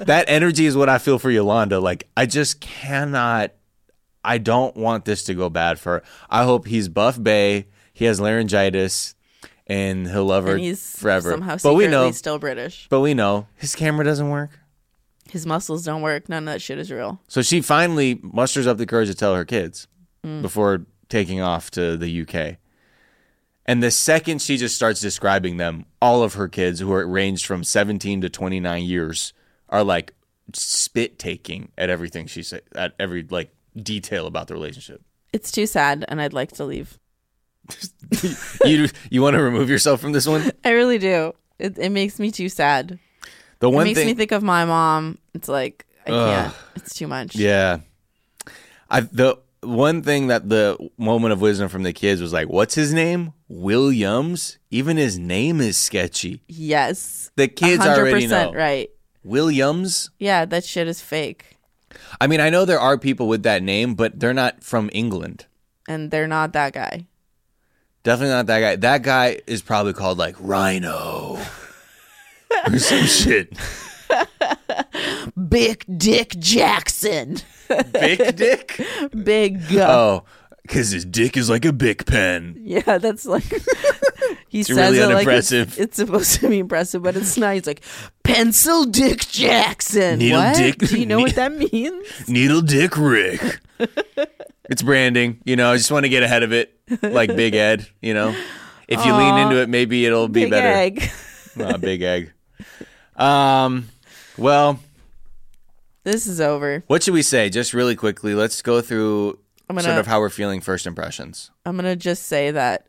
[SPEAKER 4] that energy is what I feel for Yolanda. Like I just cannot. I don't want this to go bad for her. I hope he's Buff Bay. He has laryngitis, and he'll love her
[SPEAKER 5] and he's
[SPEAKER 4] forever.
[SPEAKER 5] somehow
[SPEAKER 4] but we know,
[SPEAKER 5] still British.
[SPEAKER 4] but we know his camera doesn't work.
[SPEAKER 5] His muscles don't work. None of that shit is real.
[SPEAKER 4] So she finally musters up the courage to tell her kids
[SPEAKER 5] Mm.
[SPEAKER 4] before taking off to the UK. And the second she just starts describing them, all of her kids, who are ranged from 17 to 29 years, are like spit taking at everything she said, at every like detail about the relationship.
[SPEAKER 5] It's too sad, and I'd like to leave.
[SPEAKER 4] you you want to remove yourself from this one?
[SPEAKER 5] I really do. It, it makes me too sad.
[SPEAKER 4] The one
[SPEAKER 5] it makes
[SPEAKER 4] thing
[SPEAKER 5] me think of my mom. It's like I
[SPEAKER 4] Ugh.
[SPEAKER 5] can't. It's too much.
[SPEAKER 4] Yeah. I the one thing that the moment of wisdom from the kids was like, what's his name? Williams? Even his name is sketchy.
[SPEAKER 5] Yes.
[SPEAKER 4] The kids already
[SPEAKER 5] 100%
[SPEAKER 4] know.
[SPEAKER 5] Right.
[SPEAKER 4] Williams?
[SPEAKER 5] Yeah, that shit is fake,
[SPEAKER 4] I mean, I know there are people with that name, but they're not from England.
[SPEAKER 5] and they're not that guy.
[SPEAKER 4] Definitely not that guy. That guy is probably called like Rhino or some shit.
[SPEAKER 5] Big Dick Jackson.
[SPEAKER 4] Big Dick.
[SPEAKER 5] Big. Go.
[SPEAKER 4] Oh, because his dick is like a bic pen.
[SPEAKER 5] Yeah, that's like he
[SPEAKER 4] It's
[SPEAKER 5] says
[SPEAKER 4] really
[SPEAKER 5] it like it's,
[SPEAKER 4] unimpressive.
[SPEAKER 5] it's supposed to be impressive, but it's not. He's like pencil dick Jackson.
[SPEAKER 4] Needle
[SPEAKER 5] what?
[SPEAKER 4] dick-
[SPEAKER 5] Do you know what that means?
[SPEAKER 4] Needle Dick Rick. it's branding, you know. I just want to get ahead of it, like Big Ed, you know. If you lean
[SPEAKER 5] Aw,
[SPEAKER 4] into it, maybe it'll be
[SPEAKER 5] Big
[SPEAKER 4] better.
[SPEAKER 5] egg.
[SPEAKER 4] Aw, big egg. Um, well,
[SPEAKER 5] This is over.
[SPEAKER 4] what should we say? Just really quickly, let's go through
[SPEAKER 5] I'm gonna-
[SPEAKER 4] sort of how we're feeling first impressions.
[SPEAKER 5] I'm gonna just say that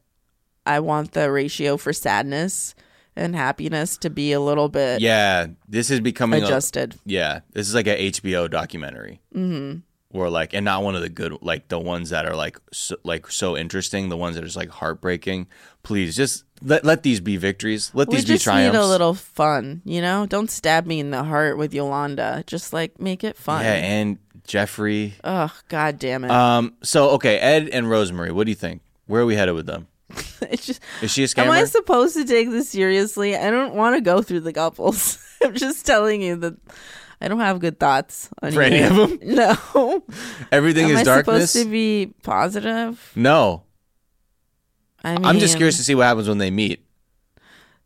[SPEAKER 5] I want the ratio for sadness and happiness to be a little bit.
[SPEAKER 4] Yeah, this is becoming a-
[SPEAKER 5] Adjusted.
[SPEAKER 4] yeah, this is like a HBO documentary.
[SPEAKER 5] Mhm.
[SPEAKER 4] Or like, and not one of the good, like the ones that are like, so, like so interesting. The ones that are just like heartbreaking. Please, just let let these be victories. Let
[SPEAKER 5] we
[SPEAKER 4] these be
[SPEAKER 5] just
[SPEAKER 4] triumphs.
[SPEAKER 5] need a little fun, you know. Don't stab me in the heart with Yolanda. Just like make it fun.
[SPEAKER 4] Yeah, and Jeffrey.
[SPEAKER 5] oh god damn it!
[SPEAKER 4] Um. So okay, Ed and Rosemary. What do you think? Where are we headed with them?
[SPEAKER 5] it's just
[SPEAKER 4] Is she a
[SPEAKER 5] Am I
[SPEAKER 4] scammer?
[SPEAKER 5] supposed to take this seriously? I don't want to go through the couples. I'm just telling you that I don't have good thoughts on
[SPEAKER 4] For any
[SPEAKER 5] either.
[SPEAKER 4] of 'em?
[SPEAKER 5] No.
[SPEAKER 4] Everything
[SPEAKER 5] Am
[SPEAKER 4] is
[SPEAKER 5] I
[SPEAKER 4] darkness.
[SPEAKER 5] supposed to be positive?
[SPEAKER 4] no,
[SPEAKER 5] I mean,
[SPEAKER 4] I'm just curious to see what happens when they meet.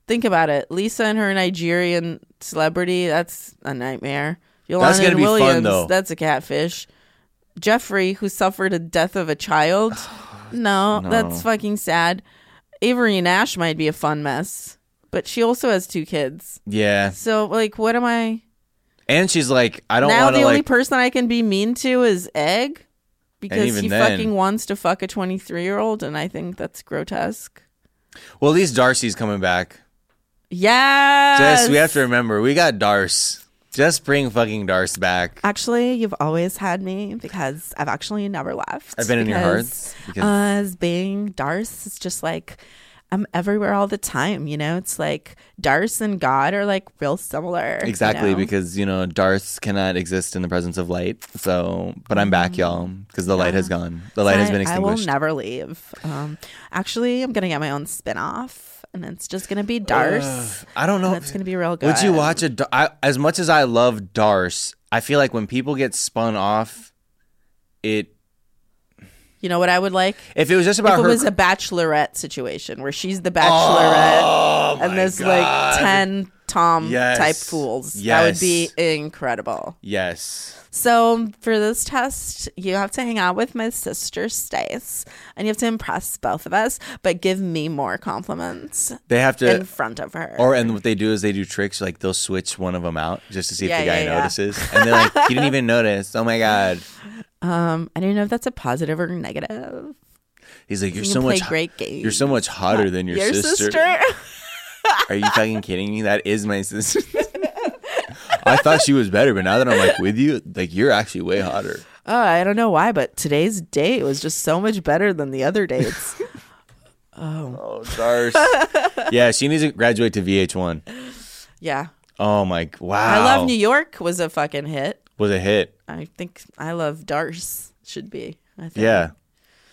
[SPEAKER 5] Think about it. Lisa and her Nigerian celebrity—that's a nightmare.
[SPEAKER 4] That's
[SPEAKER 5] Yolanda
[SPEAKER 4] gonna
[SPEAKER 5] and
[SPEAKER 4] be fun,
[SPEAKER 5] Williams,
[SPEAKER 4] though.
[SPEAKER 5] that's a catfish. Jeffrey, who suffered a death of a child. no,
[SPEAKER 4] No.
[SPEAKER 5] that's fucking sad. Avery and Ash might be a fun mess, but she also has two kids.
[SPEAKER 4] Yeah,
[SPEAKER 5] So like, what am I?
[SPEAKER 4] and she's like, I don't
[SPEAKER 5] now
[SPEAKER 4] want
[SPEAKER 5] the
[SPEAKER 4] to
[SPEAKER 5] only
[SPEAKER 4] like.
[SPEAKER 5] person I can be mean to is Egg, because
[SPEAKER 4] even
[SPEAKER 5] he
[SPEAKER 4] then-
[SPEAKER 5] fucking wants to fuck a twenty-three-year-old, and I think that's grotesque.
[SPEAKER 4] well, at least Darcy's coming back.
[SPEAKER 5] Yes.
[SPEAKER 4] Just we have to remember we got Darce. Just bring fucking Darce back.
[SPEAKER 5] Actually, you've always had me because I've actually never left.
[SPEAKER 4] I've been in your
[SPEAKER 5] Because,
[SPEAKER 4] hearts because-
[SPEAKER 5] Us being Darce is just like I'm everywhere all the time. You know, it's like Darce and God are like real similar. you
[SPEAKER 4] Exactly
[SPEAKER 5] know?
[SPEAKER 4] because you know Darce cannot exist in the presence of light. So, but I'm back, y'all, because the light has gone. The light has
[SPEAKER 5] I-
[SPEAKER 4] been
[SPEAKER 5] I will
[SPEAKER 4] extinguished.
[SPEAKER 5] never leave. Um, actually, I'm gonna get my own spin-off, and it's just gonna be Darce.
[SPEAKER 4] I don't know.
[SPEAKER 5] And it's gonna be real good.
[SPEAKER 4] Would you watch a? Dar- I, as much as I love Darce, I feel like when people get spun off, it
[SPEAKER 5] You know what I would like?
[SPEAKER 4] If it was just about
[SPEAKER 5] if it
[SPEAKER 4] her-
[SPEAKER 5] was a bachelorette situation where she's the bachelorette and there's like ten Tom
[SPEAKER 4] Oh Yes.
[SPEAKER 5] type fools, that would be incredible.
[SPEAKER 4] yes.
[SPEAKER 5] So for this test, you have to hang out with my sister Stace, and you have to impress both of us, but give me more compliments.
[SPEAKER 4] They have to
[SPEAKER 5] in front of her.
[SPEAKER 4] Or and what they do is they do tricks like they'll switch one of them out just to see if
[SPEAKER 5] Yeah,
[SPEAKER 4] the guy
[SPEAKER 5] yeah, yeah.
[SPEAKER 4] notices, and they're like, "He didn't even notice." Oh my god!
[SPEAKER 5] Um, I don't know if that's a positive or negative.
[SPEAKER 4] He's like, "You're
[SPEAKER 5] You
[SPEAKER 4] so
[SPEAKER 5] play
[SPEAKER 4] much ho-
[SPEAKER 5] great games.
[SPEAKER 4] You're so much hotter than your,
[SPEAKER 5] Your
[SPEAKER 4] sister.
[SPEAKER 5] sister.
[SPEAKER 4] Are you fucking kidding me? That is my sister. I thought she was better, but now that I'm like with you, like you're actually way hotter.
[SPEAKER 5] Oh, I don't know why, but today's date was just so much better than the other dates.
[SPEAKER 4] Oh, Darce. yeah, she needs to graduate to VH1.
[SPEAKER 5] yeah.
[SPEAKER 4] Oh my! Wow.
[SPEAKER 5] I Love New York was a fucking hit.
[SPEAKER 4] Was a hit.
[SPEAKER 5] I think I Love Darce should be. I think.
[SPEAKER 4] Yeah.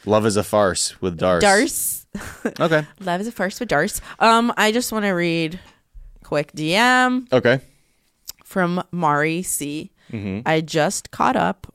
[SPEAKER 4] Love is a farce with Darce.
[SPEAKER 5] Darce.
[SPEAKER 4] Okay.
[SPEAKER 5] Love is a first with Darce. Um, I just want to read quick DM
[SPEAKER 4] Okay.
[SPEAKER 5] from Mari C. I
[SPEAKER 4] Mhm.
[SPEAKER 5] just caught up.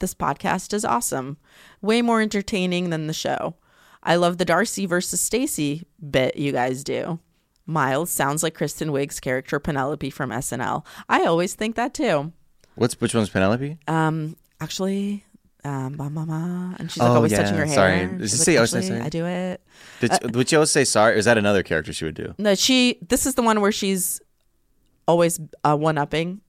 [SPEAKER 5] This podcast is awesome. Way more entertaining than the show. I love the Darcy versus Stacy bit you guys do. Miles sounds like Kristen Wiig's character Penelope from SNL. I always think that too.
[SPEAKER 4] What's which one's Penelope?
[SPEAKER 5] Um, actually, um, ma, ma, ma, and she's like
[SPEAKER 4] Oh,
[SPEAKER 5] always
[SPEAKER 4] yeah,
[SPEAKER 5] touching her hair.
[SPEAKER 4] sorry. Did
[SPEAKER 5] She's
[SPEAKER 4] you
[SPEAKER 5] like,
[SPEAKER 4] say- I was
[SPEAKER 5] "Actually,
[SPEAKER 4] saying-
[SPEAKER 5] I do it.
[SPEAKER 4] Did,
[SPEAKER 5] Uh,
[SPEAKER 4] she- would you always say sorry? Or is that another character she would do?
[SPEAKER 5] No, she. This is the one where she's always uh, one upping.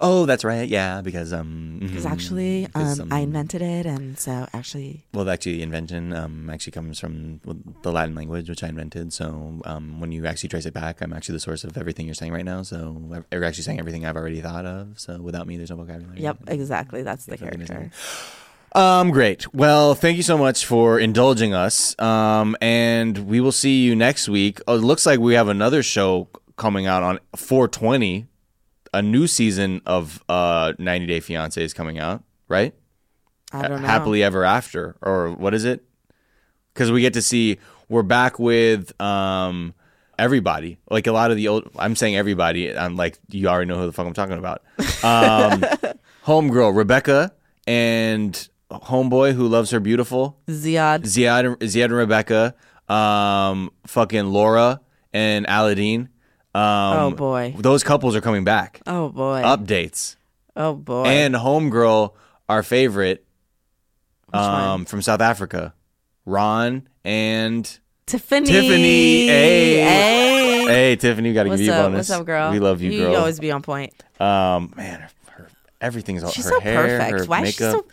[SPEAKER 4] Oh, that's right. Yeah, because um,
[SPEAKER 5] Because
[SPEAKER 4] mhm.
[SPEAKER 5] actually,
[SPEAKER 4] Because,
[SPEAKER 5] um, I invented it, and so actually,
[SPEAKER 4] well, actually, the invention um actually comes from the Latin language, which I invented. So um, when you actually trace it back, I'm actually the source of everything you're saying right now. So you're actually saying everything I've already thought of. So without me, there's no vocabulary.
[SPEAKER 5] yep, exactly. That's the character.
[SPEAKER 4] Um, great. Well, thank you so much for indulging us. Um, and we will see you next week. Oh, it looks like we have another show coming out on 420. A new season of uh 90 Day Fiance is coming out, right?
[SPEAKER 5] I don't know.
[SPEAKER 4] Happily Ever After, or what is it? Because we get to see we're back with um everybody, like a lot of the old. I'm saying everybody. I'm like you already know who the fuck I'm talking about. Um, homegirl Rebecca and homeboy who loves her beautiful
[SPEAKER 5] Ziad.
[SPEAKER 4] Ziad Ziad and Rebecca, um, fucking Laura and Aladdin. Um,
[SPEAKER 5] Oh, boy.
[SPEAKER 4] those couples are coming back.
[SPEAKER 5] Oh boy.
[SPEAKER 4] Updates
[SPEAKER 5] oh boy.
[SPEAKER 4] and homegirl, our favorite, um, from South Africa, Ron and
[SPEAKER 5] Tiffany.
[SPEAKER 4] Tiffany. Hey,
[SPEAKER 5] Hey.
[SPEAKER 4] Hey, Tiffany, we gotta
[SPEAKER 5] What's
[SPEAKER 4] give you a
[SPEAKER 5] up?
[SPEAKER 4] bonus.
[SPEAKER 5] What's up, girl?
[SPEAKER 4] We love you,
[SPEAKER 5] You
[SPEAKER 4] girl.
[SPEAKER 5] always be on point.
[SPEAKER 4] Um, man, her, her, everything's all
[SPEAKER 5] She's
[SPEAKER 4] her
[SPEAKER 5] so
[SPEAKER 4] hair,
[SPEAKER 5] perfect.
[SPEAKER 4] her
[SPEAKER 5] Why is she Oh,
[SPEAKER 4] makeup.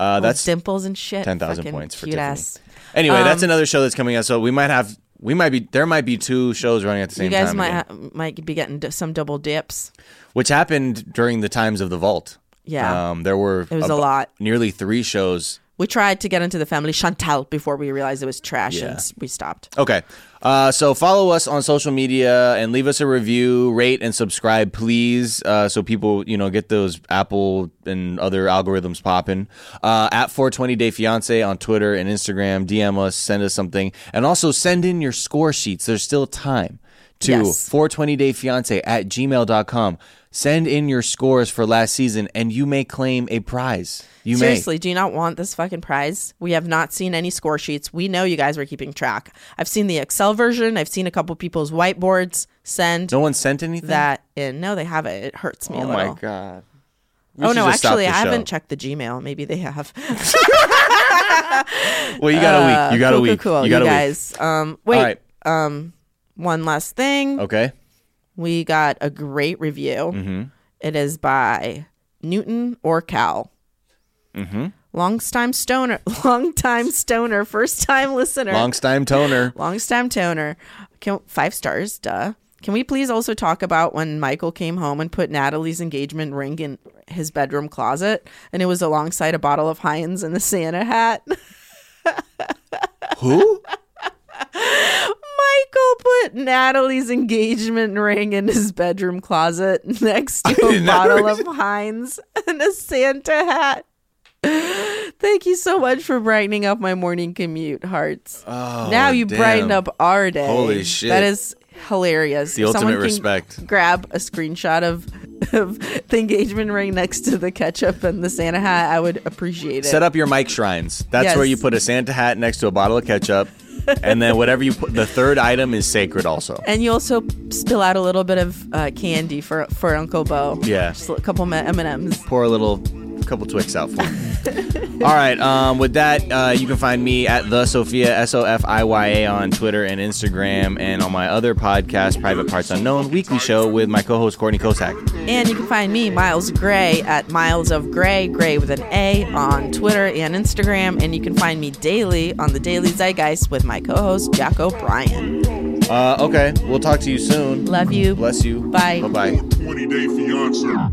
[SPEAKER 4] uh,
[SPEAKER 5] all
[SPEAKER 4] that's
[SPEAKER 5] dimples and shit.
[SPEAKER 4] Ten thousand
[SPEAKER 5] Fucking
[SPEAKER 4] points for
[SPEAKER 5] cute
[SPEAKER 4] Tiffany.
[SPEAKER 5] ass.
[SPEAKER 4] Anyway, that's
[SPEAKER 5] Um,
[SPEAKER 4] another show that's coming out. So we might have, we might be, there might be two shows running at the same
[SPEAKER 5] You guys
[SPEAKER 4] time,
[SPEAKER 5] might
[SPEAKER 4] again,
[SPEAKER 5] ha- might be getting d- some double dips.
[SPEAKER 4] which happened during the times of the vault.
[SPEAKER 5] Yeah.
[SPEAKER 4] um, there were
[SPEAKER 5] It was a lot.
[SPEAKER 4] nearly three shows
[SPEAKER 5] We tried to get into the family Chantal before we realized it was trash,
[SPEAKER 4] Yeah.
[SPEAKER 5] and s- we stopped.
[SPEAKER 4] Okay. Uh, so follow us on social media and leave us a review, rate and subscribe, please, uh, so people you know get those Apple and other algorithms popping. Uh, at 420 Day Fiance on Twitter and Instagram, DM us, send us something, and also send in your score sheets. There's still time to
[SPEAKER 5] Yes.
[SPEAKER 4] 420 Day Fiance at gmail.com. Send in your scores for last season, and you may claim a prize. You may.
[SPEAKER 5] Seriously, do you not want this fucking prize? We have not seen any score sheets. We know you guys were keeping track. I've seen the Excel version. I've seen a couple people's whiteboards. Send
[SPEAKER 4] No one sent anything.
[SPEAKER 5] that in. No, they haven't. It hurts me
[SPEAKER 4] oh
[SPEAKER 5] a little.
[SPEAKER 4] my god. We
[SPEAKER 5] Oh
[SPEAKER 4] should
[SPEAKER 5] no,
[SPEAKER 4] just stop
[SPEAKER 5] actually, I
[SPEAKER 4] the show.
[SPEAKER 5] haven't checked the Gmail. Maybe they have.
[SPEAKER 4] Well, you got a
[SPEAKER 5] Uh,
[SPEAKER 4] week. You got
[SPEAKER 5] cool,
[SPEAKER 4] a
[SPEAKER 5] cool,
[SPEAKER 4] week.
[SPEAKER 5] Cool,
[SPEAKER 4] You got a week.
[SPEAKER 5] guys. Um, wait.
[SPEAKER 4] All right.
[SPEAKER 5] Um, one last thing.
[SPEAKER 4] Okay.
[SPEAKER 5] We got a great review.
[SPEAKER 4] Mhm.
[SPEAKER 5] It is by Newton or Cal.
[SPEAKER 4] Mm-hmm.
[SPEAKER 5] Long time stoner, long time stoner, first time listener,
[SPEAKER 4] Long time toner.
[SPEAKER 5] long time toner. Can- Five stars, duh. Can we please also talk about when Michael came home and put Natalie's engagement ring in his bedroom closet and it was alongside a bottle of Heinz and a Santa hat?
[SPEAKER 4] Who?
[SPEAKER 5] Michael put Natalie's engagement ring in his bedroom closet next to a bottle of Heinz and a Santa hat. Thank you so much for brightening up my morning commute, hearts.
[SPEAKER 4] Oh,
[SPEAKER 5] now you
[SPEAKER 4] damn.
[SPEAKER 5] brighten up our day.
[SPEAKER 4] Holy shit.
[SPEAKER 5] That is hilarious.
[SPEAKER 4] The
[SPEAKER 5] If
[SPEAKER 4] ultimate
[SPEAKER 5] someone can
[SPEAKER 4] respect.
[SPEAKER 5] Grab a screenshot of, of the engagement ring next to the ketchup and the Santa hat. I would appreciate it.
[SPEAKER 4] Set up your mic shrines. That's
[SPEAKER 5] Yes.
[SPEAKER 4] where you put a Santa hat next to a bottle of ketchup, and then whatever you put. The third item is sacred, also.
[SPEAKER 5] And you also spill out a little bit of uh, candy for for Uncle Bo.
[SPEAKER 4] Yeah.
[SPEAKER 5] just a couple M and M's.
[SPEAKER 4] Pour a little, couple Twix out for him. All right. Um, with that, uh, you can find me at the Sophia S O F I Y A on Twitter and Instagram, and on my other podcast, Private Parts Unknown Weekly Show, with my co-host Courtney Kosak.
[SPEAKER 5] And you can find me, Miles Gray, at Miles of Gray, Gray with an A, on Twitter and Instagram. And you can find me daily on the Daily Zeitgeist with my co-host Jack O'Brien.
[SPEAKER 4] Uh, okay, we'll talk to you soon.
[SPEAKER 5] Love you.
[SPEAKER 4] Bless you.
[SPEAKER 5] Bye.
[SPEAKER 4] Bye bye.
[SPEAKER 11] 20 day fiance.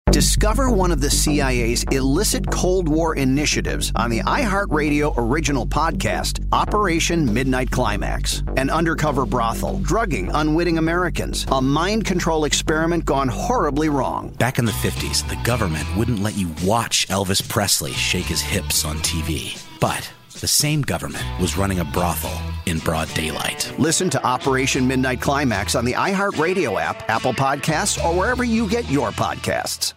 [SPEAKER 2] Discover one of the CIA's illicit Cold War initiatives on the iHeartRadio original podcast, Operation Midnight Climax. An undercover brothel, drugging unwitting Americans, a mind control experiment gone horribly wrong.
[SPEAKER 6] Back in the 50s, the government wouldn't let you watch Elvis Presley shake his hips on TV. But the same government was running a brothel in broad daylight.
[SPEAKER 2] Listen to Operation Midnight Climax on the iHeartRadio app, Apple Podcasts, or wherever you get your podcasts.